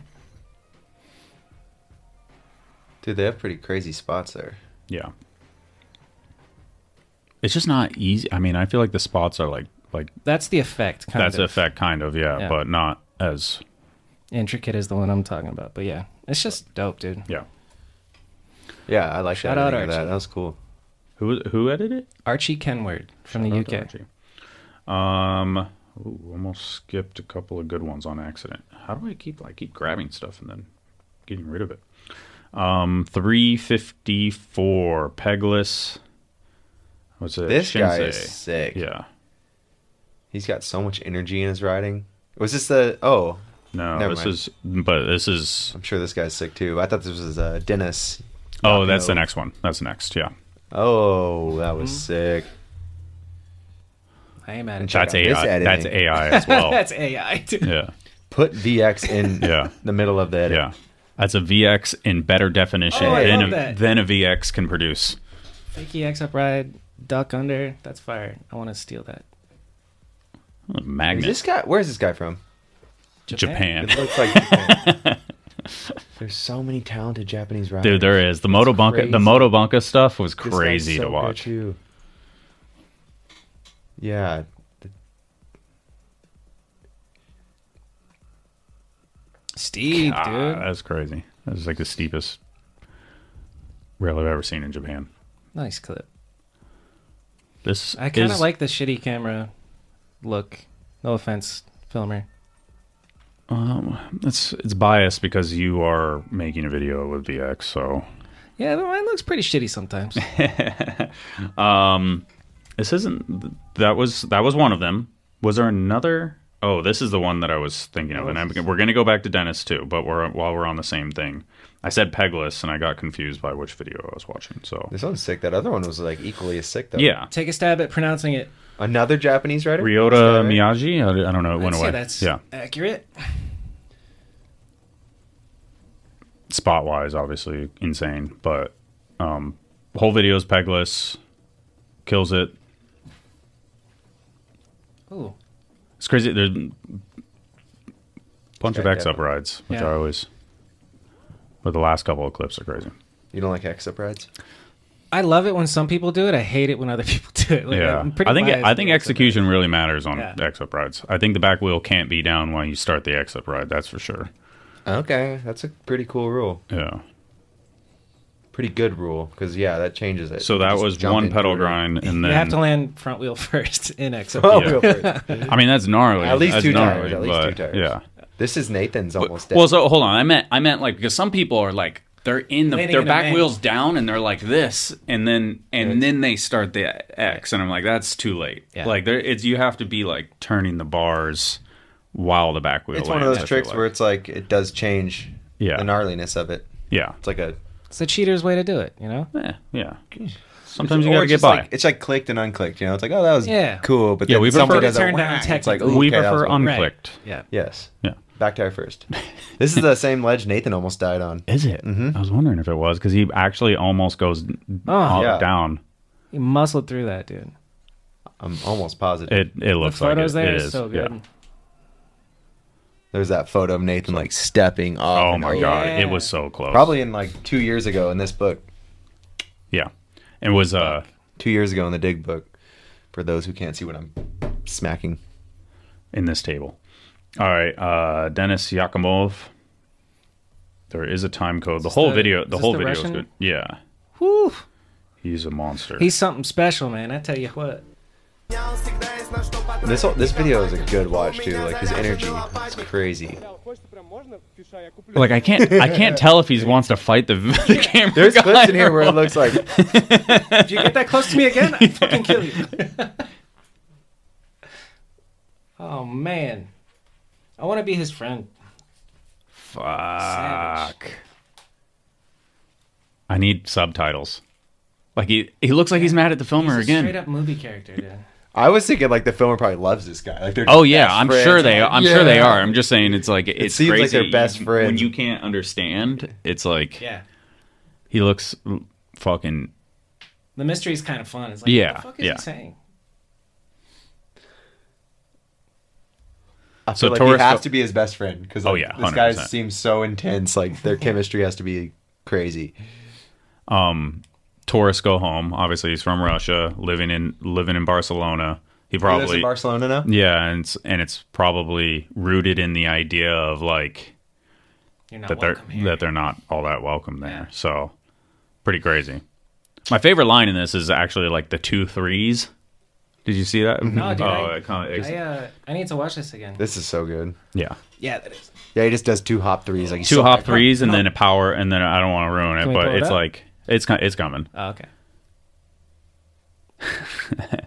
Dude, they have pretty crazy spots there.
Yeah. It's just not easy. I mean, I feel like the spots are like like
That's the effect. Kind
that's
of.
the effect kind of yeah,
Yeah.
but not as
Intricate is the one I'm talking about. But yeah, it's just dope, dude.
yeah.
Yeah, I like
Shout
that.
out
editing of That.
Archie.
that was cool.
Who who edited it?
Archie Kenward from
Shout out
the
to
UK.
Um, ooh, almost skipped a couple of good ones on accident. How do I keep I keep grabbing stuff and then getting rid of it? Um, three fifty four Pegless. What's it?
This guy
Shinsei.
is sick.
Yeah.
He's got so much energy in his riding. Was this the oh?
No,
Never
this
mind.
is but this is.
I'm sure this guy's sick too. I thought this was uh, Dennis.
Oh, that's the
Nakano.
next one. That's next. Yeah.
Oh, that was sick.
I am at
And
it.
check
That's
out this
AI.
editing.
That's AI as well.
That's AI. Dude.
yeah.
Put VX in
Yeah.
the middle of the edit.
Yeah. That's a VX in better definition
Oh, I
than,
love
a,
that.
than a VX can produce.
Fakey E X up ride, duck under. That's fire. I want to steal that.
Oh,
Is
Magnet.
this guy? Where's this guy from?
Japan.
It looks like Japan. There's so many talented Japanese riders.
Dude, there is the
It's
Moto Bunka. The
crazy.
Moto Bunka stuff was
This guy's
crazy
so
to
good,
watch.
too. Yeah. th-
Steve,
Ah,
dude.
that's crazy. That was like the steepest rail I've ever seen in Japan.
Nice clip.
This
I kind of
is-
like the shitty camera look. No offense, filmer.
Um, it's it's biased because you are making a video with VX, so
Yeah, but mine looks pretty shitty sometimes.
Um, this isn't. That was that was one of them. Was there another? Oh, this is the one that I was thinking of, and I'm, we're going to go back to Dennis too. But we're while we're on the same thing, I said Pegless, and I got confused by which video I was watching. So
This one's sick. That other one was like equally as sick though.
yeah,
Take a stab at pronouncing it.
Another Japanese rider. Is that
Ryota
right?
Miyagi. I, I don't know. It
I'd
went
say
away.
that's
yeah,
accurate.
spot wise, obviously insane, but um, whole video's pegless, kills it.
Ooh.
It's crazy. There's a bunch of
Check
X
that
up rides, which
Yeah.
I always, but the last couple of clips are crazy.
You don't like X up rides?
I love it when some people do it. I hate it when other people do it. Like,
yeah,
I'm pretty
I think
biased
I think
when it comes
execution really matters on
Yeah.
X up rides. I think the back wheel can't be down when you start the X up ride. That's for sure.
Okay, that's a pretty cool rule.
Yeah.
Pretty good rule because yeah, that changes it.
So
You
that
just
was
jump
one
into
pedal
it.
grind, and
to-
then
You have to land front wheel first in exit.
Front wheel first.
I mean that's gnarly.
At least
That's
two
gnarly,
tires. At least
but,
two tires.
Yeah.
This is Nathan's almost dead.
Well, so hold on. I meant I meant like because some people are like they're in the
Leaning
their
in a
back
man.
wheels down and they're like this and then and then they start the X and I'm like that's too late.
Like there, it's you have to be like turning the bars while the back wheel.
it's one of
lands,
those
I feel
tricks
like.
where it's like it does change
Yeah.
the gnarliness of it.
Yeah.
It's like a
It's a cheater's way to do it, you know?
Yeah. Yeah.
Or it's just Like, it's like clicked and unclicked. You know, it's like oh that was
Yeah.
cool, but
Yeah,
then
we prefer
something
to
does a
turn down
whack. It's like
technically.
ooh,
We
okay, that was
prefer
cool.
unclicked. Right.
Yeah.
Yes.
Yeah.
Back tire first. this is the same ledge Nathan almost died on.
Is it?
Hmm?
I was wondering if it was because he actually almost goes
Oh.
all
Yeah.
down.
You muscled through that, dude.
I'm almost positive.
It it looks
the
like
photos
it,
there
it
is
is.
so
yeah.
good.
There's that photo of Nathan like stepping off.
Oh
and
my
over.
god, it was so close.
Probably in like two years ago in this book.
Yeah. It was uh
two years ago in the dig book. For those who can't see what I'm smacking.
in this table. All right, uh, Dennis Yakimov. There is a time code. The
this
whole
the-
video,
is
the
this
whole
the
video is
Russian?
good. Yeah,
Whew.
he's a monster.
He's something special, man. I tell you what.
This this video is a good watch too. Like his energy, it's crazy.
like I can't, I can't tell if he wants to fight the, the camera.
There's
guy
clips in here
or
where it
what.
looks like
If you get that close to me again, I fucking kill you. oh man, I want to be his friend.
Fuck. I need subtitles. Like he, he looks like he's mad at the filmer
He's a
again.
straight up movie character, dude.
I was thinking like the filmer probably loves this guy. Like they're
Oh yeah,
best
I'm
friends.
sure they.
Like,
I'm sure they
yeah.
are. I'm just saying it's like it's
seems like
crazy
they're best
when
friends.
you can't understand. It's like
Yeah.
he looks l- fucking
The mystery's kind of fun. It's like,
Yeah,
what the fuck is
yeah.
he saying?
I
So
feel like
Torres
he has
go-
to be his best friend because
Oh,
like,
yeah,
this guy
100%.
seems so intense. Like their chemistry has to be crazy.
um tourists go home. Obviously, he's from Russia, living in living in Barcelona. He
lives
probably
in Barcelona now?
Yeah, and it's, and it's probably rooted in the idea of like
You're not
that they're that they're not all that welcome there. So pretty crazy. My favorite line in this is actually like the two threes. Did you see that?
No, dude.
oh,
I,
it kinda- it's-
I, uh, I need to watch this again.
This is so good.
yeah.
Yeah, that is.
Yeah, he just does two hop threes. Like he's
two
so-
hop threes and then a power and then I don't want to ruin
Can
it,
we
but
pull it
it's
up?
like it's co- it's coming.
Oh, okay.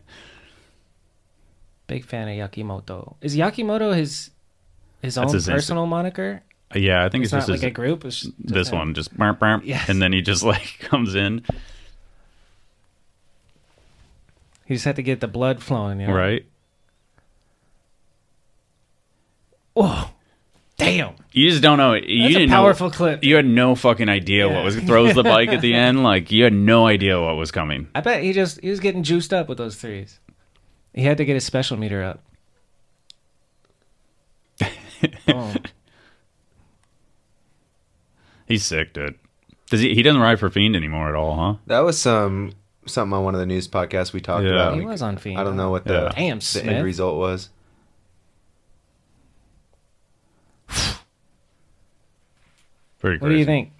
Big fan of Yakimoto. Is Yakimoto his his
That's
own
his insta-
personal moniker?
Yeah, I think it's,
It's not
just
like
his-
a group, it's just
this
him.
one just burp, burp,
Yes.
and then he just like comes in,
You just have to get the blood flowing, you know?
right?
Whoa. Damn.
You just don't know. You
That's a
didn't know-
powerful clip.
You had no fucking idea what was throws the bike at the end. Like you had no idea what was coming.
I bet he just he was getting juiced up with those threes. He had to get his special meter up. Boom.
He's sick, dude. Does he? He doesn't ride for Fiend anymore at all, huh?
That was some something on one of the news podcasts we talked
Yeah.
about.
He
We-
was on Fiend,
I don't know what
huh?
the
Damn,
the
Smith.
end result was.
Pretty
What do you
crazy.
think?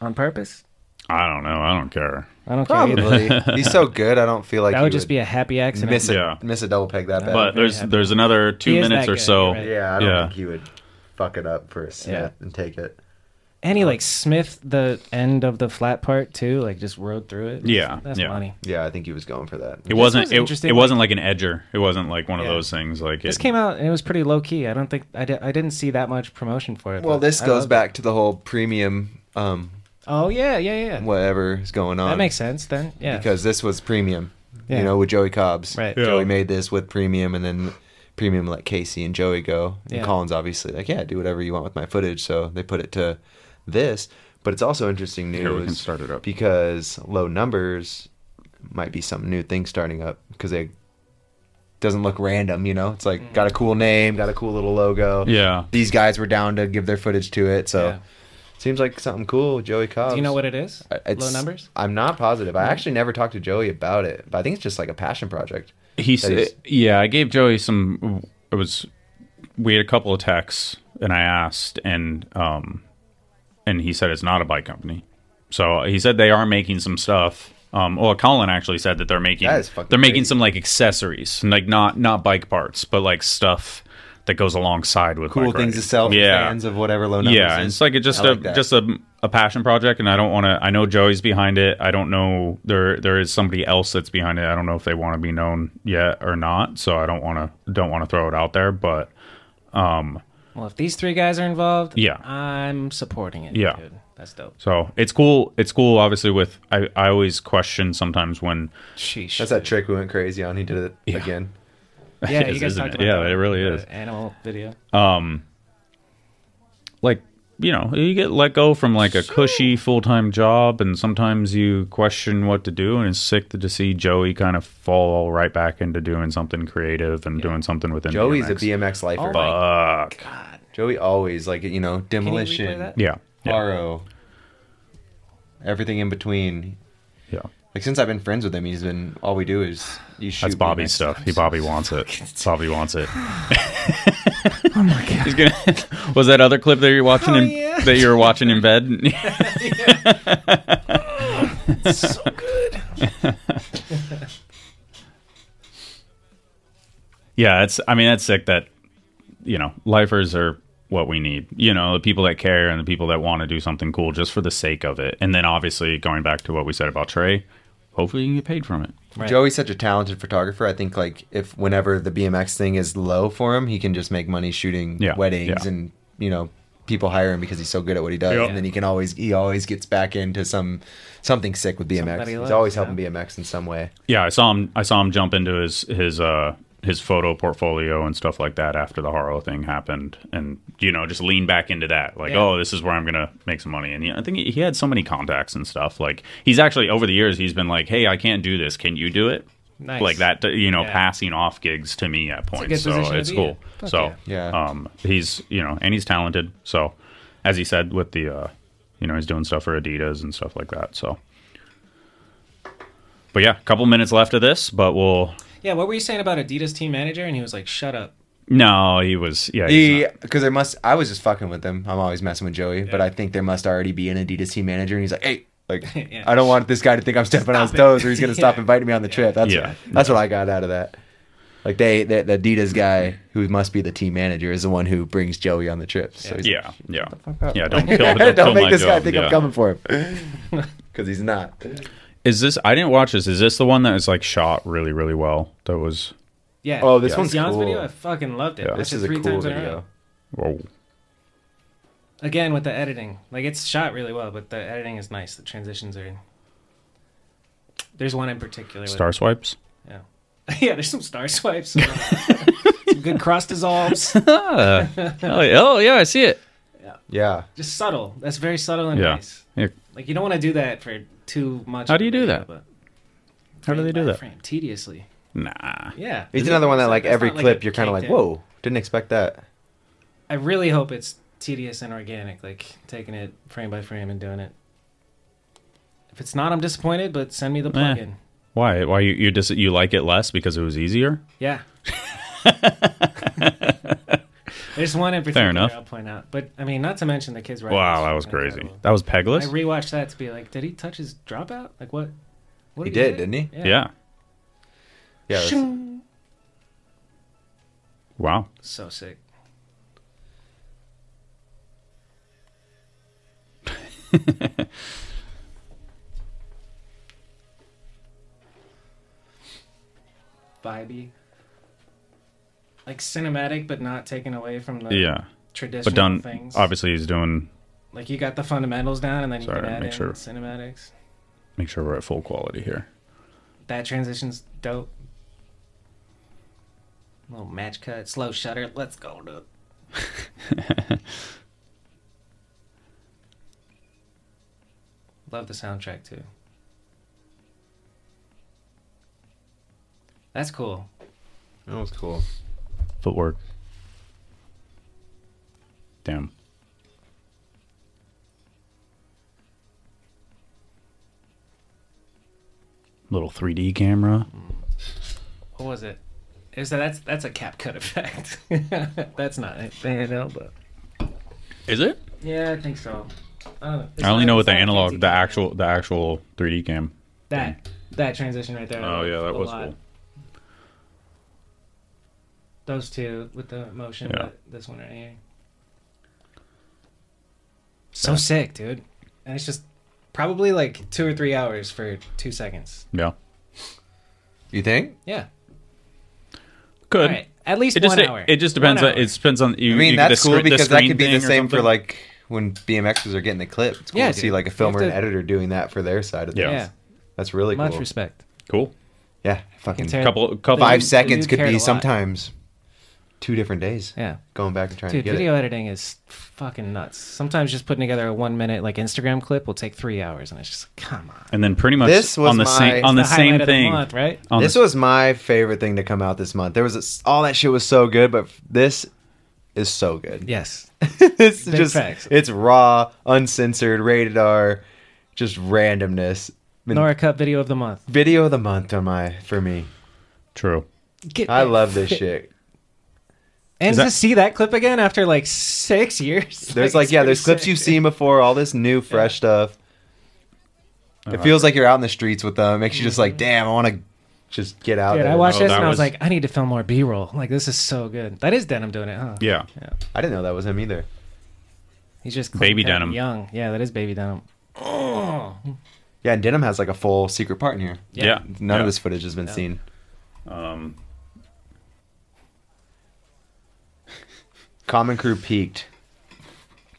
On purpose?
I don't know. I don't care.
I don't care.
Probably.
either.
he's so good. I don't feel like
That
he
would just be a happy accident.
Miss a
Yeah.
miss a double peg that bad.
But there's there's another two
He is
minutes
that
or
good,
so.
you're right.
yeah, I don't think he would fuck it up for a snap and take it.
And he like smithed the end of the flat part too, like just rode through it.
Yeah,
That's
yeah.
money.
Yeah, I think he was going for that.
It wasn't.
was
it,
interesting,
it
like-
wasn't like an edger. It wasn't like one of
Yeah.
those things. Like
This
it,
came out and it was pretty low key. I don't think I, di- I didn't see that much promotion for it.
Well,
but
this
I
goes
love
back to the whole premium, um,
it. Oh yeah, yeah, yeah.
whatever is going on.
That makes sense then. Yeah.
Because this was premium,
Yeah.
you know, with Joey Cobbs.
Right. Yeah.
Joey made this with premium, and then premium let Casey and Joey go. And
Yeah.
Collins obviously like, yeah, do whatever you want with my footage. So they put it to this, but it's also interesting news
Here, we can start it up.
because low numbers might be some new thing starting up because it doesn't look random. You know, it's like got a cool name, got a cool little logo.
Yeah.
these guys were down to give their footage to it, so. Seems like something cool, Joey Cobb.
Do you know what it is?
It's-
Low numbers?
I'm not positive. I actually never talked to Joey about it, but I think it's just like a passion project.
He
that he's-
said, "Yeah, I gave Joey some. It was we had a couple of texts, and I asked, and um, and he said it's not a bike company. So uh, he said they are making some stuff. Um, well, Colin actually said that they're making
That is fucking
they're making some like accessories, like not not bike parts, but like stuff that goes alongside with
Cool
bike
things
riding.
to sell for
Yeah.
fans of whatever low numbers
Yeah,
is.
it's like a, just
I
a
like that.
just a a passion project, and I don't want to. I know Joey's behind it. I don't know there there is somebody else that's behind it. I don't know if they want to be known yet or not. So I don't want to don't want to throw it out there. But um,
Well, if these three guys are involved,
Yeah.
I'm supporting it.
Yeah.
dude. that's dope.
so it's cool. It's cool. Obviously, with I I always question sometimes when
Sheesh.
That's that trick we went crazy on. He did it again.
Yeah,
It
you
is,
guys
isn't
talked
it?
about
yeah,
that
it really
the
is.
animal video.
um like you know you get let go from like a cushy full-time job and sometimes you question what to do and it's sick to see joey kind of fall right back into doing something creative and doing something within E
Joey's
BMX.
a BMX lifer.
Fuck.
Joey always like you know demolition.
that?
Yeah, yeah.
Borrow. Everything in between.
Yeah.
Like since I've been friends with him, he's been all we do is you shoot.
that's bobby's
BMX.
stuff he bobby wants it bobby wants it oh my god He's gonna, was that other clip that you're watching in, that you were watching in bed
so good.
Yeah, it's. I mean, that's sick. That you know, lifers are what we need. You know, the people that care and the people that want to do something cool just for the sake of it. And then obviously going back to what we said about Trey, hopefully you can get paid from it.
Joey's such a talented photographer. I think like if whenever the BMX thing is low for him, he can just make money shooting
Yeah,
weddings
yeah.
and you know people hire him because he's so good at what he does,
Yeah.
and then he can always he always gets back into some something sick with BMX.
he
he's
loves,
always
you know?
helping BMX in some way.
Yeah, I saw him. I saw him jump into his his uh his photo portfolio and stuff like that after the Haro thing happened, and you know, just lean back into that. Like,
Yeah.
oh, this is where I'm gonna make some money. And yeah, I think he he had so many contacts and stuff. Like, he's actually over the years he's been like, hey, I can't do this. Can you do it?
Nice.
Like that, you know,
Yeah.
passing off gigs to me at points.
good
so
position to
it's
be
cool.
in. Fuck
So
yeah.
um, he's you know, and he's talented. So as he said with the, uh, you know, he's doing stuff for Adidas and stuff like that. So. But yeah, a couple minutes left of this, but we'll.
Yeah, what were you saying about Adidas team manager? And he was like, "Shut up."
No, he was. Yeah, he's
He because there must I was just fucking with him. I'm always messing with Joey, but I think there must already be an Adidas team manager, and he's like, hey. Like
Yeah.
I don't want this guy to think I'm stepping on his toes, or he's gonna stop inviting me on the trip. That's
Yeah.
that's what I got out of that. Like they, the, the Adidas guy who must be the team manager is the one who brings Joey on the trip. So he's
yeah, yeah,
up.
yeah. Don't kill. Don't,
don't,
kill
make
my
this guy
job,
think
yeah.
I'm coming for him because he's not.
Is this? I didn't watch this. Is this the one that was like shot really, really well? That was.
Yeah.
Oh, this one's
Jan's video.
cool.
I fucking loved it.
Yeah.
Watched
This
it
is a
three
cool
times in a row.
video.
Whoa.
Again with the editing, like it's shot really well, but the editing is nice. The transitions are. There's one in particular. with-
Star swipes.
Yeah. yeah. There's some star swipes. Some, some good cross dissolves.
Ah. oh, yeah. Oh, yeah, I see it.
Yeah,
Just subtle. That's very subtle and
Yeah.
nice.
Yeah.
Like you don't want to do that for too much.
How do
of
you
a
do
video,
that?
but
How do they do
by
that?
Frame tediously.
Nah.
Yeah.
he's another one that like
It's
every
not like
clip
it
you're kind of
caked
like,
in.
whoa, didn't expect that.
I really hope it's tedious and organic, like taking it frame by frame and doing it. If it's not, I'm disappointed. But send me the plugin.
Why? Why you you dis- you like it less because it was easier?
Yeah. There's one in particular
enough.
I'll point out, but I mean, not to mention the kids.
Wow, that was crazy. That was
I
pegless.
rewatched that to be like, did he touch his dropout? Like what? What
He did, didn't he?
yeah.
Yeah, that's-
Shing.
Wow.
So sick. Vibey. Like cinematic, but not taken away from the
yeah.
traditional
But done.
things.
Obviously, he's doing.
Like you got the fundamentals down, and then you
Sorry,
can add
make
in
sure.
cinematics.
Make sure we're at full quality here.
That transition's dope. Little match cut, slow shutter. Let's go, dude. Love the soundtrack too. That's cool.
That was cool.
Footwork. Damn. Little 3D camera.
What was it? Is that that's that's a cap cut effect? that's not it. You know, but
Is it?
yeah, I think so. I, don't know. Uh, It's
I only
not-
know what
it's
the
not a
analog,
3D
the actual, the actual 3D cam.
That that transition right there.
Oh, yeah, that
a
was
lot.
cool.
Those two with the motion,
Yeah.
but this one right here. So sick, dude. And it's just probably like two or three hours for two seconds.
Yeah.
You think?
Yeah.
Could.
All right, at least
it just,
one
it,
hour.
it just depends.
One
On,
hour.
it depends on. You,
I mean,
you- the
that's cool
screen- the
because that
screen
could be
thing or
the same for
something.
like when BMXers are getting the clip. It's cool
Yeah,
to see
dude.
like a
You
filmer
have
and
to-
editor doing that for their side of things.
Yeah. Yeah.
That's really
Much
cool.
respect.
Cool.
Yeah, fucking
tear- Couple- couple-
five
the
seconds
dude
could
cared a
be
lot.
sometimes two different days.
Yeah,
going back and trying
Dude,
to get
video
it.
editing is fucking nuts. Sometimes just putting together a one minute like Instagram clip will take three hours, and it's just like, come on.
And then pretty much
This was
on the
my-
same on the,
It's the
same
highlight of the
thing,
month, right?
On
this
the-
was my favorite thing to come out this month. There was a s all that shit was so good, but f- this is so good.
Yes,
it's
Big
just
facts.
it's raw, uncensored, rated R, just randomness. I mean,
Nora Cup video of the month.
video of the month on my for me.
True.
Get
I
that
love this
fit.
shit.
And
Is that-
to see that clip again after like six years.
There's like
it's
yeah,
pretty
there's clips
sick.
you've seen before, all this new fresh stuff.
Uh-huh.
It feels like you're out in the streets with them. It makes you just
Mm-hmm.
like, damn, I want to just get out
Dude,
there.
I
Oh,
watched this and I was like, I need to film more B roll. Like this is so good. That is Denim doing it, huh?
Yeah.
I didn't know that was him either.
He's just
Baby
clean-cut
Denim.
young. Yeah, that is baby denim. Oh.
Yeah, and Denim has like a full secret part in here.
Yeah. Yeah.
None
Yeah.
of this footage has been
Yeah.
seen.
Um,
Common Crew peaked.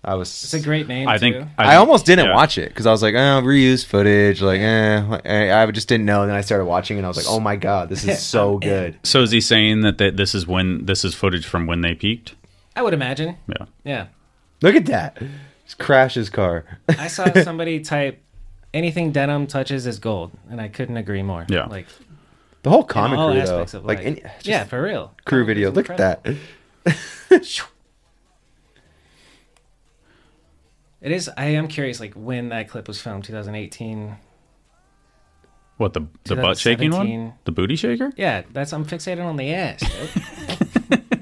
I was. It's
a great name.
I think
too.
I, almost didn't
yeah.
watch it because I was like, oh, reused footage. Like, eh. I, I just didn't know. And then I started watching and I was like, oh my God, this is so good.
So is he saying that they, this is when this is footage from when they peaked?
I would imagine.
Yeah.
Yeah.
Look at that. Just crash his car.
I saw somebody type anything denim touches is gold, and I couldn't agree more.
Yeah.
Like
The whole
in
Common
all
Crew, though.
aspects of
Like,
life.
any, just
yeah, for real.
Crew video. Look at that.
It is. I am curious, like when that clip was filmed, 2018.
What the the butt shaking one?
2017.
The booty shaker?
Yeah, that's I'm fixated on the ass.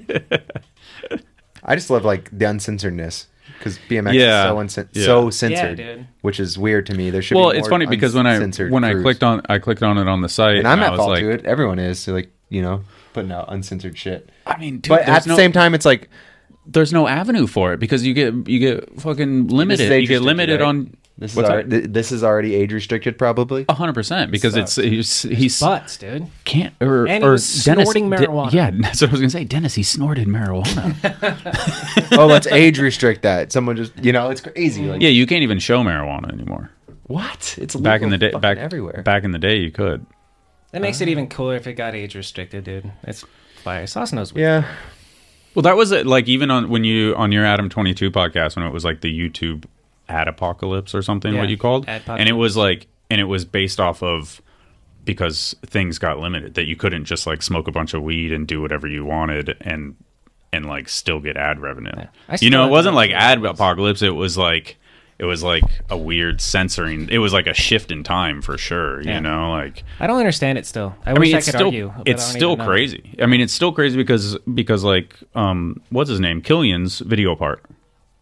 dude.
I just love like the uncensoredness because BMX
Yeah.
is so uncen-
Yeah. Yeah,
so censored,
dude.
which is weird to me. There should
Well,
be
it's
more
funny because when I
uncensored
when I
crews.
clicked on I clicked on it on the site,
and I'm
I
at
was
fault
like,
to it. Everyone is so, like you know putting out uncensored shit.
I mean, dude,
but at
there's
the
no-
same time, it's like
there's no avenue for it because you get you get fucking
this
limited.
is age
you get
restricted,
limited
right?
on
this is
what's that?
alre- th- this is already age restricted, probably.
hundred percent because it's he's, he's
butts, dude.
Can't or
And he
or
was
Dennis,
snorting
Di-
marijuana.
yeah, that's what I was gonna say. Dennis, he snorted marijuana.
oh, let's age restrict that. Someone just you know it's crazy. Like,
Mm. yeah, you can't even show marijuana anymore.
what? It's
back in
legal
the day,
fucking
back
everywhere.
Back in the day, you could.
That makes
Uh-huh.
it even cooler if it got age restricted, dude. It's fire. Sauce knows. Weird.
Yeah.
Well, that was it. Like even on when you on your Adam Twenty Two podcast when it was like the YouTube ad apocalypse or something,
Yeah,
what you called,
Adpocalypse.
and it was like and it was based off of because things got limited that you couldn't just like smoke a bunch of weed and do whatever you wanted and and like still get ad revenue.
I
You
still
know, it
have
wasn't
that
like ad apocalypse. It was like it was like a weird censoring. It was like a shift in time for sure. You
Yeah.
know, like
I don't understand it still. I, wish I
it's
could
still,
argue. but I
It's
don't
still
even know.
crazy. I mean, it's still crazy because because like um, what's his name? Killian's video part,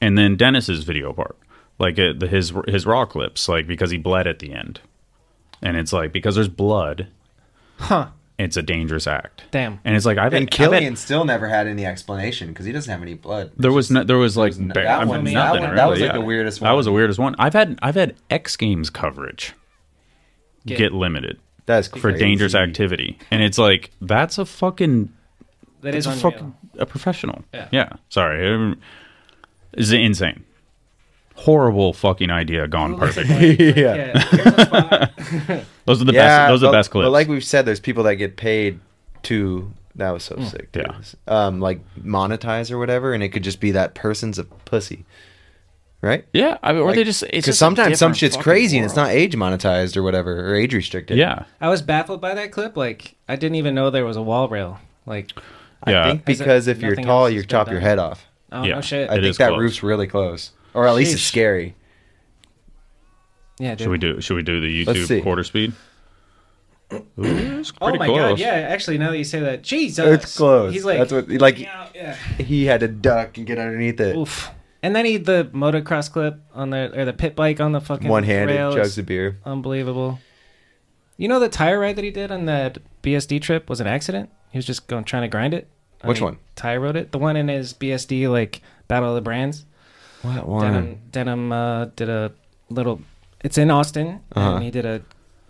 and then Dennis's video part, like uh, the, his his raw clips, like because he bled at the end, and it's like because there's blood,
Huh.
it's a dangerous act.
Damn.
And it's like I've
And
I bet
Killian still never had any explanation because he doesn't have any blood.
There was no, there was like
no-
bare-
that
I mean,
one- that
nothing
one-
really,
that was, like,
yeah.
the weirdest
That
one.
was the weirdest one. I've had I've had X Games coverage
Get-
get, limited.
That's
for
crazy.
dangerous activity, and it's like that's a fucking
That
that's
is
a
unreal.
fucking a professional.
Yeah.
Sorry. Um, It's insane. Horrible fucking idea gone perfectly.
yeah.
those are the best. Those are the
but-
best clips.
But like we've said, there's people that get paid to. That was
Hmm.
so sick. dude. Um, like monetize or whatever, and it could just be that person's a pussy, right?
Yeah, I mean, or they just- it's
because
just a
sometimes some
different
shit's
fucking
crazy and it's not age monetized or whatever or age restricted.
Yeah.
I was baffled by that clip. Like, I didn't even know there was a wall rail. Like,
I think because if you're
Nothing
tall,
else
you
has been
chop your
done.
head off.
Oh, no Yeah, shit.
I
it
think
is
that
close.
roof's really close, or at least it's
Sheesh.
scary.
yeah, dude.
Should we do? Should we do the
Let's see.
YouTube quarter speed? Ooh, it's
Oh
pretty
my
close.
god! Yeah, actually, now that you say that, Jesus,
It's close.
He's like,
that's what like
yeah.
he had to duck and get underneath it.
Oof. And then he the motocross clip on the or the pit bike on the fucking
One-handed,
rail
chugs
is
a beer.
Unbelievable. You know the tire ride that he did on that BSD trip was an accident. He was just going trying to grind it. I
Which
mean,
one?
Tire rode it. The one in his BSD like Battle of the Brands.
What one?
Denim, Denim uh, did a little. It's in Austin,
Uh-huh.
and he did a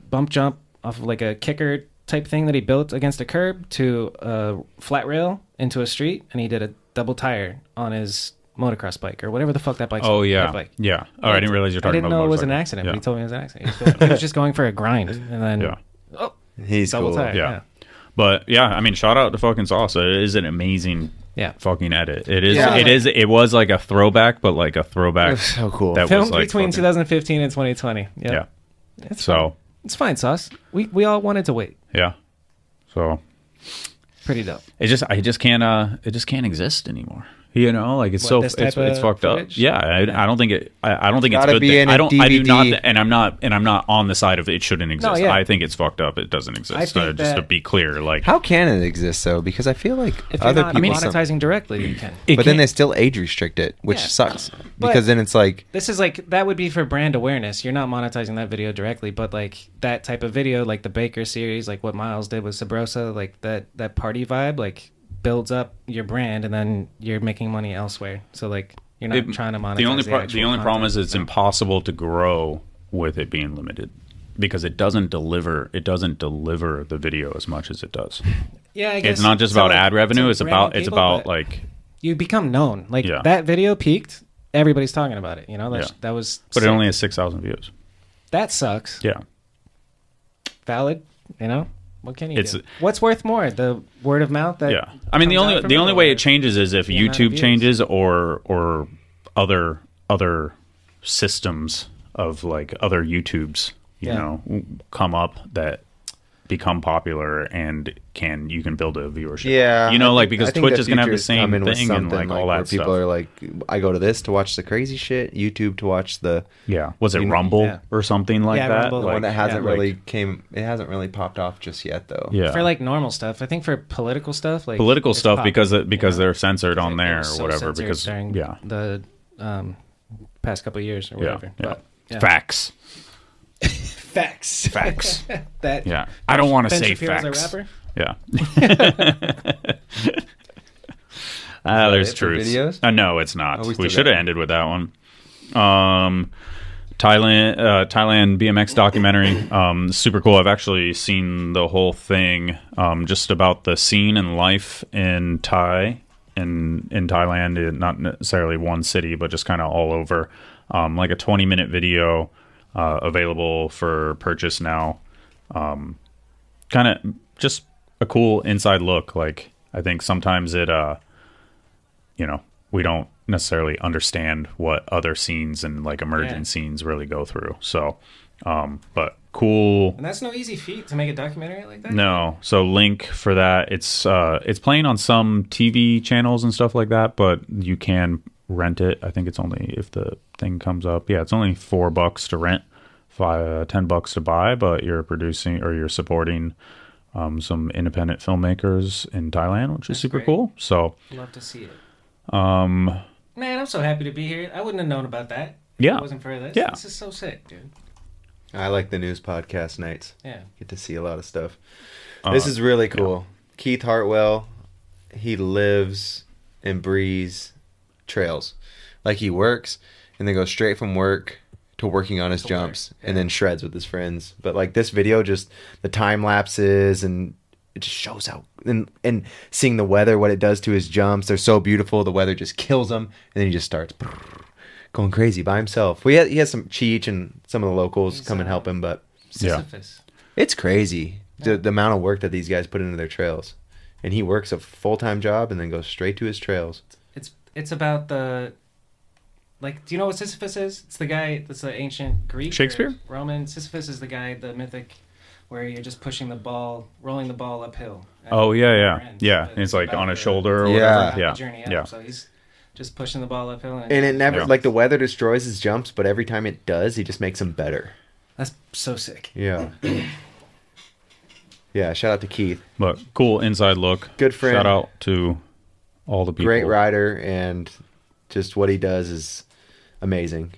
bump jump off of like a kicker type thing that he built against a curb to a flat rail into a street, and he did a double tire on his motocross bike or whatever the fuck that bike's
Oh, yeah.
that bike.
Yeah. Oh, I didn't realize you were talking
I didn't
about
know
the
it was
motorcycle.
an accident,
Yeah.
but he told me it was an accident. He was going, he was just going for a grind, and then
Yeah.
oh,
He's
double
cool.
tire.
Yeah. But yeah, I mean, shout out to fucking Salsa. It is an amazing
Yeah.
fucking edit. It is.
Yeah.
It is. It was like a throwback, but like a throwback.
That's so cool.
That
Filmed
was like
between
fucking-
2015 and 2020. Yep.
Yeah.
It's
So-
fine. it's fine, sauce. We we all wanted to wait.
yeah. So
Pretty dope.
it just, I just can't. Uh, it just can't exist anymore. You know, like it's
What,
so
this
it's, it's
type of
fucked up.
footage?
Yeah, I, I don't think it. I, I don't think it's
Gotta
good.
be
that-
in
I
a
don't. I do not.
DVD.
And I'm not. And I'm not on the side of it shouldn't exist.
yeah.
I think it's fucked up. It doesn't exist.
think
Uh, just to
that-
be clear, like
How can it exist though? Because I feel like
If you're
other
not
people
monetizing directly, you can.
but then they still age restrict it, which
Yeah.
sucks.
But-
Because then it's like
This is like that would be for brand awareness. You're not monetizing that video directly, but like that type of video, like the Baker series, like what Miles did with Sabrosa, like that that party vibe, like builds up your brand, and then you're making money elsewhere. So like you're not
It-
trying to monetize.
The only pro-
actual
the only problem
content.
is it's impossible to grow with it being limited because it doesn't deliver it doesn't deliver the video as much as it does.
Yeah, I
it's
guess
not just
to,
about
like,
ad revenue.
to
It's
random
about it's
people,
about
but-
like
you become known. Like
Yeah.
that video peaked, everybody's talking about it. You know, that's,
yeah.
that was
but it
sick.
only has six thousand views.
that sucks.
Yeah,
Valid, you know. What can you
It's-
do? What's worth more, the word of mouth? That
yeah. I mean the
comes out
only
from
the
it,
only
or-
way it changes is if
the amount of
YouTube
views.
changes or or other other systems of like other YouTubes you
Yeah.
know w- come up that become popular and can you can build a viewership
yeah,
you
I
know like
think- I
because
think
twitch
the
is gonna have the
future's
same
coming with
thing and like,
something,
all
where
that
People
stuff
are like, I go to this to watch the crazy shit, YouTube to watch the
yeah was it
you-
rumble or something like
Yeah,
that
Rumble.
the
Like,
one that hasn't
like-
really came. It hasn't really popped off just yet though.
Yeah.
for like normal stuff. I think for political stuff, like
political
it's
stuff
pop-
because it, because they're censored on there or
so
whatever
censored
because
during
yeah
the um, past couple of years or
yeah,
whatever.
yeah.
But, yeah.
facts
facts,
Facts.
that
yeah i don't want to
Ben
say
Shapiro's a
facts
rapper?
yeah Ah, there's
it for videos?
truth. Uh, no, it's not.
Oh, we still
we
got
should have
one.
ended with that one. Um, Thailand, uh, Thailand BMX documentary. Um, super cool. I've actually seen the whole thing. Um, just about the scene and life in Thai, in in Thailand, in not necessarily one city, but just kind of all over. Um, like a 20 minute video, uh, available for purchase now. Um, kind of just a cool inside look. Like I think sometimes it, uh, you know, we don't necessarily understand what other scenes and like emergent
Yeah.
scenes really go through. So, um, but cool.
And that's no easy feat to make a documentary like that.
No, so link for that. It's uh, it's playing on some TV channels and stuff like that, but you can rent it. I think it's only if the thing comes up. Yeah, it's only four bucks to rent, five, uh, ten bucks to buy. But you're producing or you're supporting um, some independent filmmakers in Thailand, which is super cool. So,
Love to see it.
um,
Man, I'm so happy to be here. I wouldn't have known about that.
Yeah.
If it wasn't for this.
Yeah.
This is so sick, dude.
I like the news podcast nights.
Yeah.
Get to see a lot of stuff.
Uh,
this is really cool. Keith Hartwell, he lives and breathes trails. Like he works and then goes straight from work to working on his jumps and then shreds with his friends. But like this video just the time lapses and it just shows how and and seeing the weather what it does to his jumps. They're so beautiful. The weather just kills him and then he just starts going crazy by himself. We had, he has some Cheech and some of the locals come and help him, but
Sisyphus.
it's crazy the, the amount of work that these guys put into their trails. And he works a full time job and then goes straight to his trails.
It's it's about the Like, do you know what Sisyphus is? It's the guy that's the ancient Greek. or
Shakespeare?
Roman. Sisyphus is the guy, the mythic, where you're just pushing the ball, rolling the ball uphill.
Oh yeah, yeah, yeah. And it's like on his shoulder or whatever.
yeah.
Yeah,
journey up.
yeah.
So he's just pushing the ball uphill. And,
And it never
Yeah.
like the weather destroys his jumps, but every time it does, he just makes them better.
That's so sick.
Yeah. yeah. Shout out to Keith.
Look, cool inside look.
Good friend.
Shout out to all the people.
Great rider, and just what he does is amazing.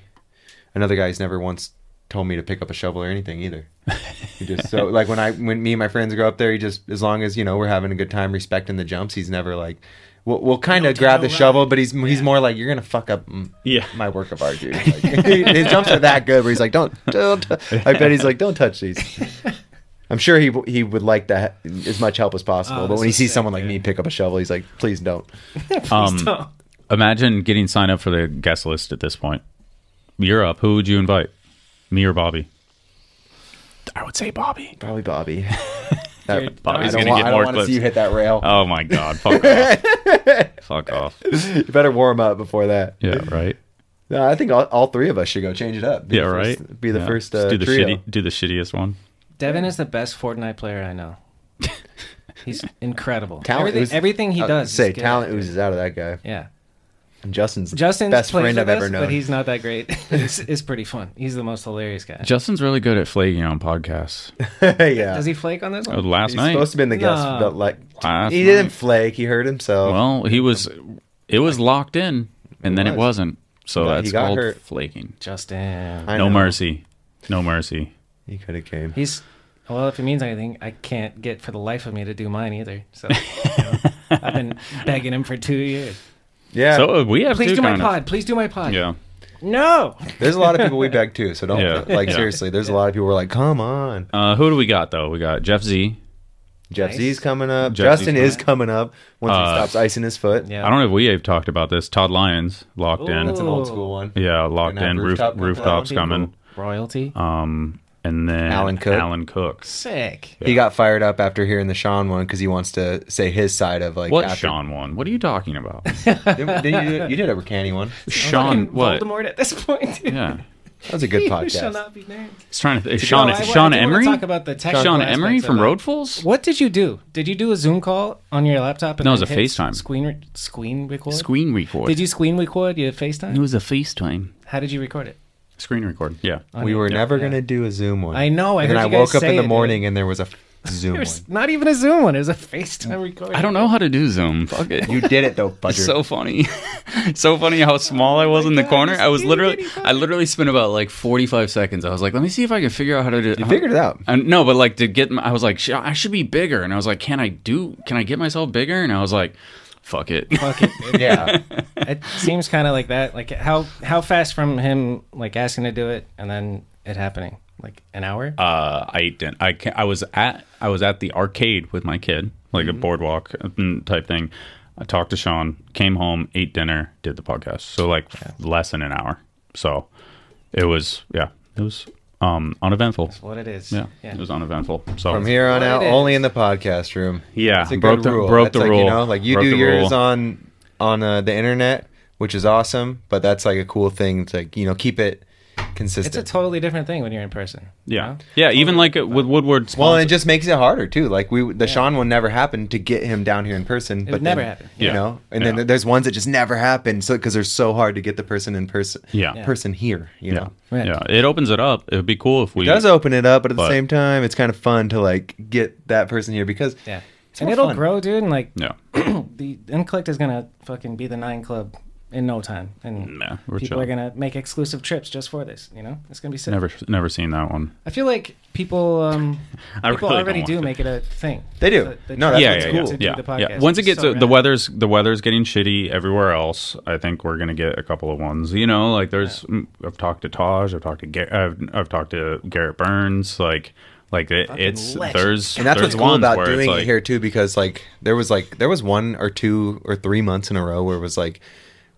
Another guy's never once told me to pick up a shovel or anything either. He just so like when I when me and my friends go up there, he just as long as you know we're having a good time respecting the jumps, he's never like. We'll, we'll kind of grab the shovel, but he's he's more like you're gonna fuck up m- my work of art, dude. Like, his jumps are that good, but he's like, don't, don't. t-" I bet he's like, don't touch these. I'm sure he he would like that as much help as possible,
Oh,
but
this
when he
is
sees
sick,
someone like me pick up a shovel, he's like, please don't.
Um, imagine getting signed up for the guest list at this point. You're up. Who would you invite? Me or Bobby? I would say Bobby.
Probably Bobby.
That-
I
Bobby's
don't
gonna
want-
get
I don't
more
wanna
clips.
see you hit that rail.
Oh my god! Fuck off! Fuck off!
you better warm up before that.
Yeah, right.
No, I think all, all three of us should go change it up. Be
Yeah,
the
right.
first- be the
Yeah.
first
Just
uh,
do the
trio.
shitty, do the shittiest one.
Devin is the best Fortnite player I know. He's incredible.
Talent
everything,
oozes-
everything he
I was gonna
does.
Say
is good.
talent oozes out of that guy.
Yeah.
And Justin's
Justin's
Justin's best
plays
friend I've
with us,
ever known.
but he's not that great. it's, it's pretty fun. He's the most hilarious guy.
Justin's really good at flaking on podcasts.
yeah.
Does he flake on this
Oh,
one?
last
He's
night
supposed to be in the guest,
No.
but like
Last
he
night.
didn't flake. He hurt himself.
Well, he was. It was locked in, and then it wasn't. So
No, he
that's
got
called
hurt.
flaking.
Justin.
I
no
know.
mercy. No mercy.
He could have came.
He's well. If it means anything, I can't get for the life of me to do mine either. So you know, I've been begging him for two years.
Yeah.
So uh, we have
Please
to
do my
kind of-
pod. Please do my pod.
Yeah.
No.
There's a lot of people we beg too, so don't
Yeah.
like
Yeah.
seriously. There's a lot of people who are like, come on.
Uh, who do we got though? We got Jeff Z.
Jeff Z's coming up.
Jeff
Justin
Z's
is coming up once he
Uh,
stops icing his foot.
I don't know if we have talked about this. Todd Lyons locked in.
That's an
Oh.
old school one.
Yeah, locked
Gonna
in.
have
Roof,
rooftop coming
rooftops
out.
coming.
Royalty.
Um, and then
Alan Cook.
Alan Cook.
Sick.
He got fired up after hearing the Sean one because he wants to say his side of like
what
after-
Sean one? What are you talking about?
Didn't- didn't you, do- you did a canny one.
Sean what?
Voldemort at this point.
Yeah.
That was a good
You
podcast.
shall not be named.
He's trying to. Sean,
No, I- I
Sean
do wanna
Emery.
Talk about the technical
Sean
aspects
Emery
of
from
it.
Roadfuls.
What did you do? Did you do a Zoom call on your laptop?
No, it
then
was a
hit
FaceTime.
Screen, re- screen record.
Screen record.
Did you screen record your FaceTime?
It was a FaceTime.
How did you record it?
Screen record. Yeah.
we were
Yeah.
never gonna do a Zoom one.
I know, I
and then
heard
I
you guys
woke up
say
in
it,
the
dude.
morning and there was a f- Zoom one.
There's not even a Zoom one. It was a FaceTime recording.
I don't know how to do Zoom. Fuck it.
You did it though,
It's
budger.
so funny. so funny how small I was
Oh
in the corner. I was literally, I literally spent about like 45 seconds. I was like, let me see if I can figure out how to do it. You
figured it out.
And, no, but like to get, my- I was like, "Sh- I should be bigger. And I was like, can I do, can I get myself bigger? And I was like, fuck it.
Fuck it.
yeah.
It seems kind of like that. Like how how fast from him like asking to do it and then it happening. Like an hour.
Uh, I didn't. I can, I was at I was at the arcade with my kid, like
Mm-hmm.
a boardwalk mm, type thing. I talked to Sean, came home, ate dinner, did the podcast. So like less than an hour. So it was yeah, it was um uneventful. That's
what it is.
Yeah,
Yeah.
it was uneventful. So
From here on out, only in the podcast room.
Yeah,
That's a
broke
good
the-
rule.
broke
That's
the
like,
rule.
You know, like you
Broke
do
the
yours
rule.
on on uh, the internet, which is awesome. But that's like a cool thing to like, you know keep it consistent.
It's a totally different thing when you're in person.
yeah, yeah. Even like uh, with Woodward.
Well, and
sponsor-
it just makes it harder too. Like we, the Sean one never happened to get him down here in person. but
would never
then,
happen.
You
Yeah.
know, and
Yeah.
then there's ones that just never happen. So because they're so hard to get the person in person.
Yeah. Yeah.
person here. You
yeah,
know,
yeah. It opens it up. It would be cool if we
it does open it up, but at
But-
the same time, it's kind of fun to like get that person here because
Yeah.
it's
And
more
it'll
fun.
grow, dude. And like
Yeah.
the Uncollect is gonna fucking be the nine club in no time. And
Nah, we're
people
chill.
are gonna make exclusive trips just for this, you know? It's gonna be sick.
Never never seen that one.
I feel like people um
I
people
really
already
don't
do
want
make it a thing.
They do. No, that's
yeah,
what's
yeah,
cool.
yeah,
to do
yeah,
the
yeah.
podcast.
Once it
It's
gets
so
the
rad.
weather's the weather's getting shitty everywhere else. I think we're gonna get a couple of ones. You know, like there's mm, I've talked to Taj, I've talked to Gar- I've, I've talked to Garrett Burns, like like it, it's there's
and
there's
that's what's cool
ones
about
where it's
doing
like-
it here too because like there was like there was one or two or three months in a row where it was like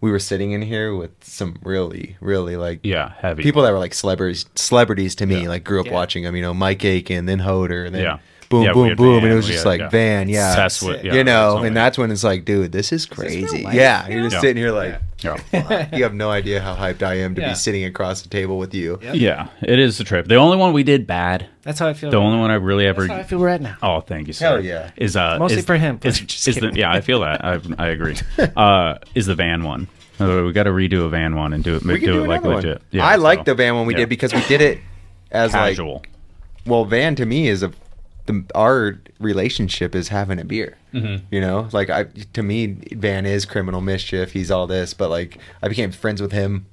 we were sitting in here with some really really like
Yeah, heavy.
people that were like celebrities celebrities to me like grew up
Yeah.
watching them you know mike aiken then hoder and then
Yeah.
boom,
Yeah, we
boom,
had
boom,
Van,
and it was
we
just
had-
like
yeah.
Van, yeah,
That's what- yeah,
you
that's
know,
what we
and that's when it's like, dude, this is crazy.
life,
yeah,
you
you're just
know?
sitting here like,
Yeah.
fuck, you have no idea how hyped I am to
Yeah.
be sitting across the table with you.
Yeah, it is the trip. The only one we did bad.
That's how I feel
The
right
only
now.
one I really ever.
how I feel right now.
Oh, thank you, sir.
Hell yeah.
Is uh
Mostly
is-
for him.
Is, is the, yeah, I feel that. I, I agree. Uh, is the van one? Uh, we got to redo a van one and do it. do,
We can do,
it like
another
legit.
One. I
so-
like the van one we
yeah.
did because we did it as
Casual.
Like, well, van to me is a the, our relationship is having a beer.
Mhm.
You know, like I to me, Van is criminal mischief. He's all this, but like I became friends with him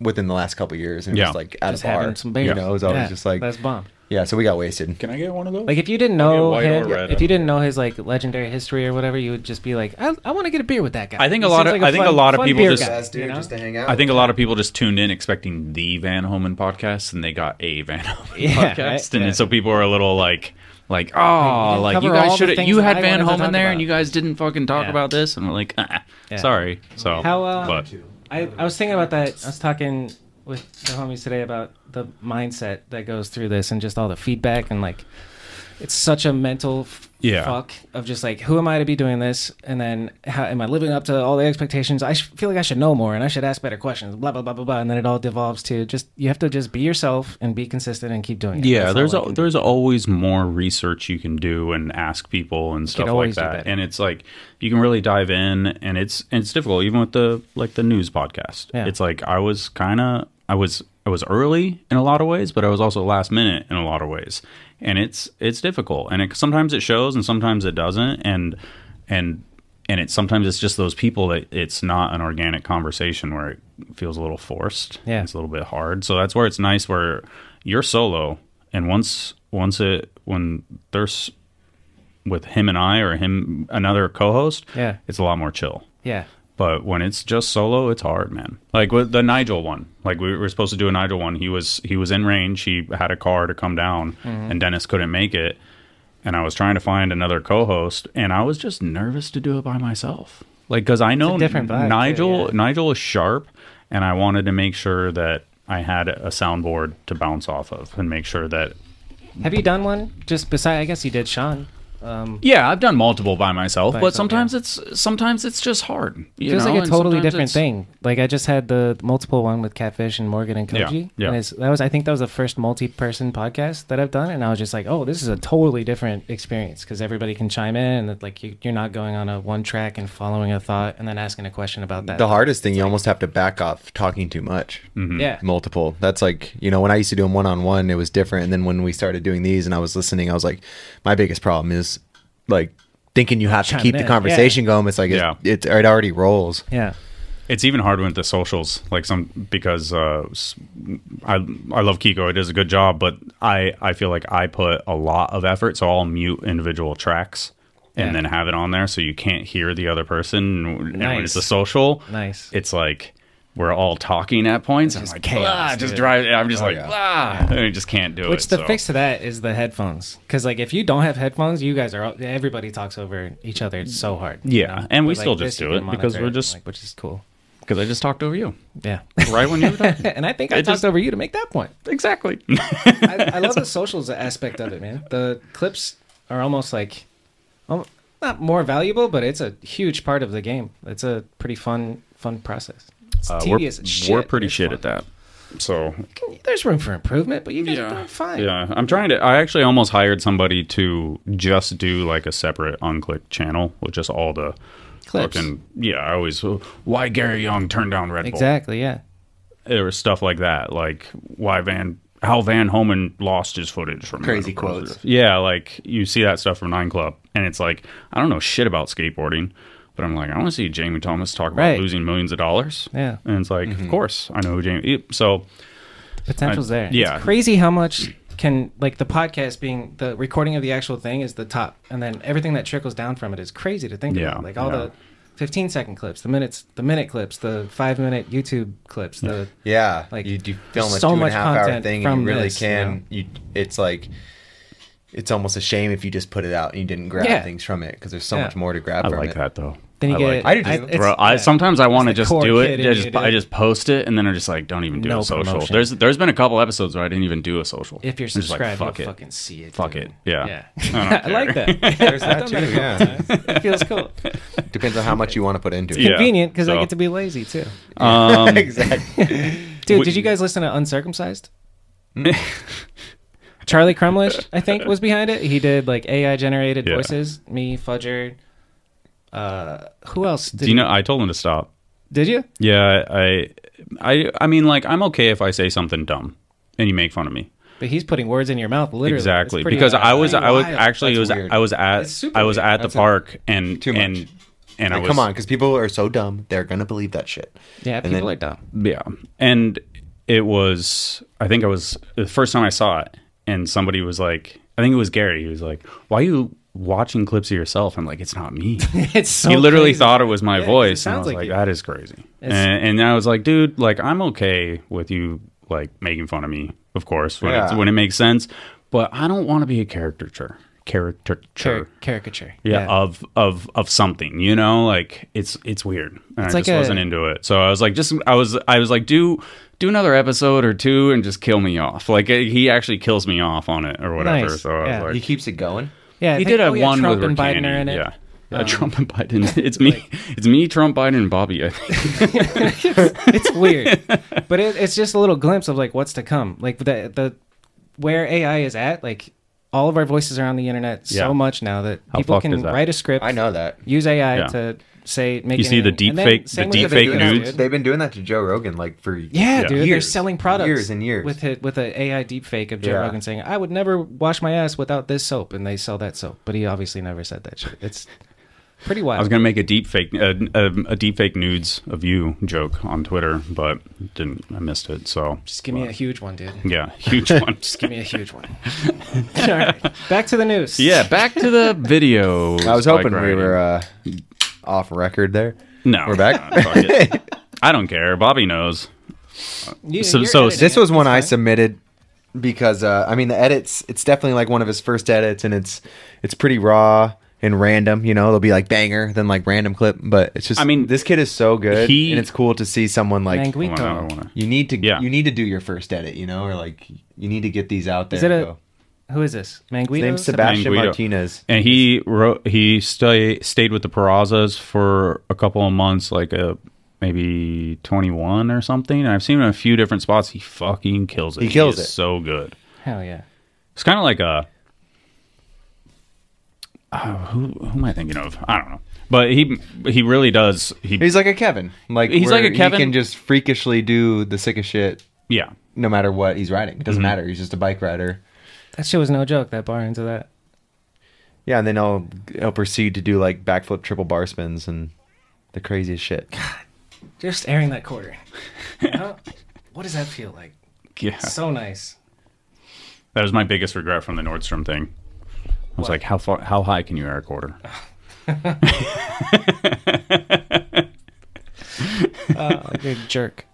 within the last couple years, and it
Yeah.
was like at
Just
a bar.
having some beer.
You know, it was always
Yeah,
just like
that's bomb.
Yeah, so we got wasted.
Can I get one of those?
Like if you didn't
I'll get
know
white
him,
or red.
if you didn't know his like legendary history or whatever, you would just be like, I, I want to get a beer with that guy.
I think a
He
lot of
seems
I
like
think
fun-
a lot of
fun
people
beer
just,
guy, you know?
I think a lot of people just tuned in expecting the Van Homan podcast, and they got a Van Homan
Yeah,
podcast,
right,
and
yeah.
so people are a little like, like, oh,
didn't
like you
cover all
guys
the
should have
things
you
that
had
I
Van
wanted to
Homan
talk
there,
about."
and you guys didn't fucking talk
Yeah.
about this, and we're like, uh-uh.
Yeah.
sorry. So
How? Uh,
but
I I was thinking about that. I was talking with the homies today about the mindset that goes through this and just all the feedback and like it's such a mental f-
Yeah.
fuck of just like who am I to be doing this and then how am I living up to all the expectations? I sh- feel like I should know more and I should ask better questions. Blah blah blah blah blah, and then it all devolves to just you have to just be yourself and be consistent and keep doing it.
Yeah,
That's all
there's
I
al there's always more research you can do and ask people and stuff like
always do
that.
better.
And it's like you can really dive in, and it's and it's difficult even with the like the news podcast.
Yeah.
It's like I was kind of I was I was early in a lot of ways, but I was also last minute in a lot of ways, and it's it's difficult. And it, sometimes it shows, and sometimes it doesn't. And and and it's sometimes it's just those people that it's not an organic conversation where it feels a little forced.
Yeah.
it's a little bit hard. So that's where it's nice where you're solo, and once once it when there's with him and I or him another co-host,
Yeah.
it's a lot more chill.
Yeah.
But when it's just solo, it's hard, man. Like with the Nigel one, like we were supposed to do a Nigel one. He was he was in range. He had a car to come down,
Mm-hmm.
Mhm.
and Dennis couldn't make it. And I was trying to find another co-host, and I was just nervous to do it by myself. Like because I know
a different vibe, too,
Nigel. Nigel is sharp, and I wanted to make sure that I had a soundboard to bounce off of and make sure that
Have you done one? Just beside, I guess you did, Sean. Um,
Yeah, I've done multiple by myself,
By
but
yourself,
sometimes it's sometimes it's just hard. you
feels
know,
like a
and
totally
sometimes
different
it's-
thing. Like I just had the multiple one with Catfish and Morgan and
Yeah,
Koji.
yeah.
And it's, that was I think that was the first multi-person podcast that I've done, and I was just like, oh, this is a totally different experience because everybody can chime in, and like you, you're not going on a one track and following a thought and then asking a question about that.
the hardest thing you almost have to back off talking too much
Mm-hmm.
Mhm. Yeah.
multiple that's like you know when i used to do them one-on-one it was different and then when we started doing these and i was listening i was like my biggest problem is like thinking you have to
Chime
keep
in,
the conversation going it's like it-
Yeah.
it, it already rolls
Yeah.
It's even hard with the socials, like some because uh, s- I I love Kiko. It does a good job, but I I feel like I put a lot of effort, so I'll mute individual tracks and
Yeah.
then have it on there, so you can't hear the other person. And when
Nice.
it's a social,
nice.
It's like we're all talking at points. and I'm like, "Ah," just drive. I'm just like, ah, I just can't do it.
Which the
so.
fix to that is the headphones, because like if you don't have headphones, you guys are all, everybody talks over each other. It's so hard. you
Yeah,
know?
and we
But, like,
still
this
just
you
do
can
it because
monitor
we're just
which is cool.
Because I just talked over you.
Yeah,
right when you were talking,
and I think I
It just-
talked over you to make that point.
Exactly.
I, I love the socials aspect of it, man. The clips are almost like, um, not more valuable, but it's a huge part of the game. It's a pretty fun, fun process. It's
Uh, we're,
tedious as shit.
we're pretty shit at that. So
There's room for improvement, but you guys are doing fine.
yeah, I'm trying to. I actually almost hired somebody to just do like a separate unclick channel with just all the
Clips.
fucking- yeah, I always why Gary Young turned down Red Bull.
Exactly. Yeah.
There was stuff like that, like why Van how Van Homan lost his footage from
Crazy
Red Bull.
quotes.
Yeah, like you see that stuff from Nine Club, and it's like I don't know shit about skateboarding. But I'm like, I want to see Jamie Thomas talk about
Right.
losing millions of dollars.
Yeah. Mm-hmm.
and it's like, of course, I know who Jamie. So
potential's
I-
there.
yeah.
it's crazy how much can like the podcast being the recording of the actual thing is the top, and then everything that trickles down from it is crazy to think
Yeah,
about. Like all
yeah.
the fifteen second clips, the minutes, the minute clips, the five minute YouTube clips. The
Yeah,
like
you do film a
there's
two and a half hour
content
thing, and you really
this, you know?
can. You, it's like it's almost a shame if you just put it out and you didn't grab
Yeah.
things from it because there's so
Yeah.
much more to grab.
I
from
like
it.
that though.
Then you
I
get.
like it. Bro, I, sometimes I want to just do it. I just I just post it, and then I'm just like, don't even do
No
a social.
promotion.
There's there's been a couple episodes where I didn't even do a social.
If you're
I'm just like,
subscribed,
fuck
you'll
it.
fucking see it,
Fuck
dude.
it. Yeah.
Yeah.
I, don't
I like
care.
that. There's that too, yeah. It feels cool.
Depends on how much you want to put into
It's
it.
convenient because I
So-
get to be lazy too.
Um, Exactly.
Dude,
We-
did you guys listen to Uncircumcised? Charlie Crumlish, I think, was behind it. He did like AI generated
Yeah.
voices. Me, Fudger. Uh, who else? Did
Do you know? I told him to stop.
Did you?
Yeah. I I I mean, like, I'm okay if I say something dumb, and you make fun of me.
But he's putting words in your mouth, literally. It's
exactly
pretty
because I was
wild.
I was actually
That's
was
weird.
I was
It's
at
super
I was
weird.
at the
That's a-
park and
too much.
and and I
Like,
was
come on, because people are so dumb, they're gonna believe that shit.
Yeah,
And
people
then-
are dumb.
Yeah. And it was, I think I was the first time I saw it, and somebody was like, I think it was Gary. He was like, Why are you watching clips of yourself? I'm like, It's not me.
it's so
He literally
crazy.
thought it was my
Yeah, 'cause it
voice. And I
sounds
was
like
like,
you.
That is crazy. And,
It's-
and I was like, Dude, like, I'm okay with you, like, making fun of me, of course, when, it's,
Yeah.
when it makes sense, but I don't want to be a caricature. Caricature.
caricature.
Yeah, uh,
Yeah.
of of of something, you know, like it's it's weird. And
It's
I
like
just
a-
wasn't into it. So I was like, just I was I was like, do do another episode or two and just kill me off. Like eh, he actually kills me off on it or whatever.
Nice,
So I was
yeah.
like,
He
keeps it going.
Yeah, I
he
think-
did have
oh, yeah,
one
Trump
with
and Biden
Rakani,
are in it. Um,
Yeah. Yeah, Trump and Biden. It's me. it's me, Trump, Biden, and Bobby. I think.
it's weird, but it, it's just a little glimpse of like what's to come. Like the the where AI is at. Like all of our voices are on the internet so
Yeah.
much now that
How
people
fucked
can
is that?
write a script. I
know that.
Use AI
Yeah.
to say make.
You see the
anything. And
deep
then
fake-
same
the
with
deep fake
videos, dude.
Dude, They've been doing that to Joe Rogan like for
Yeah, dude, they're
years.
selling products
years and years.
with it with an AI deepfake of Joe
Yeah.
Rogan saying, "I would never wash my ass without this soap," and they sell that soap, but he obviously never said that shit. It's pretty wild.
I was gonna make a deep fake a, a, a deep fake nudes of you joke on Twitter, but didn't. I missed it. So
Just give me a huge one, dude.
Yeah, huge one.
Just give me a huge one. All right, back to the news.
Yeah, back to the video.
I was hoping
bike
we
riding.
were uh, off record there.
No,
we're back.
no, fuck it. I don't care. Bobby knows. so, so
this was one I submitted because uh, I mean the edits. It's definitely like one of his first edits, and it's it's pretty raw and random. You know, it'll be like banger, then like random clip, but it's just. I mean, this kid is so good,
he-
and it's cool to see someone like
Manguico. Hold on, I wanna-
you need to you need to do your first edit. You know, or like you need to get these out there.
Is it
and
a
go.
who is this? Manguido.
name's Sebastian
Manguido.
Martinez.
and he wrote. He stay, stayed with the Perazzas for a couple of months, like a maybe twenty one or something. And I've seen him in a few different spots. He fucking kills it.
He kills
is
it.
So good.
Hell yeah.
It's kind of like a. Oh, who, who am I thinking of? I don't know, but he he really does. He,
He's like a Kevin. Like
he's
where
like a Kevin.
He can just freakishly do the sickest shit.
Yeah.
No matter what he's riding, it doesn't
Mhm.
matter. He's just a bike rider.
That shit was no joke. That bar into that.
Yeah, and then I'll I'll proceed to do like backflip triple bar spins and the craziest shit.
Just airing that quarter. How- what does that feel like?
Yeah.
So nice.
That was my biggest regret from the Nordstrom thing. I was like, how far, how high can you air a quarter?
Uh, like a jerk.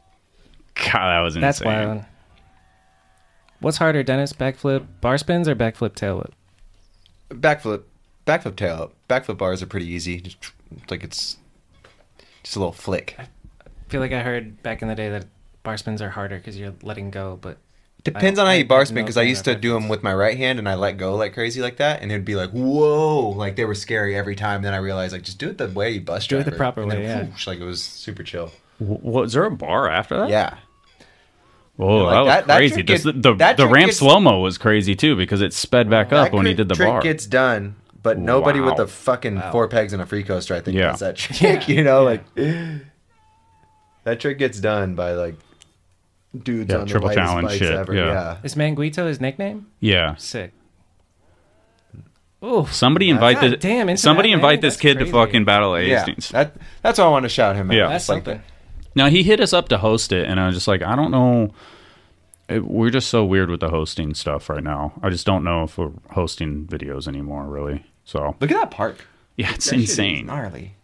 God, that was insane.
That's wild. What's harder, Dennis? Backflip bar spins or backflip tail whip?
Backflip, backflip tail up. Backflip bars are pretty easy. Just, it's like it's just a little flick.
I feel like I heard back in the day that bar spins are harder because you're letting go, but
Depends on how you bar spin because I used to do
them
them with my right hand and I let go like crazy like that and it'd be like whoa like they were scary every time. Then I realized like just do it the way you bus
Do it
driver.
the proper
And then
way, yeah.
whoosh, like it was super chill.
W- Was there a bar after that?
Yeah.
Whoa,
Like,
that was
that- that
crazy.
trick
Just
gets-
the the,
that
the
trick
ramp
gets-
slow mo was crazy too because it sped back up when he did the
trick
bar.
gets done, but nobody
Wow.
with the fucking four pegs and a free coaster, I think,
Yeah.
does that trick. You know, like that trick gets done by like dudes
Yeah,
on
triple
the lightest
challenge
bikes
shit,
ever.
yeah.
Yeah.
Is Manguito his nickname?
Yeah.
Sick. Oh,
Somebody invite
God
this.
damn, into
somebody
that, man.
invite this
That's
kid
crazy.
to fucking battle a
Yeah,
Hastings.
that, that's why I want to shout him out.
Yeah.
That's
That's
like
something.
Now he hit us up to host it, and I was just like, I don't know. It- we're just so weird with the hosting stuff right now. I just don't know if we're hosting videos anymore, really. So
look at that park.
Yeah, it's
That shit is
insane.
gnarly.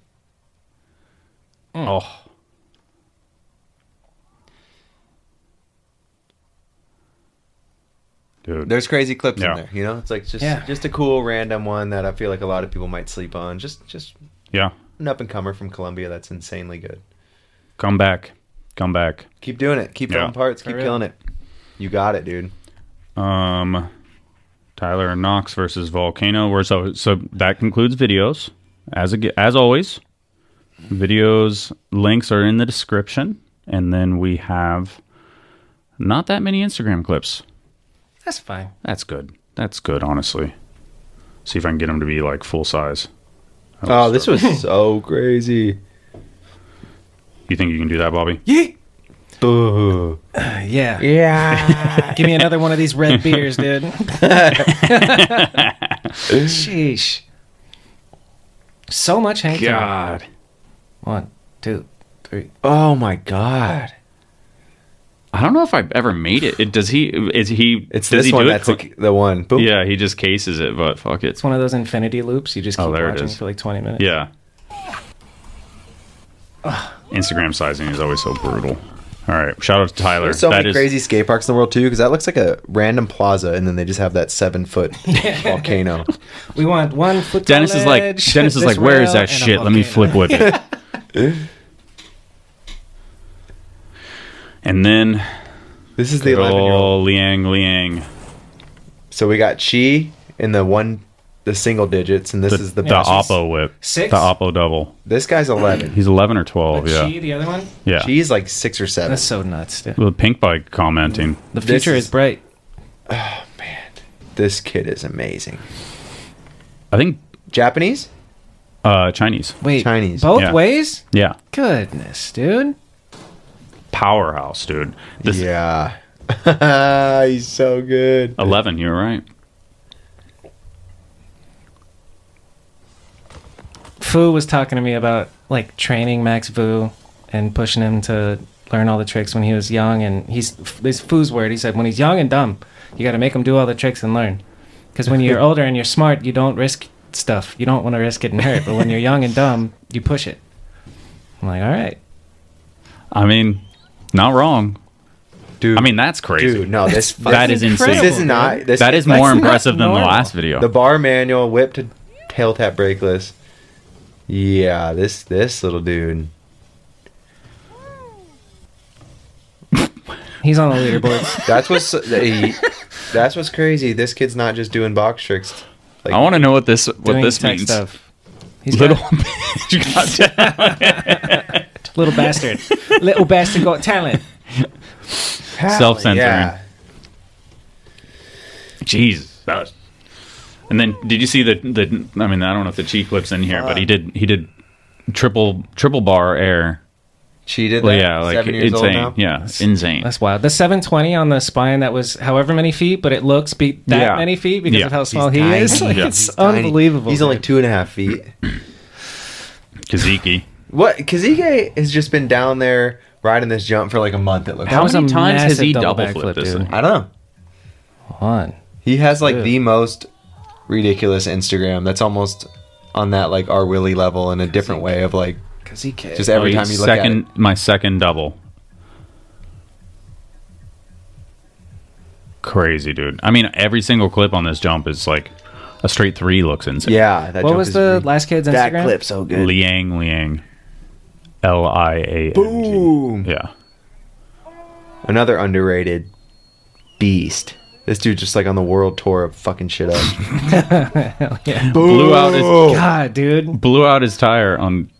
Oh, Dude.
There's crazy clips
Yeah.
in there. You know, it's like just
Yeah.
just a cool random one that I feel like a lot of people might sleep on. Just just
yeah.
an up and comer from Colombia that's insanely good.
Come back. Come back.
Keep doing it. Keep throwing
Yeah.
parts. Keep
For real.
killing it. You got it, dude.
Um, Tyler Knox versus Volcano. We're so so that concludes videos. As a, as always, videos links are in the description, and then we have not that many Instagram clips.
That's fine.
That's good. That's good, honestly. See if I can get them to be like full size.
Oh, this was so crazy.
You think you can do that, Bobby?
Yeet.
Boo.
Uh, yeah.
Yeah.
Give me another one of these red beers, dude. Sheesh. So much Hank.
God.
One, two, three.
Oh my God.
I don't know if I've ever made it. it does he? Is he?
It's
does
this
he
one.
do
That's
it?
the, the one. Boom.
yeah, he just cases it, but fuck it.
It's one of those infinity loops. You just keep
Oh, there it
watching
is.
for like 20 minutes.
Yeah. Instagram sizing is always so brutal. All right, shout out to Tyler.
There's so
That
many
is-
crazy skate parks in the world too, because that looks like a random plaza, and then they just have that seven foot volcano.
We want one foot.
Dennis is like
ledge,
Dennis is
this
like, where is
rail,
that
and a
shit? Let me
volcano."
flip whip it. and then
this is the 11-year-old.
old Liang Liang.
So we got Chi in the one, the single digits, and this
the,
is the
the
best.
oppo whip.
Six?
The oppo double.
This guy's eleven.
He's eleven or twelve.
But
yeah.
she, the other one?
yeah.
Chi's like six or seven.
That's so nuts. dude.
With pink bike commenting.
The future is, bright.
This kid is amazing.
I think
Japanese,
uh, Chinese.
Wait,
Chinese.
both
Yeah.
ways?
Yeah.
Goodness, dude.
Powerhouse, dude. This
yeah. He's so good.
eleven. You're right.
Fu was talking to me about like training Max Vu and pushing him to learn all the tricks when he was young. And he's this Fu's word. He said when he's young and dumb, you got to make him do all the tricks and learn. Because when you're older and you're smart, you don't risk stuff. You don't want to risk getting hurt. But when you're young and dumb, you push it. I'm like, all right.
I mean, not wrong.
Dude.
I mean, that's crazy.
Dude, no, this
That is insane.
This is not. This
that is
like-
more impressive than the
normal.
last video.
The bar manual, whip to tail tap brakeless. Yeah, this this little dude.
He's on the leaderboards.
That's what's he, that's what's crazy. This kid's not just doing box tricks. Like,
I want to know what this what
doing
this
tech
means.
Stuff. He's
Little
little,
bitch got down.
little bastard. little bastard got talent.
self-censoring.
Yeah.
Jeez, that was. And then, did you see the the? I mean, I don't know if the cheek clips in here,
Uh.
but he did he did triple triple bar air.
Cheated.
Well,
That
yeah, like
seven years old
insane.
now.
Yeah, it's insane.
That's wild. The 720 on the spine that was however many feet, but it looks be that
Yeah.
many feet because
Yeah.
of how
He's
small he
tiny.
is. Like,
Yeah.
It's
He's tiny.
unbelievable.
He's only
dude.
two and a half feet.
Kaziki.
What? Kazige has just been down there riding this jump for like a month. It looks.
That
like.
was a
many times has
massive
he
double
double flipped
backflip,
this
dude.
thing?
I don't know.
One.
He has like
Dude.
the most ridiculous Instagram. That's almost on that like our Willie level in a different way of like
Because he can.
just every
Oh,
time
he's
you look
second,
at
my second double. Crazy, dude. I mean, every single clip on this jump is like a straight three. Looks
it.
insane.
Yeah. That
what
jump
was
is
the
re-
last kid's Instagram?
that clip? So good.
Liang Liang. L I A N G.
Boom.
Yeah.
Another underrated beast. This dude just like on the world tour of fucking shit up.
Yeah.
Blew out his
God, dude.
blew out his tire on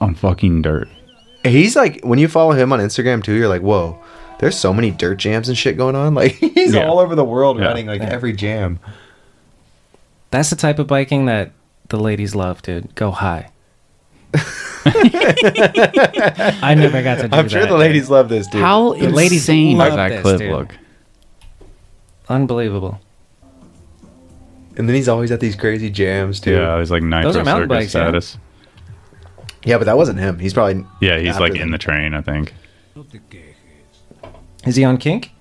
on fucking dirt.
He's like when you follow him on Instagram too, you're like, whoa, there's so many dirt jams and shit going on. Like he's
Yeah.
all over the world
Yeah.
running like every jam.
That's the type of biking that the ladies love, dude. Go high. I never got to do
I'm sure
that,
the
dude.
ladies love this dude.
the ladies
does
love
that
this,
clip
dude.
look?
Unbelievable.
And then he's always at these crazy jams too.
Yeah, he's like nitro
Those are mountain
circus
bikes, yeah.
status.
Yeah, but that wasn't him. He's probably
Yeah, he's
after
like
them.
in the train, I think.
Is he on kink?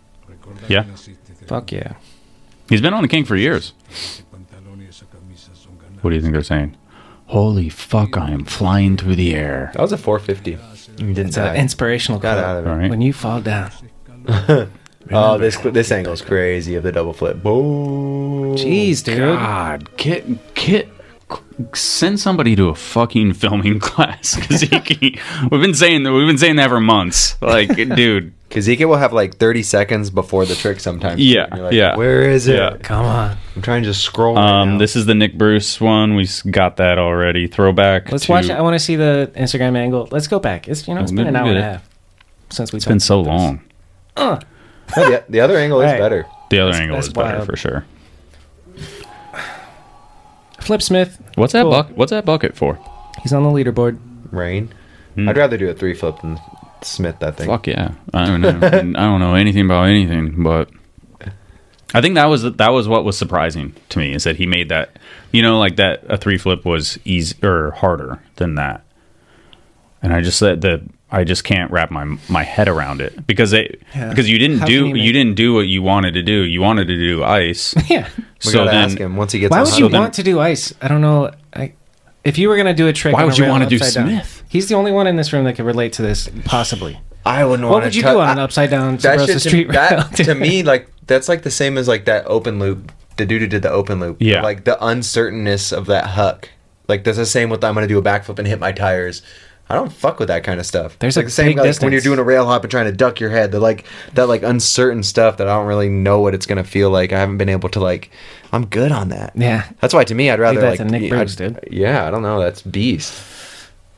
Yeah,
Fuck yeah.
he's been on the king for years. What do you think they're saying? Holy fuck! I am flying through the air.
That was a 450. He didn't
It's an
die.
inspirational
Got
clip.
out of it.
All right.
When you fall down.
Oh, this this Oh, angle's crazy of the double flip. Boom.
Jeez, dude.
God, kit kit send somebody to a fucking filming class, Kaziki. we've been saying that. We've been saying that for months. Like, dude,
Kazika will have like 30 seconds before the trick sometimes.
Yeah,
You're like,
yeah.
Where is it?
Yeah.
Come on.
I'm trying to scroll.
um, this is the Nick Bruce one. We s- got that already. Throwback.
Let's
to-
watch. it. I want to see the Instagram angle. Let's go back. It's you know
Let's
it's been an
move
hour and a
it.
half since we.
It's been so long.
Uh,
No, the, the other angle is
Right.
better.
The other
That's-
angle
that's
is better
wild.
for sure.
Flip Smith.
What's that
Cool.
bucket? What's that bucket for?
He's on the leaderboard.
Rain. I'd rather do a three flip than Smith that thing.
Hmm. Fuck yeah! I don't know. I don't know anything about anything, but I think that was that was what was surprising to me is that he made that. You know, like that a three flip was easy or harder than that, and I just said that I just can't wrap my my head around it because it
Yeah.
because you didn't
How
do
can you
you,
make-
didn't do what you wanted to do. You wanted to do ice.
Yeah.
We gotta ask him once he gets
Why would
on
you
the-
want to do ice? I don't know. I, if you were gonna do a trick,
Why
on
would
a
you
rail
wanna do
upside down-
Smith?
He's the only one in this room that could relate to this, possibly.
I wouldn't
What
wanna
would you
tou-
do on an
I-
upside down
That
Sabrosa
shit to,
Street
that,
rail?
to me, like, that's like the same as like that open loop. The dude who did the open loop.
Yeah.
Like the uncertainness of that huck. Like, that's the same with I'm going to do a backflip and hit my tires. I don't fuck with that kind of stuff.
There's
like
a
the same
big
like, when you're
distance.
doing a rail hop and trying to duck your head. The like that like uncertain stuff that I don't really know what it's gonna feel like. I haven't been able to like. I'm good on that.
Yeah.
That's why to me I'd rather
that's
like
a Nick
I'd-
Bruce, dude.
Yeah, I don't know. That's beast.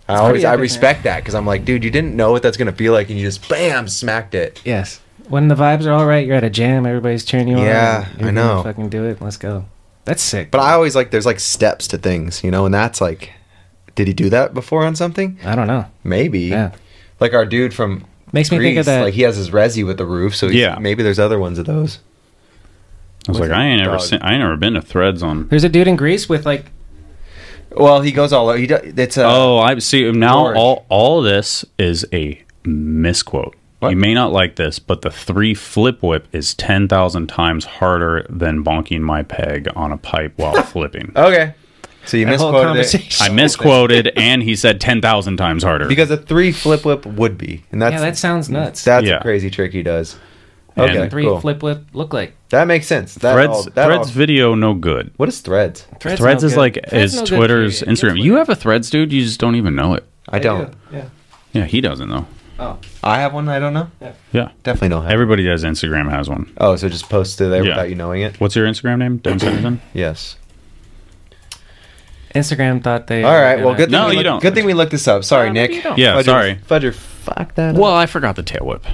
I
It's
always
pretty
I
epic,
respect that because I'm like, dude, you didn't know what that's gonna feel like, and you just bam smacked it.
Yes. When the vibes are all right, you're at a jam. Everybody's cheering you on.
Yeah,
you're
I
gonna
know.
Fucking do it. Let's go. That's sick.
But I always like there's like steps to things, you know, and that's like, did he do that before on something?
I don't know.
Maybe.
Yeah.
Like our dude from
Makes me think
Greece,
of that-
Like he has his resi with the roof, so yeah. Maybe there's other ones of those.
I was like, I ain't ever
Dog.
seen, I ain't ever been to Threads on.
There's a dude in Greece with like
Well, he goes all over. He do, it's a
oh, I see. Now
George.
all all this is a misquote. You may not like this, but the three flip whip is ten thousand times harder than bonking my peg on a pipe while flipping.
Okay. So you
That whole
misquoted it.
conversation.
I misquoted, and he said ten thousand times harder.
Because a three flip whip would be. And that's Mm,
yeah, that sounds nuts.
That's
Yeah.
a crazy trick he does.
And
Okay.
three
cool.
flip whip look like
That makes sense. That
threads
all- that
threads
all-
video no good.
what is threads?
Threads
Threads,
no
is
good.
like
Threads
is
no good,
Twitter's
period.
Instagram. You have a Threads dude, you just don't even know it.
I don't.
Yeah.
Yeah, he doesn't though.
Oh.
I have one I don't know.
Yeah,
Definitely don't have.
everybody that has Instagram has one.
Oh, so just post it there
Yeah.
without you knowing it?
What's your Instagram name? Don't say anything.
Yes.
Instagram thought they.
All
were
right. Well,
gonna-
good thing
No,
we
you
looked-
don't.
Good thing we looked this up. Sorry, Nick.
you don't.
Yeah,
Fudger-
sorry.
Fudger, fuck that. up.
Well, I forgot the tail whip.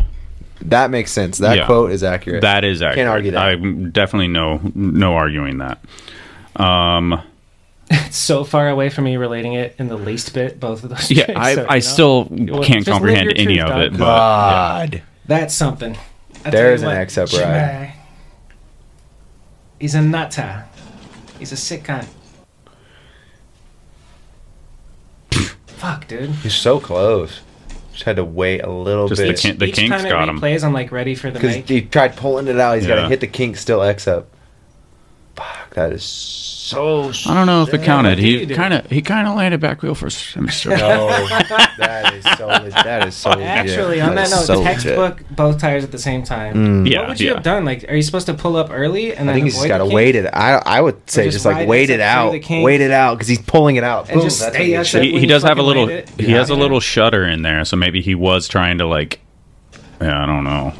that makes sense. That
Yeah.
quote is accurate.
That is accurate.
Can't argue that.
I definitely no no arguing that. Um,
It's so far away from me relating it in the least bit. Both of those.
yeah,
tricks,
I,
so, you
I
know.
still
Well,
can't
just live
comprehend
your
any
truth,
of
dog.
it. But yeah.
God.
That's something. I
There
tell
is
you
an
what,
ex up
Jimmy,
ride.
He's a nutter. He's a sick cunt. Fuck, dude.
He's so close. Just had to wait a little
Just
bit.
the kin- the
Oh, Each
kinks
time
got
it
him.
replays, I'm like ready for the
Because
make.
he tried pulling it out. He's got
Yeah.
to hit the kink, still X up. Fuck, that is so.
I don't know if it
sick.
counted.
did
He
you do?
kind of he kind of landed back wheel for a semester.
No, that is so. le- That is so. legit.
Actually, on that,
is
note,
so legit.
textbook both tires at the same time.
Mm.
Yeah,
what would you
yeah.
have done? Like, are you supposed to pull up early and
I
then
think he's just
avoid
got to
the kink?
wait it. I I would say
just
just
ride
like
it
wait
through
it out,
the kink.
wait it out, because he's pulling it out.
And just
that's
stay
what you
at
should-
that-
he,
when
he
you
does have a
fucking
little
land it,
he
yeah.
has a little shutter in there, so maybe he was trying to like yeah, I don't know.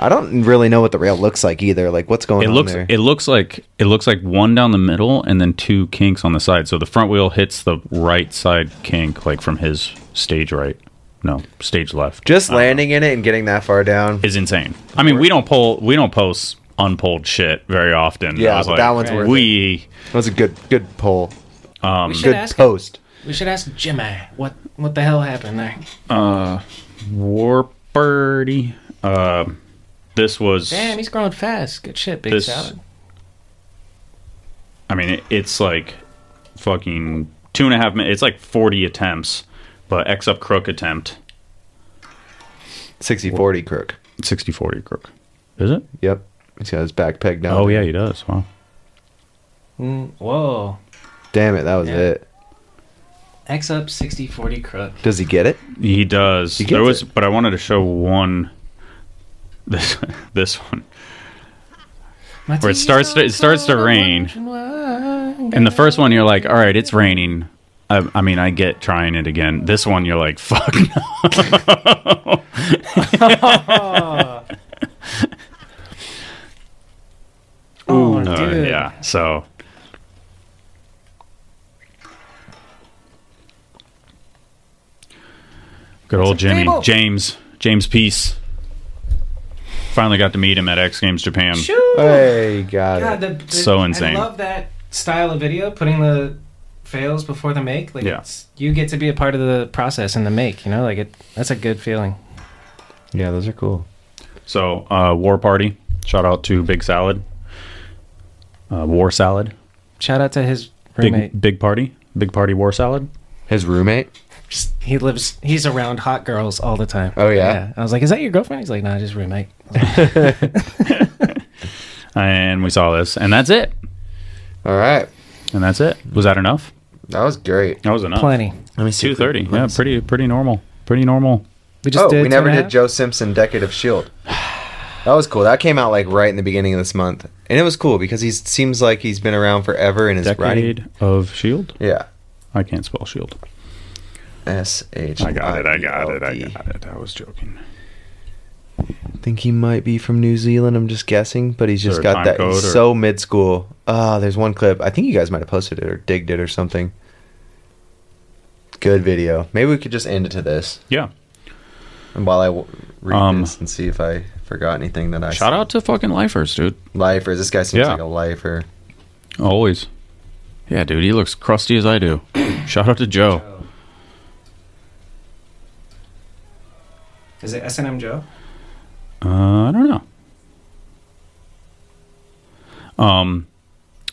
I don't really know what the rail looks like either. Like what's going
It
on
looks
there?
it looks like it looks like one down the middle and then two kinks on the side. So the front wheel hits the right side kink like from his stage right. No, stage left.
just landing in it and getting that far down.
is insane. I mean, we don't pull we don't post unpulled shit very often.
Yeah,
I was
but that one's worth
we
That was a good good pull,
um
We should
good
ask him.
post.
We should ask Jimmy what what the hell happened there.
uh warperty uh this was
Damn, he's growing fast. Good shit, big
This-
salad.
I mean, it, it's like fucking two and a half minutes. It's like 40 attempts, but X up crook attempt.
60 40 crook.
60 40 crook. Is it?
Yep. He's got his back pegged down.
Oh, yeah, he does. Wow.
Mm,
Oh.
whoa,
Damn it, that was
Yeah.
it.
X up 60 40 crook.
Does he get it?
He does.
He gets
there was,
it.
but I wanted to show one. This this one where it starts to, it starts to rain, In the first one, you're like, all right, it's raining. I, I mean, I get trying it again. This one, you're like, fuck no.
Oh,
Uh,
dude.
yeah. So good old Jimmy
Fable.
James James Peace. Finally got to meet him at X Games Japan.
Shoo!
Mm. Hey, got
God, the, the-
So insane.
I love that style of video, putting the fails before the make. Like
Yeah.
it's, you get to be a part of the process and the make. You know, like it. That's a good feeling.
Yeah, those are cool.
So, uh, War Party. Shout out to Big Salad. Uh, War Salad.
Shout out to his roommate.
Big, big Party. Big Party War Salad.
His roommate?
He lives. He's around hot girls all the time.
Oh, yeah?
I was like, "Is that your girlfriend?" He's like, "No, nah, just roommate."
And we saw this. And that's it.
All right.
And that's it. Was that enough?
That was great.
That was enough.
Plenty.
Let me see.
Two thirty. Yeah, pretty pretty normal. Pretty normal.
We just
oh,
did
we
two
never
and a
did
half.
Joe Simpson Decade of Shield. That was cool. That came out like right in the beginning of this month, and it was cool because he seems like he's been around forever in his
Decade
writing.
of Shield.
Yeah.
E I E can't spell Shield.
S H. E
I got it. I got it. I got it. I was joking.
I think he might be from New Zealand. I'm just guessing, but he's
Is
just
there a
got
time
that.
code
He's
or-
so mid school. Ah, there's one clip. I think you guys might have posted it or digged it or something. Good video. Maybe we could just end it to this.
Yeah.
And while I w- read
Um,
this and see if I forgot anything that I
Shout out to fucking lifers, dude.
Lifers. This guy seems
Yeah.
like a lifer.
Always. Yeah, dude. He looks crusty as I do. Shout out to Joe.
Oh. Is it S and M Joe?
Uh, I don't know. Um,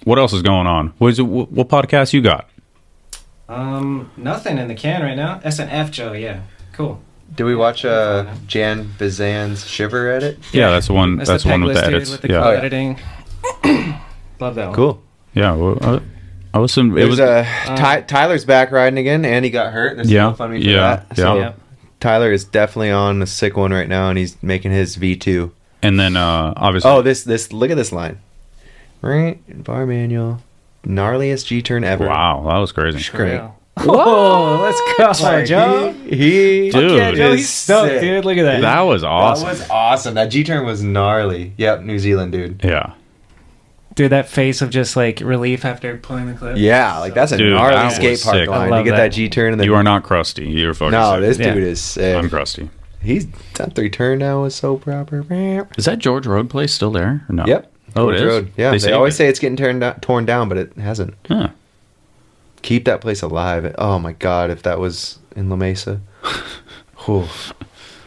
what else is going on? What is it? What, what podcast you got?
Um, nothing in the can right now. S and F Joe. Yeah, cool.
Did we watch uh, Jan Bizan's Shiver edit?
Yeah, that's the one. That's,
the
the one
peg
with the
list, dude,
edits.
with the
yeah.
cool editing. Love that one.
Cool.
Yeah. Well, I, I listened.
It was uh, Ty- Tyler's back riding again, and he got hurt. There's
Yeah,
no fun me for
yeah,
that. So
yeah.
Tyler is definitely on a sick one right now, and he's making his V two.
and then uh, obviously.
Oh, this this look at this line, right? Bar manual, gnarliest G turn ever.
Wow, that was crazy.
great. Oh,
Whoa, let's go,
Like,
Joe.
He, he
Dude. Yeah, Joe,
is
he's stoked,
sick.
dude. Look at that.
That was awesome.
That was awesome. That G turn was gnarly. Yep, New Zealand dude.
yeah.
Dude, that face of just like relief after playing the clip.
Yeah, like that's a
Dude,
gnarly
that was
skate park
sick. I
line. You
love
get that,
that.
G turn, and then
You are not crusty. You're fucking.
no,
sick.
this
Yeah.
dude is sick.
I'm crusty.
He's that three turn down was so proper.
Is that George Road place still there or no?
Yep.
Oh, it
George
is?
Road. Yeah,
They
they,
saved
always
it.
say it's getting torn down, torn down, but it hasn't.
Huh.
Keep that place alive. Oh my God, if that was in La Mesa, Whew.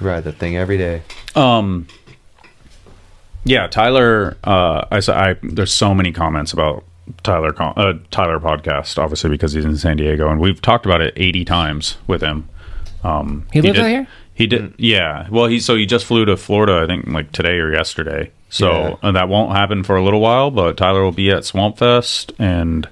ride that thing every day.
Um. Yeah, Tyler. Uh, I saw. I there's so many comments about Tyler. Con- uh, Tyler podcast, obviously because he's in San Diego, and we've talked about it 80 times with him. Um,
He lives
did-
out here?
He did. Yeah. Well, he so he just flew to Florida. I think like today or yesterday. So uh, that won't happen for a little while, but Tyler will be at Swamp Fest and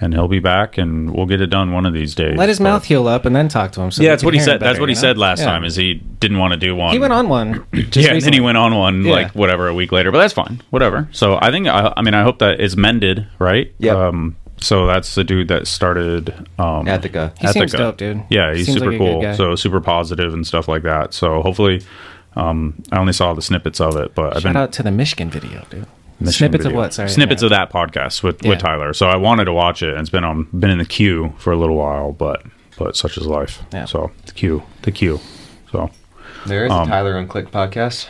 and he'll be back, and we'll get it done one of these days.
Let his
But-
mouth heal up and then talk to him. So
yeah,
we
that's
can
what he
hear him
said. that's
better,
what he
you know?
said last
Yeah.
time. Is he didn't want to do one?
He went on one. Just
yeah, and then he went on one
Yeah.
like whatever a week later, but that's fine, whatever. So I think I, I mean I hope that is mended, right?
Yep.
Um, so that's the dude that started um,
Ethica.
He seems dope, dude.
Yeah, he's
Seems
super
like a good
cool.
guy.
So super positive and stuff like that. So hopefully, um, I only saw the snippets of it, but I've
Shout
been
out to the Michigan video, dude.
Michigan
Snippets
video.
of what? Sorry.
Snippets of that podcast with,
Yeah.
with Tyler. So I wanted to watch it, and it's been on been in the queue for a little while, but but such is life.
Yeah.
So the queue, the queue. So
There is
Um,
a Tyler on Click podcast.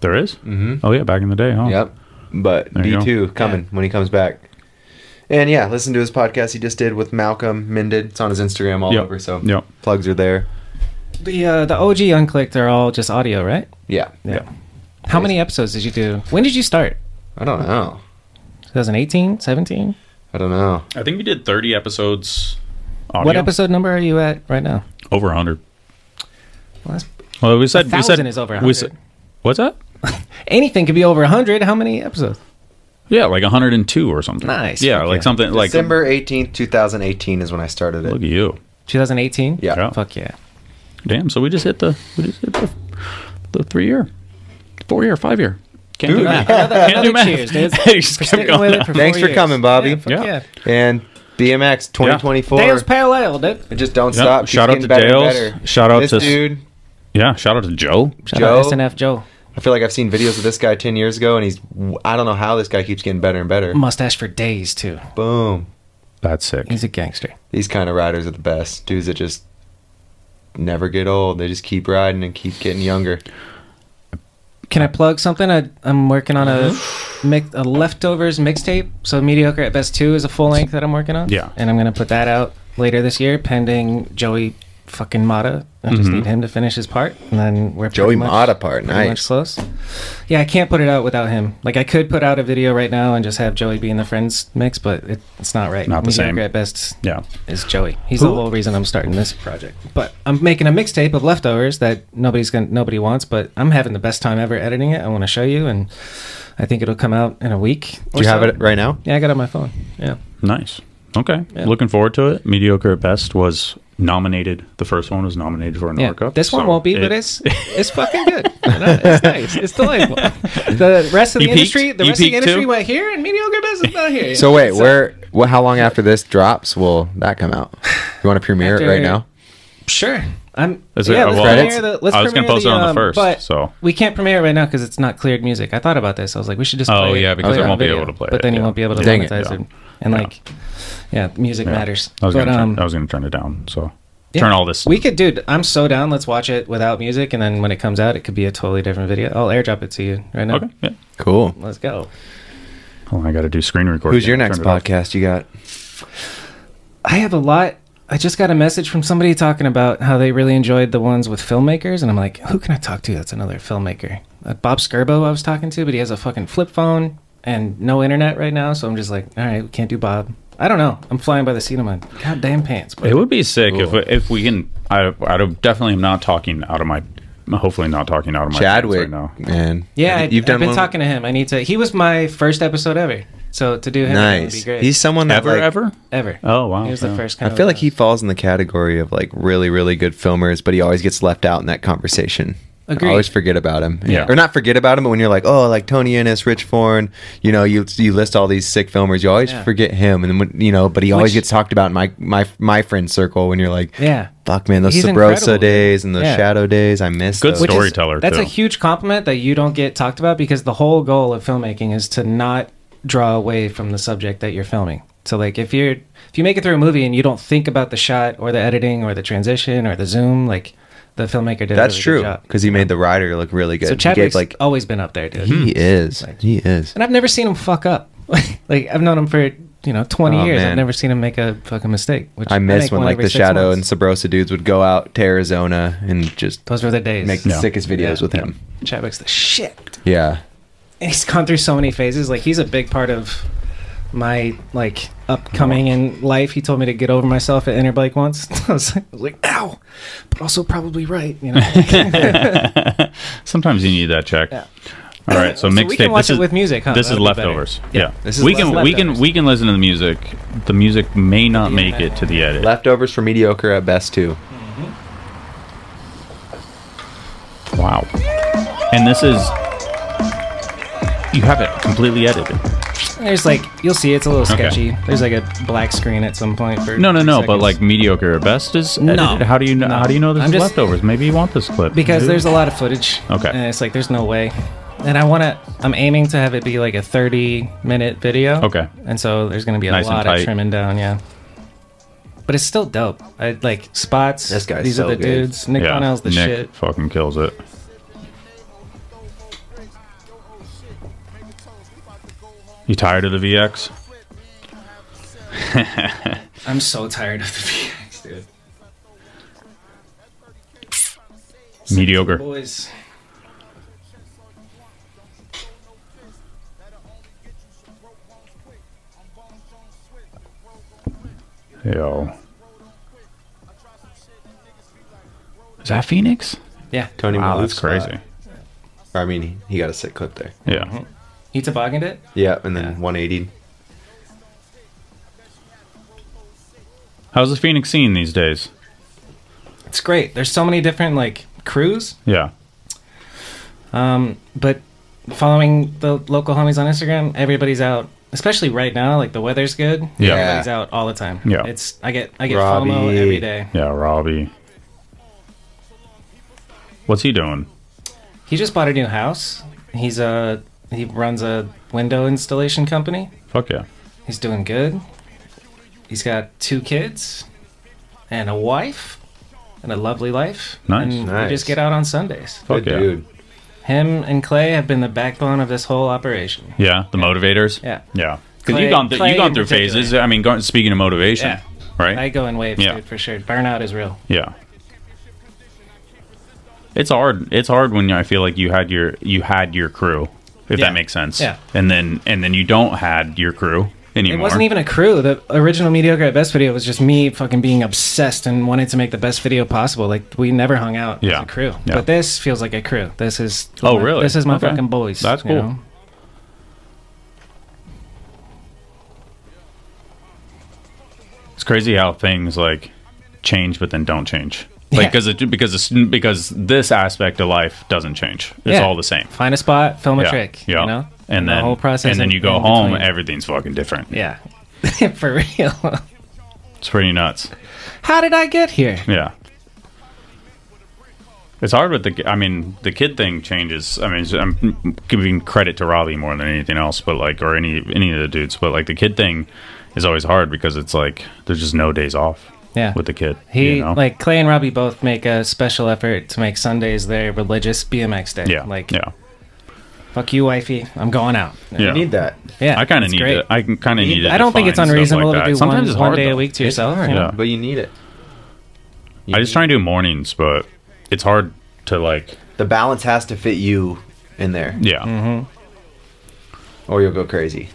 there is?
Mm-hmm.
Mhm.
Oh yeah, back in the day, huh?
Yep, but
There you
D
go.
two coming when he comes back. And yeah, listen to his podcast he just did with Malcolm Mended. It's on his Instagram all
Yep.
over. So
Yep.
plugs are there.
The uh, the OG unclicked are all just audio, right?
Yeah,
Yeah.
How many episodes did you do? When did you start?
I don't know.
2018, 17?
I don't know.
I think we did 30 episodes. Audio.
What episode number are you at right now?
Over 100.
Well, that's-
Well, we said we said
1,000 is over
we said-
100.
what's that?
anything could be over 100. How many episodes?
Yeah, like 102 or something.
Nice.
Yeah,
Fuck
like
yeah.
something like
December eighteenth, two thousand eighteen, is when I started it.
Look at you.
2018?
Yeah.
Yeah.
Fuck yeah.
Damn. So we just hit the we just hit the, the three year, four year, five year. Can't do
Ooh.
math.
Yeah.
Can't do math.
Cheers, dudes.
He just
For
kept
sticking
going
with it
on.
for four Thanks for years. coming, Bobby. Yeah, fuck Yeah. yeah. And DMX 2024.
Dale's Pale Ale, dude.
It just don't
Yep.
stop. Keeps
Shout out
getting
to
better and
Dale's.
better.
Shout out
This
to s-
dude.
Yeah, shout out to Joe.
Joe.
SNF Joe.
I feel like I've seen videos of this guy 10 years ago, and he's. I don't know how this guy keeps getting better and better.
Mustache for days too.
Boom.
That's sick.
He's a gangster.
These kind of riders are the best. Dudes that just never get old. They just keep riding and keep getting younger.
Can I plug something? I, I'm working on a
Mm-hmm.
mix, a leftovers mixtape. So mediocre at best two is a full length that I'm working on.
Yeah.
and I'm gonna put that out later this year, pending Joey fucking Mata. I just
Mhm.
Mm-hmm.
need him to finish his part, and then we're
Joey
pretty much,
Mata part,
pretty much
nice.
close. Yeah, I can't put it out without him. Like I could put out a video right now and just have Joey be in the friends mix, but it, it's not right.
Not the
mediocre
same.
at best.
Yeah.
is Joey. He's
Who-
the whole reason I'm starting this project. But I'm making a mixtape of leftovers that nobody's gonna nobody wants, but I'm having the best time ever editing it. I want to show you, and I think it'll come out in a week.
Do
or
you have
so.
it right now?
Yeah, I got it on my phone. Yeah,
Nice. Okay. Looking forward to it. Mediocre at best was nominated. The first one was nominated for an
yeah.
Orca.
This one
so
won't be,
it-
but it's it's fucking good. You know, it's nice. It's delightful. The rest of the
You peaked?
industry, the
You
rest of the
peaked
industry
too?
went here, and mediocre best is not here.
So wait, where? Well, how long after this drops will that come out? You want to premiere it right
After-
now?
Sure. I'm.
Is it-
yeah,
uh,
let's
well,
premiere the. Let's
I was gonna
premiere
post it on the
um,
first,
but
so.
we can't premiere it right now because it's not cleared music. I thought about this. I was like, we should just.
Oh,
play
yeah, because
play
I
on
won't be
video.
able to play
But
it,
then you
yeah.
won't be able to
Dang it.
monetize
Yeah.
it, and like, yeah, music
yeah.
matters.
I was,
but
gonna turn,
um,
I was gonna turn it down. So
yeah.
turn all this.
We could, dude. I'm so down. Let's watch it without music, and then when it comes out, it could be a totally different video. I'll airdrop it to you right now.
Okay. Yeah.
Cool.
Let's go.
Hold on, I got to do screen recording.
Who's your next podcast you got?
I have a lot. I just got a message from somebody talking about how they really enjoyed the ones with filmmakers, and I'm like, who can I talk to? That's another filmmaker. Uh, Bob Skirbo, I was talking to, but he has a fucking flip phone and no internet right now, so I'm just like, all right, we can't do Bob. I don't know. I'm flying by the seat of my goddamn pants. But
It would be sick if we, if we can. I I don't- definitely am not talking out of my. Hopefully not talking out of my. pants
Chadwick,
right now.
man.
yeah, I,
You've
I've
done
been
one-
talking to him. I need to. He was my first episode ever, so to do him again would be
Nice.
great.
He's someone that, Ever, like- ever?
ever.
Oh,
He was the first. Kind
I
of
feel like he falls in the category of like really, really good filmers, but he always gets left out in that conversation.
Agreed.
I always forget about him.
Yeah.
Or not forget about him, but when you're like, oh, like Tony Innes, Rich Foreign, you know, you you list all these sick filmers, you always
Yeah.
forget him. And then, when, you know, but he always
Which-
gets talked about in my, my, my friend circle when you're like,
Yeah.
fuck, man, those
He's
Sabrosa
incredible.
days and those
Yeah.
Shadow days, I miss
Good
those.
Which is-
storyteller,
that's a huge compliment that you don't get talked about because the whole goal of filmmaking is to not draw away from the subject that you're filming. So like if you're if you make it through a movie and you don't think about the shot or the editing or the transition or the zoom, like the filmmaker did. a
That's
really
true
Good job.
because he made the rider look really good.
So
He gave,
Chadwick's
like
always been up there, dude.
he is, he is.
And I've never seen him fuck up. like I've known him for you know 20
Oh,
years.
man.
I've never seen him make a fucking mistake. Which
I miss
make
when
one
like
every
the
six
Shadow
months.
and Sabrosa dudes would go out to Arizona and just
Those were the days.
make the
Yeah.
sickest videos
Yeah.
with him.
Chadwick's the shit.
Yeah.
and he's gone through so many phases. Like he's a big part of my like upcoming in life. He told me to get over myself at Interbike once. I was like, I was like, ow, but also probably right. You know.
Sometimes you need that check. All right, so,
So we
mixtape.
can watch
this
it
is-
with music, huh?
This is
That'd be better.
leftovers.
Yeah.
Yeah,
This is
we can
leftovers.
we can we can listen to the music. The music may not make it to the edit.
Leftovers for mediocre at best too.
Wow, and this is you have it completely edited.
There's like you'll see it's a little
Okay.
sketchy. There's like a black screen at some point. For
No, no,
three
no. But
seconds.
like mediocre at best is
No.
edited. How do you know? How do you know this
I'm
is
just-
leftovers? Maybe you want this clip
because
dude.
there's a lot of footage.
Okay.
And it's like there's no way. And I want to. I'm aiming to have it be like a 30 minute video.
Okay.
And so there's going to be a
Nice and
lot of
tight.
trimming down. Yeah. But it's still dope. I like spots.
This guy's
These
so
are the
good.
dudes. Nick
Yeah,
Connell's the
Nick
shit.
Fucking kills it. You tired of the VX?
I'm so tired of the VX, dude.
Mediocre.
Boys.
Yo. Is that Phoenix?
Yeah.
Tony
Wow, that's
Malu's
crazy.
uh, I mean, he, he got a sick clip there.
Yeah.
He tobogganed it.
Yeah, and then 180.
How's the Phoenix scene these days?
It's great. There's so many different like crews.
Yeah.
Um, but following the local homies on Instagram, everybody's out. Especially right now, like the weather's good.
Yeah.
everybody's out all the time.
Yeah.
it's I get I get FOMO every day.
Yeah, Robbie. What's he doing?
He just bought a new house. He's a he runs a window installation company.
Fuck yeah.
He's doing good. He's got two kids and a wife and a lovely life.
Nice.
And
Nice.
we just get out on Sundays.
Fuck yeah.
Him and Clay have been the backbone of this whole operation.
Yeah, the motivators.
Yeah.
Yeah. Because
Clay-
you've gone, th-
Clay
you've gone
in
through
particular.
phases. I mean, going, speaking of motivation,
Yeah.
right?
I go in waves,
Yeah.
dude, for sure. Burnout is real.
Yeah. It's hard. It's hard when I feel like you had your you had your crew, if
Yeah.
that makes sense.
Yeah.
And then and then you don't had your crew anymore.
It wasn't even a crew. The original mediocre at best video was just me fucking being obsessed and wanting to make the best video possible. Like we never hung out
Yeah.
as a crew,
Yeah.
but this feels like a crew. This is
Oh, really?
This is my
Okay.
fucking boys.
That's
you
cool.
know?
It's crazy how things like change, but then don't change. Like
Yeah.
because it because it's, because this aspect of life doesn't change. It's
Yeah.
all the same.
Find a spot, film a
yeah.
trick.
Yeah.
you know,
And
the
then
whole process.
And then
in-
you go
in
home.
between.
Everything's fucking different.
yeah, for real.
It's pretty nuts.
How did I get here?
Yeah. It's hard with the. ki- I mean, the kid thing changes. I mean, it's- I'm giving credit to Robbie more than anything else, but like, or any any of the dudes, but like the kid thing is always hard because it's like there's just no days off.
Yeah.
With the kid,
He
you know?
like Clay and Robbie both make a special effort to make Sundays their religious BMX day.
Yeah,
like
yeah.
Fuck you, wifey. I'm going out.
Yeah. You need that.
Yeah,
I kind of
it's
need
great.
it. I kind of need it.
I don't
to
think it's
find stuff like
unreasonable to
that.
do
Sometimes
one,
it's
one
hard,
day
though.
a week to yourself. you know?
Yeah.
But you need it.
I just try and do mornings, but it's hard to like.
The balance has to fit you in there.
Yeah.
Mm-hmm.
Or you'll go crazy.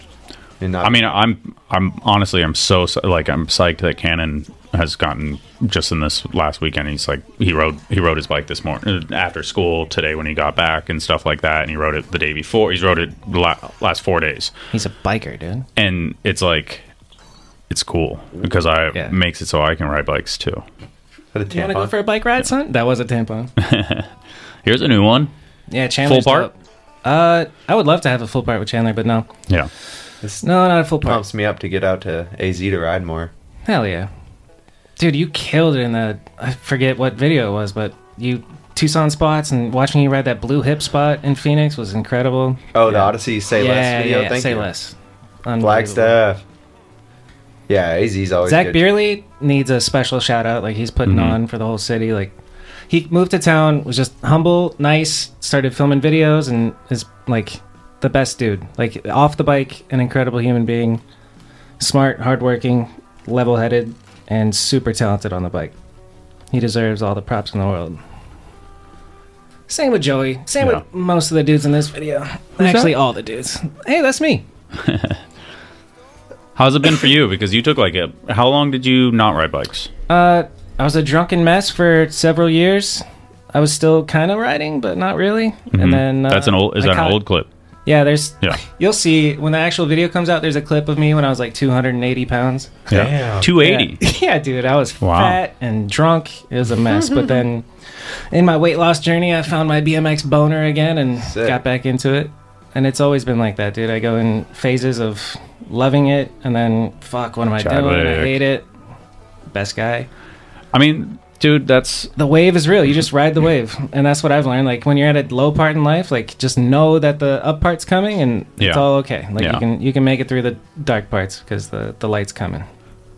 And not
I mean, I'm I'm honestly I'm so like I'm psyched that Cannon has gotten just in this last weekend. He's like he rode he rode his bike this morning after school today when he got back and stuff like that. And he rode it the day before. He's rode it the la- last four days.
He's a biker, dude.
And it's like it's cool because I makes it so I can ride bikes too.
You want to go for a bike ride, son? That was a tampon.
Here's a new one.
Yeah, Chandler's
Full part?
dope. Uh, I would love to have a full part with Chandler, but no.
Yeah.
This
no, not a full part.
Pumps me up to get out to AZ to ride more.
Hell yeah, dude! You killed it in the I forget what video it was, but you Tucson spots and watching you ride that blue hip spot in Phoenix was incredible.
Oh, the Odyssey Say
Yeah, yeah,
Less video.
yeah,
Thank
Say
you.
Less.
Flag stuff. Yeah, AZ's always
Zach
good.
Beerley needs a special shout out. Like he's putting
Mhm.
on for the whole city. Like he moved to town, was just humble, nice, started filming videos, and is like the best dude. Like off the bike, an incredible human being, smart, hardworking, level headed, and super talented on the bike. He deserves all the props in the world. Same with Joey. Same
Yeah.
with most of the dudes in this video. Actually, all the dudes. Hey, that's me.
How's it been for you? Because you took like a how long did you not ride bikes?
Uh, I was a drunken mess for several years. I was still kind of riding, but not really.
Mhm.
And then uh,
that's an old is
I
that an
caught-
old clip?
Yeah, there's.
Yeah.
You'll see when the actual video comes out. There's a clip of me when I was like 280 pounds.
Yeah. Damn. 280?
Yeah. Yeah, dude, I was
Wow.
fat and drunk. It was a mess. but then, in my weight loss journey, I found my BMX boner again and got back into it. And it's always been like that, dude. I go in phases of loving it and then fuck, what am I doing? I
Chadwick.
hate it. Best guy.
I mean, dude, that's
the wave is real. You
Mm-hmm.
just ride the wave, and that's what I've learned. Like when you're at a low part in life, like just know that the up part's coming, and it's
Yeah.
all okay. Like
Yeah.
you can you can make it through the dark parts because the the light's coming.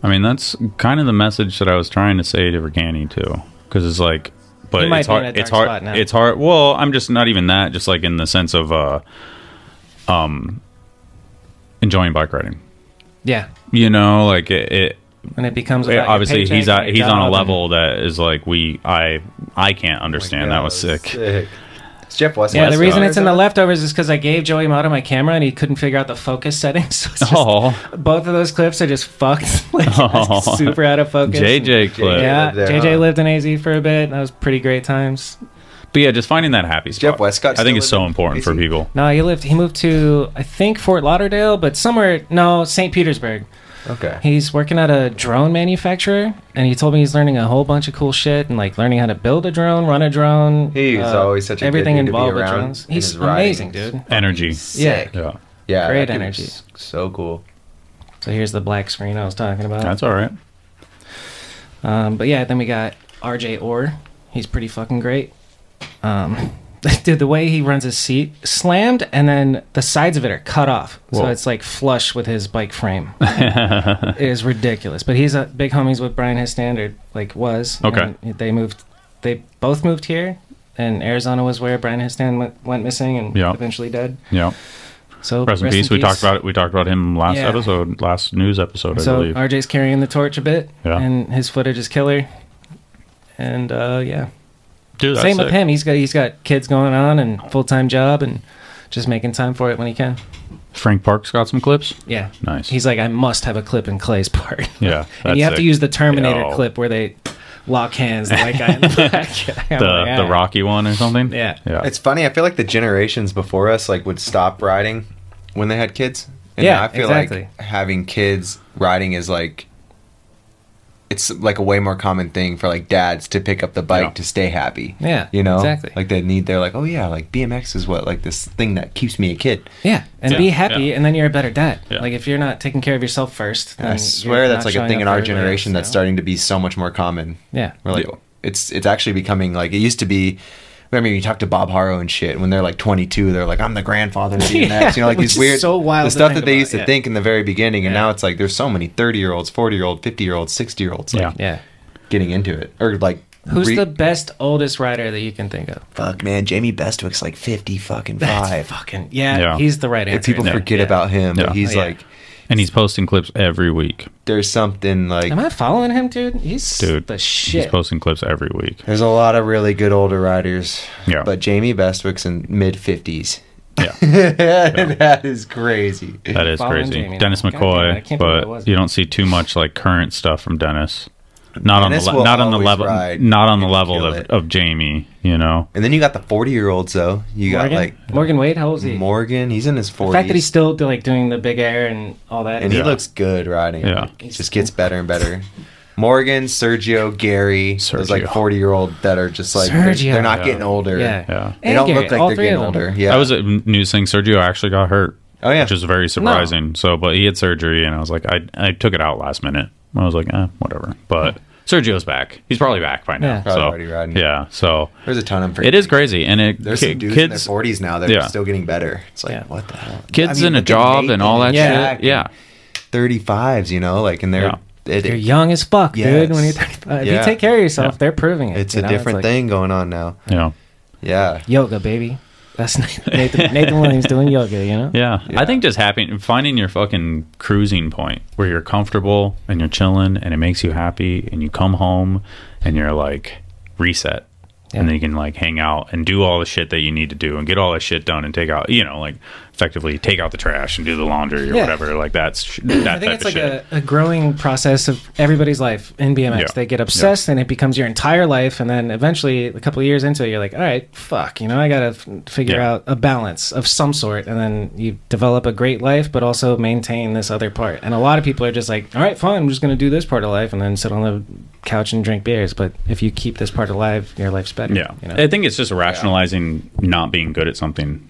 I mean, that's kind of the message that I was trying to say to Vergani too, because it's like, but
He might
it's
be in
hard.
a
It's hard.
dark spot now.
It's hard. Well, I'm just not even that. Just like in the sense of, uh, um, enjoying bike riding.
Yeah,
You know, like it. it
and it becomes about
Yeah,
your
obviously
paycheck
he's
and
at,
your
he's on a
job
level that is like we I I can't understand. that
Oh
was sick.
It's Jeff West.
Yeah, the reason it's in the leftovers is because I gave Joey Mata my camera and he couldn't figure out the focus settings. So it's just-
Oh.
both of those clips are just fucked, like
Oh.
super out of focus.
JJ clip.
Yeah,
lived there,
JJ
huh?
lived in AZ for a bit. That was pretty great times.
But yeah, just finding that happy spot. Jeff Westcott. I think it's so important for people.
No, he lived. He moved to I think Fort Lauderdale, but somewhere no St. Petersburg.
Okay.
He's working at a drone manufacturer, and he told me he's learning a whole bunch of cool shit and like learning how to build a drone, run a drone. uh,
He's always such a good
everything
dude to be
involved with
around
drones.
in
He's
his writings.
amazing, dude.
Energy.
Sick.
Yeah.
Yeah,
Great
that dude
energy.
is So cool.
So here's the black screen I was talking about.
That's all right.
Um, but yeah, then we got R.J. Orr. He's pretty fucking great. Um, dude, the way he runs his seat, slammed, and then the sides of it are cut off, so
Whoa.
it's like flush with his bike frame. it is ridiculous. But he's a big homies with Brian His Standard, like was.
Okay.
And they moved. They both moved here, and Arizona was where Brian His Stand went, went missing and
Yeah.
eventually dead.
Yeah.
So
rest in peace. We talked about it. We talked about him last
Yeah.
episode, last news episode, I
so
believe.
RJ's carrying the torch a bit,
Yeah.
and his footage is killer. And uh, yeah,
Dude, that's
same with
sick.
him. He's got he's got kids going on and full time job, and just making time for it when he can.
Frank Park's got some clips.
Yeah,
Nice.
He's like, I must have a clip in Clay's part.
Yeah,
and
that's
you have to
sick.
use the Terminator
Yo.
clip where they lock hands, the white guy in the black.
The
"Ah."
the Rocky one or something. Yeah. Yeah.
It's funny. I feel like the generations before us like would stop riding when they had kids. And
Yeah,
now I feel
exactly.
like having kids riding is like it's like a way more common thing for like dads to pick up the bike to stay happy.
Yeah,
You know?
exactly.
Like they need they're like, "Oh yeah, like BMX is what like this thing that keeps me a kid."
Yeah, and
Yeah,
be happy,
yeah.
and then you're a better dad.
Yeah.
Like if you're not taking care of yourself first, then
I swear
you're
that's
not
like a
showing
thing
up
in
for
our
everybody else,
generation
you
that's
know?
starting to be so much more common.
Yeah.
We're like, it's it's actually becoming like it used to be. I mean, you talk to Bob Harrow and shit. When they're like 22, they're like, "I'm the grandfather of BMX."
Yeah,
you know, like
which
these
is
weird,
so wild
the
to
stuff
think
that they
about,
used to
yeah.
think in the very beginning, and now it's like there's so many 30 year olds, 40 year old, 50 year old, 60 year olds, like
yeah.
getting into it or like
Who's
re-
the best oldest rider that you can think of?
fuck man? Jamie Bestwick's like 50 fucking
That's
five.
fucking- yeah, Yeah. he's the right
And
answer.
people
Yeah.
forget about him,
Yeah.
but he's
Oh, yeah.
like,
And he's posting clips every week.
there's something like
Am I following him, dude? He's
Dude.
the
He's
shit.
posting clips every week.
There's a lot of really good older riders.
Yeah.
But Jamie Bestwick's in mid fifties.
Yeah.
That is crazy.
That is
Following
crazy.
Jamie.
Dennis
God damn it, I
McCoy,
can't believe I
but
wasn't.
you don't see too much like current stuff from Dennis. Not
Dennis
on the
will
le- not on the
always
level
ride
not on the level
kill
of,
it.
of Jamie, you know.
And then you got the forty year olds though. You got
Morgan?
like
Morgan Wade, how old is he?
Morgan, he's in his
the
forties.
fact that he's still do- like doing the big air and all that,
and he looks good riding.
Yeah.
Like, it just gets better and better. Morgan, Sergio, Gary, those like
Sergio.
forty year old that are just like they're,
Sergio.
they're not
Yeah.
getting older.
Yeah. Yeah.
They
And
don't
Gary,
look like
all
they're
three
getting
of them.
older. Yeah.
That was a n- news thing. Sergio actually got hurt.
Oh yeah.
Which is very surprising. So but he had surgery and I was like I I took it out last minute. I was like, eh, whatever. But Sergio's back. He's probably back by now.
Yeah. Probably
so,
already riding.
Yeah. So
There's a ton of 'em for-
It is crazy. And it
There's
ki-
some dudes in their
kids
forties now that
yeah.
are still getting better. It's like what the hell?
Kids in a job and all that shit. Yeah.
Thirty fives, you know, like and they're it-
You're young as fuck, dude. When you're
Yes.
35, if
Yeah.
you take care of yourself, they're proving it.
It's
you
a
know?
different
like
thing going on now.
Yeah.
Yeah.
Yoga, baby. That's Nathan, Nathan Williams doing yoga. You know.
Yeah. I think just happy finding your fucking cruising point where you're comfortable and you're chilling and it makes you happy and you come home and you're like reset. And then you can like hang out and do all the shit that you need to do and get all that shit done and take out, you know, like effectively take out the trash and do the laundry or
Yeah.
whatever. Like that's sh- that
I think
type of
it's like
shit.
a, a growing process of everybody's life in BMX.
Yeah.
They get obsessed and it becomes your entire life. And then eventually, a couple of years into it, you're like, all right, fuck, you know, I got to f- figure
Yeah.
out a balance of some sort. And then you develop a great life, but also maintain this other part. And a lot of people are just like, all right, fine, I'm just going to do this part of life and then sit on the couch and drink beers. But if you keep this part alive, your life's better.
Yeah.
You know?
I think it's just rationalizing not being good at something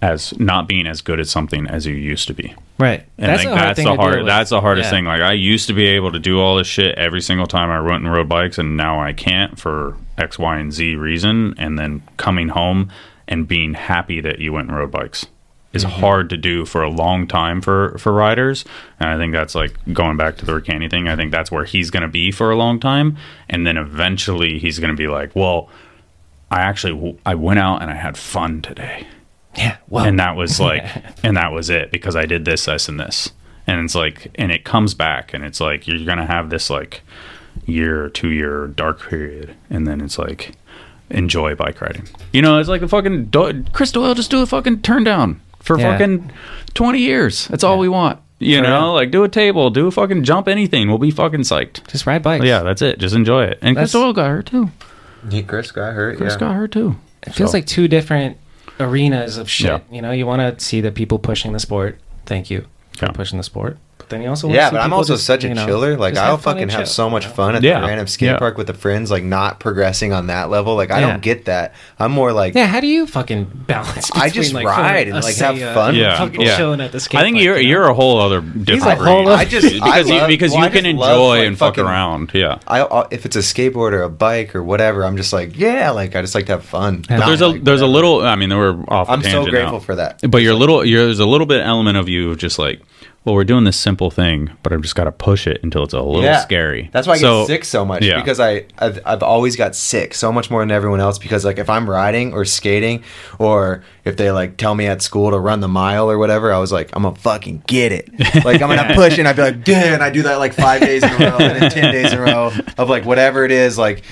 as not being as good at something as you used to be.
Right.
And
That's
like
a hard
that's
thing
the
to deal
hard
with.
that's the hardest
Yeah.
thing. Like I used to be able to do all this shit every single time I went and rode bikes and now I can't for X, Y, and Z reason. And then coming home and being happy that you went and rode bikes is
Mm-hmm.
hard to do for a long time for for riders. And I think that's like going back to the Ricani thing, I think that's where he's gonna be for a long time. And then eventually he's gonna be like, Well, I actually w- I went out and I had fun today.
Yeah. Well,
And that was like, and that was it because I did this, this, and this. And it's like, and it comes back and it's like, you're going to have this like year, two year dark period. And then it's like, enjoy bike riding. You know, it's like the fucking do- Chris Doyle just do a fucking turn down for
Yeah.
fucking 20 years. That's all we want. You know, like do a table, do a fucking jump anything. We'll be fucking psyched.
Just ride bikes.
Yeah, that's it. Just enjoy it. And Chris
That's-
Doyle got hurt too.
Yeah, Chris got hurt.
Chris
yeah.
got hurt too.
It feels
So-
like two different arenas of shit.
Yeah.
You know, you want to see the people pushing the sport. Thank you for pushing the sport. But then you also wanna
Yeah,
see
but I'm
people
also
just,
such a
you know,
chiller. Like
just
I'll
fun
fucking
and
have
chill.
so much fun at
Yeah.
the random skate
Yeah.
park with the friends, like not progressing on that level. Like I
Yeah.
don't get that. I'm more like
Yeah, how do you fucking balance? Between,
I just
like,
ride
feeling
and
a
like have
say, uh,
fun.
yeah,
with people.
yeah.
chilling at the skate
I think
park,
you're you're a whole other different
a whole
breed.
other- I just- I
because you,
love-
because
well, I
you can
just
enjoy
love, like,
and fuck
fucking-
around. Yeah,
I I'll- if it's a skateboard or a bike or whatever, I'm just like yeah, like I just like to have fun.
But
Not
there's
like-
a there's a little. I mean, we're off. the
I'm so
tangent
grateful
now.
for that.
But you're a little. You're, there's a little bit element of you of just like, well, we're doing this simple thing, but I've just got to push it until it's a little
Yeah.
scary.
That's why I get sick so much because I I've, I've always got sick so much more than everyone else because like if I'm riding or skating or if they like tell me at school to run the mile or whatever, I was like I'm gonna fucking get it. Like I'm gonna push and I'd be like, damn, I do that like five days in a row and then ten days in a row of like whatever it is like.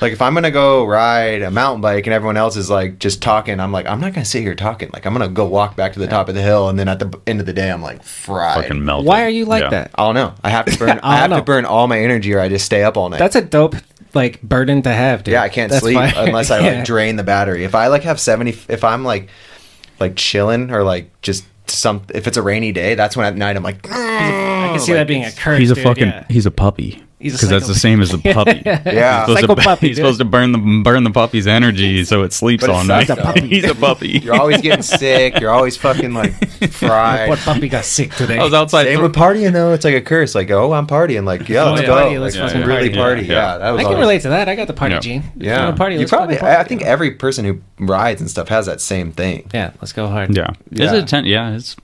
Like if I'm gonna go ride a mountain bike and everyone else is like just talking, I'm like I'm not gonna sit here talking. Like I'm gonna go walk back to the top of the hill, and then at the b- end of the day, I'm like fried.
Fucking melted. Why are you like Yeah. that?
I don't know. I have to burn. I,
I
have to
don't know.
burn all my energy, or I just stay up all night.
That's a dope like burden to have, dude.
yeah. I can't
That's
sleep
why-
unless I
Yeah.
like drain the battery. If I like have seventy, if I'm like like chilling or like just some, if it's a rainy day, that's when at night I'm like. I
can see that being a curse.
he's a
dude,
fucking
yeah.
he's a puppy.
He's a
Because that's the
psycho-
same as the puppy.
Yeah.
he's supposed,
Psycho
to,
puppy,
he's
dude.
supposed to burn the burn the puppy's energy so it sleeps
But it
all night.
sucks, though.
he's a puppy.
You're always getting sick. You're always fucking like fried.
What puppy got sick today?
I Oh, was outside
Same
thro-
with partying though. It's like a curse. Like oh, I'm partying. Like yeah,
Oh,
let's
yeah.
go.
Party,
like,
let's fucking
really
party.
party. Yeah, that was
I can
always-
relate to that. I got the party
Yeah.
gene. Let's
Yeah,
go to party.
you
Let's
probably.
fucking party.
I think every person who rides and stuff has that same thing.
Yeah, let's go hard.
Yeah. Is it a ten? Yeah, it's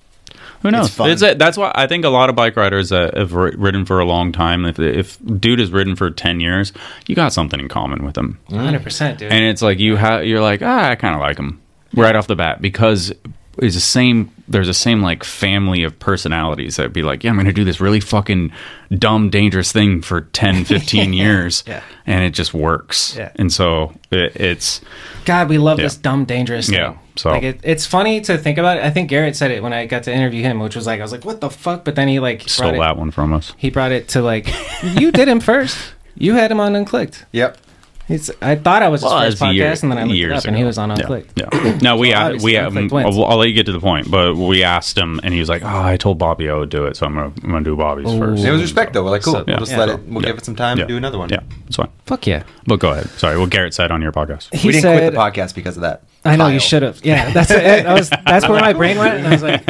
who knows.
fun.
It's a, that's why I think a lot of bike riders that have ri- ridden for a long time. If if dude has ridden for ten years, you got something in common with him.
100%, dude.
And it's like you ha- you're like ah, I kind of like him right off the bat because it's the same. There's a same like family of personalities that be like, yeah, I'm gonna do this really fucking dumb, dangerous thing for 10, 15 years,
Yeah.
and it just works.
Yeah.
And so it, it's
God, we love
Yeah.
this dumb, dangerous
Yeah,
thing.
so-
like it, it's funny to think about. It. I think Garrett said it when I got to interview him, which was like I was like, "What the fuck?" But then he like brought
stole
it-
that one from us.
He brought it to like, "You did him first. You had him on unclicked."
Yep.
He's, I thought I was his
Well,
first
it's a
podcast,
year-
and then I looked it
years
up, and he
ago.
was on
Yeah,
unclicked.
Yeah. No, we a-
obviously,
we
I'll click
um,
wins.
I'll, I'll let you get to the point, but we asked him, and he was like, "Oh, I told Bobby I would do it, so I'm gonna I'm gonna do Bobby's
Ooh.
first.
It was respect, though. We're like, cool, we'll just let it- we'll give it some time,
to
do another one.
Yeah, it's fine.
Fuck yeah.
But go ahead. Sorry, what Garrett said on your podcast.
He We didn't quit said- the
podcast because of that.
I know you should have. Yeah, that's it. I was, that's where my brain went, and I was like,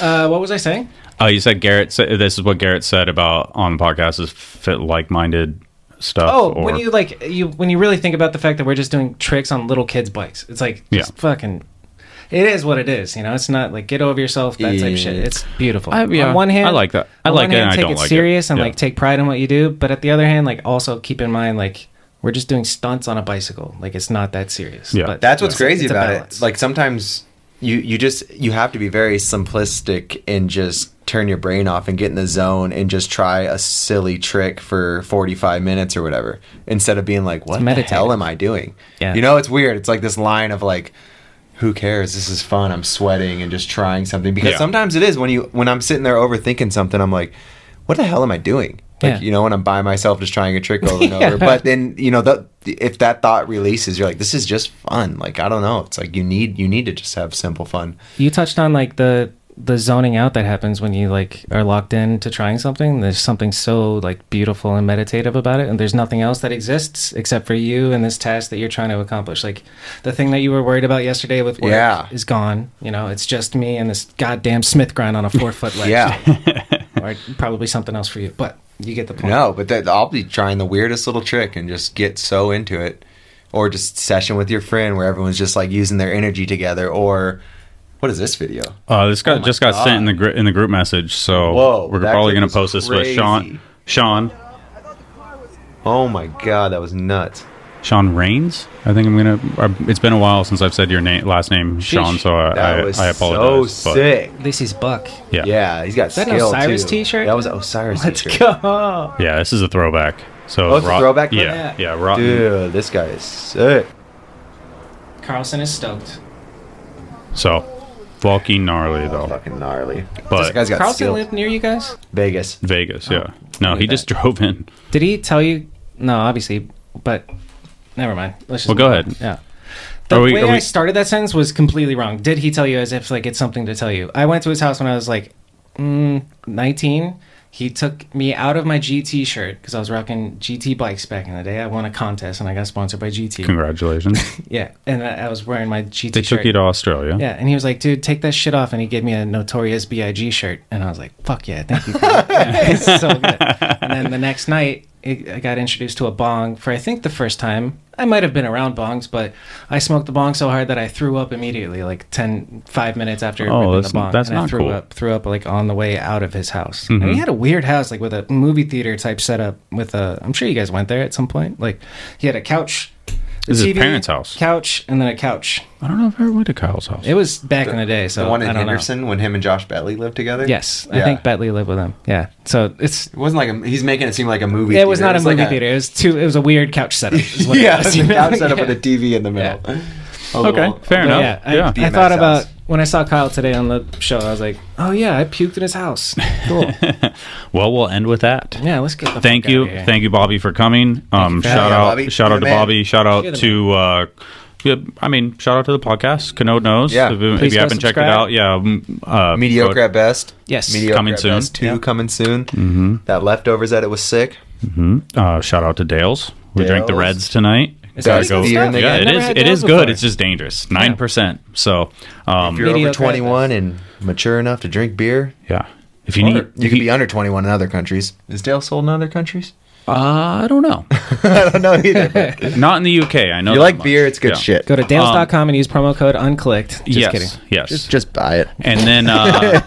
uh, "What was I saying?"
Oh, you said Garrett. Said, this is what Garrett said about on the podcast is fit like-minded stuff.
Oh,
or-
when you like you when you really think about the fact that we're just doing tricks on little kids' bikes, it's like just fucking. It is what it is, you know. It's not like get over yourself that type
Yeah.
of shit. It's beautiful.
I- yeah,
on one hand,
I like that. I
on
like
one
it and
hand,
I
take
don't
it
like it.
serious and
Yeah.
like take pride in what you do, but at the other hand, like also keep in mind like we're just doing stunts on a bicycle. Like it's not that serious.
Yeah.
but
That's what's
it's-
crazy
it's a
about
balance.
it. Like sometimes you you just you have to be very simplistic and just turn your brain off and get in the zone and just try a silly trick for 45 minutes or whatever instead of being like what the
meditative.
hell am I doing?
Yeah.
You know, it's weird. It's like this line of like who cares? This is fun. I'm sweating and just trying something because
Yeah.
sometimes it is when you when I'm sitting there overthinking something, I'm like what the hell am I doing? Like,
Yeah.
you know, when I'm by myself just trying a trick over and
Yeah.
over. But then, you know, the, if that thought releases, you're like, this is just fun. Like, I don't know. It's like you need you need to just have simple fun.
You touched on like the the zoning out that happens when you like are locked in to trying something. There's something so like beautiful and meditative about it, and there's nothing else that exists except for you and this task that you're trying to accomplish. Like the thing that you were worried about yesterday with work
Yeah.
is gone. You know, it's just me and this goddamn Smith grind on a four foot ledge.
Yeah.
or probably something else for you, but you get the point.
No, but that, I'll be trying the weirdest little trick and just get so into it, or just session with your friend where everyone's just like using their energy together. Or what is this video?
Uh, this got
Oh my
just got
God.
sent in the gr- in the group message, so
Whoa,
we're
that
probably
clip
going
was
to post this
crazy.
with Sean. Sean
Oh my god, that was nuts.
Sean Rains. I think I'm gonna. I, it's been a while since I've said your name, last name, Sean. So I,
that
I,
was
I apologize.
So
but-
sick.
This is Buck.
Yeah.
yeah, he's got
Is that an
skill
Osiris
too.
t-shirt?
That was an Osiris.
Let's
t-shirt.
go.
Yeah, this is a throwback. So
Oh, it's a throwback clip?
Yeah, yeah. Rotten.
Dude, this guy is sick.
Carlson is stoked.
So fucking gnarly though. Fucking
gnarly.
But
Carlson lived near you guys.
Vegas.
Vegas. Yeah.
Oh,
no, he just drove in.
Did he tell you? No, obviously, but never mind. Let's just
Well, go ahead.
move on. Yeah. The
Are we-
way
are we-
I started that sentence was completely wrong. Did he tell you as if like it's something to tell you? I went to his house when I was like mm, 19 He took me out of my GT shirt because I was rocking GT bikes back in the day. I won a contest and I got sponsored by GT.
Congratulations.
Yeah, and I, I was wearing my GT.
They took
shirt.
you to Australia.
Yeah, and he was like, "Dude, take that shit off," and he gave me a Notorious B.I.G. shirt, and I was like, "Fuck yeah, thank you." For that. It's so good. And then the next night, it, I got introduced to a bong for I think the first time. I might have been around bongs, but I smoked the bong so hard that I threw up immediately, like 10, 5 minutes after
Oh,
ripping
that's-
the bong.
that's
and I
not
threw
cool.
up, threw up like on the way out of his house. And
Mhm.
he had a weird house, like with a movie theater type setup. With a, I'm sure you guys went there at some point. Like he had a couch. a
This is his
TV,
parents' house.
Couch and then a couch.
I don't know if I ever went to Kyle's house.
It was back in the day, so
the one in
I don't
Henderson when him and Josh Bentley lived together.
Know. Yes, I
Yeah.
think Bentley lived with him. Yeah, so it's
it wasn't like a, he's making it seem like a movie.
it was
theater.
not a
It's like
movie theater. It was too. It was a weird couch setup. is what it
yeah,
was,
it's
you
a
know?
couch set up
Yeah.
with a TV in the middle. Oh, A
Okay, fair
But
enough.
Yeah, I,
Yeah.
I thought
BMX
about
house.
when I saw Kyle today on the show. I was like, oh yeah, I puked in his house. Cool.
Well, we'll end with that.
yeah, let's get the
Thank
fuck
you,
outta here.
thank you, Bobby, for coming. Um,
for
shout
having
out,
me, Bobby.
shout
You're
out
the
to
man.
Bobby. Shout
You're
out
the
to, uh, yeah, I mean, shout out to the podcast. Canode knows.
Yeah.
if, you- if
Please
you
go
haven't checked it
subscribe.
out, yeah. mm, Uh,
Mediocre
go-
at best.
Yes.
Mediocre
Coming
at
soon.
Best two coming soon.
Mhm.
That leftovers that it was sick.
Mhm. Uh, shout out to Dale's. We drank the
Dale's.
Reds tonight.
Is that
Gotta
good beer in the
yeah,
game?
it
Never
is.
had
It
Dale's
is good.
before.
It's just dangerous. Nine percent. So, um,
If you're over 21 and mature enough to drink beer,
yeah. If you
Or
need,
you could be under 21 in other countries. Is Dale sold in other countries?
Uh, I don't know.
I don't know either. but-
Not in the UK. I know.
you
that
like
much.
beer? It's good
Yeah.
shit.
Go to
Um,
dales.com and use promo code unclicked. Just
yes,
kidding.
Yes.
Just, just buy it.
And then, uh,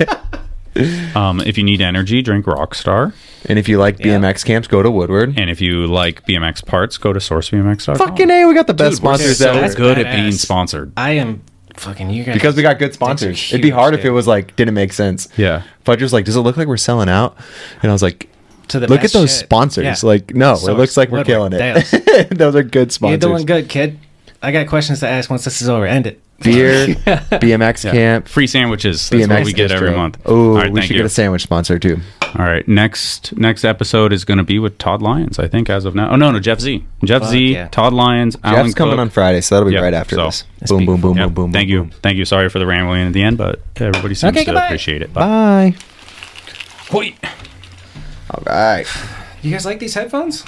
um, if you need energy, drink Rockstar.
And if you like BMX camps, go to Woodward.
And if you like BMX parts, go to sourcebmx.com.
Fucking a, we got the best
Dude, we're
sponsors
so
ever.
good at being
badass.
sponsored.
I am fucking you guys
because we got good sponsors. It'd be hard if it was like didn't make sense.
Yeah.
Fudger's like, does it look like we're selling out? And I was like,
To the
look at
best
those
shit.
sponsors.
Yeah.
Like, no, it
Source,
looks like we're killing
Woodward,
it. those are good
You're
sponsors.
doing good, kid. I got questions to ask once this is over. End it.
Beer, BMX
Yeah.
camp,
Free sandwiches. That's what
BMX
we get every
distro.
month.
Oh,
All right,
we
thank
should
you.
get a sandwich sponsor too.
All right. Next next episode is going to be with Todd Lyons, I think, as of now. Oh, no, no, Jeff Z. Jeff
Fuck
Z,
yeah.
Todd Lyons, Alan
Jeff's coming
Cook.
on Friday, so that'll be
Yep,
right after
so-
this. Boom, boom, boom,
Yeah,
boom, boom.
Thank you. Thank you. Sorry for the rambling at the end, but everybody seems
Okay,
to
goodbye.
appreciate it. Bye.
Bye.
Hoi.
All right.
You guys like these headphones?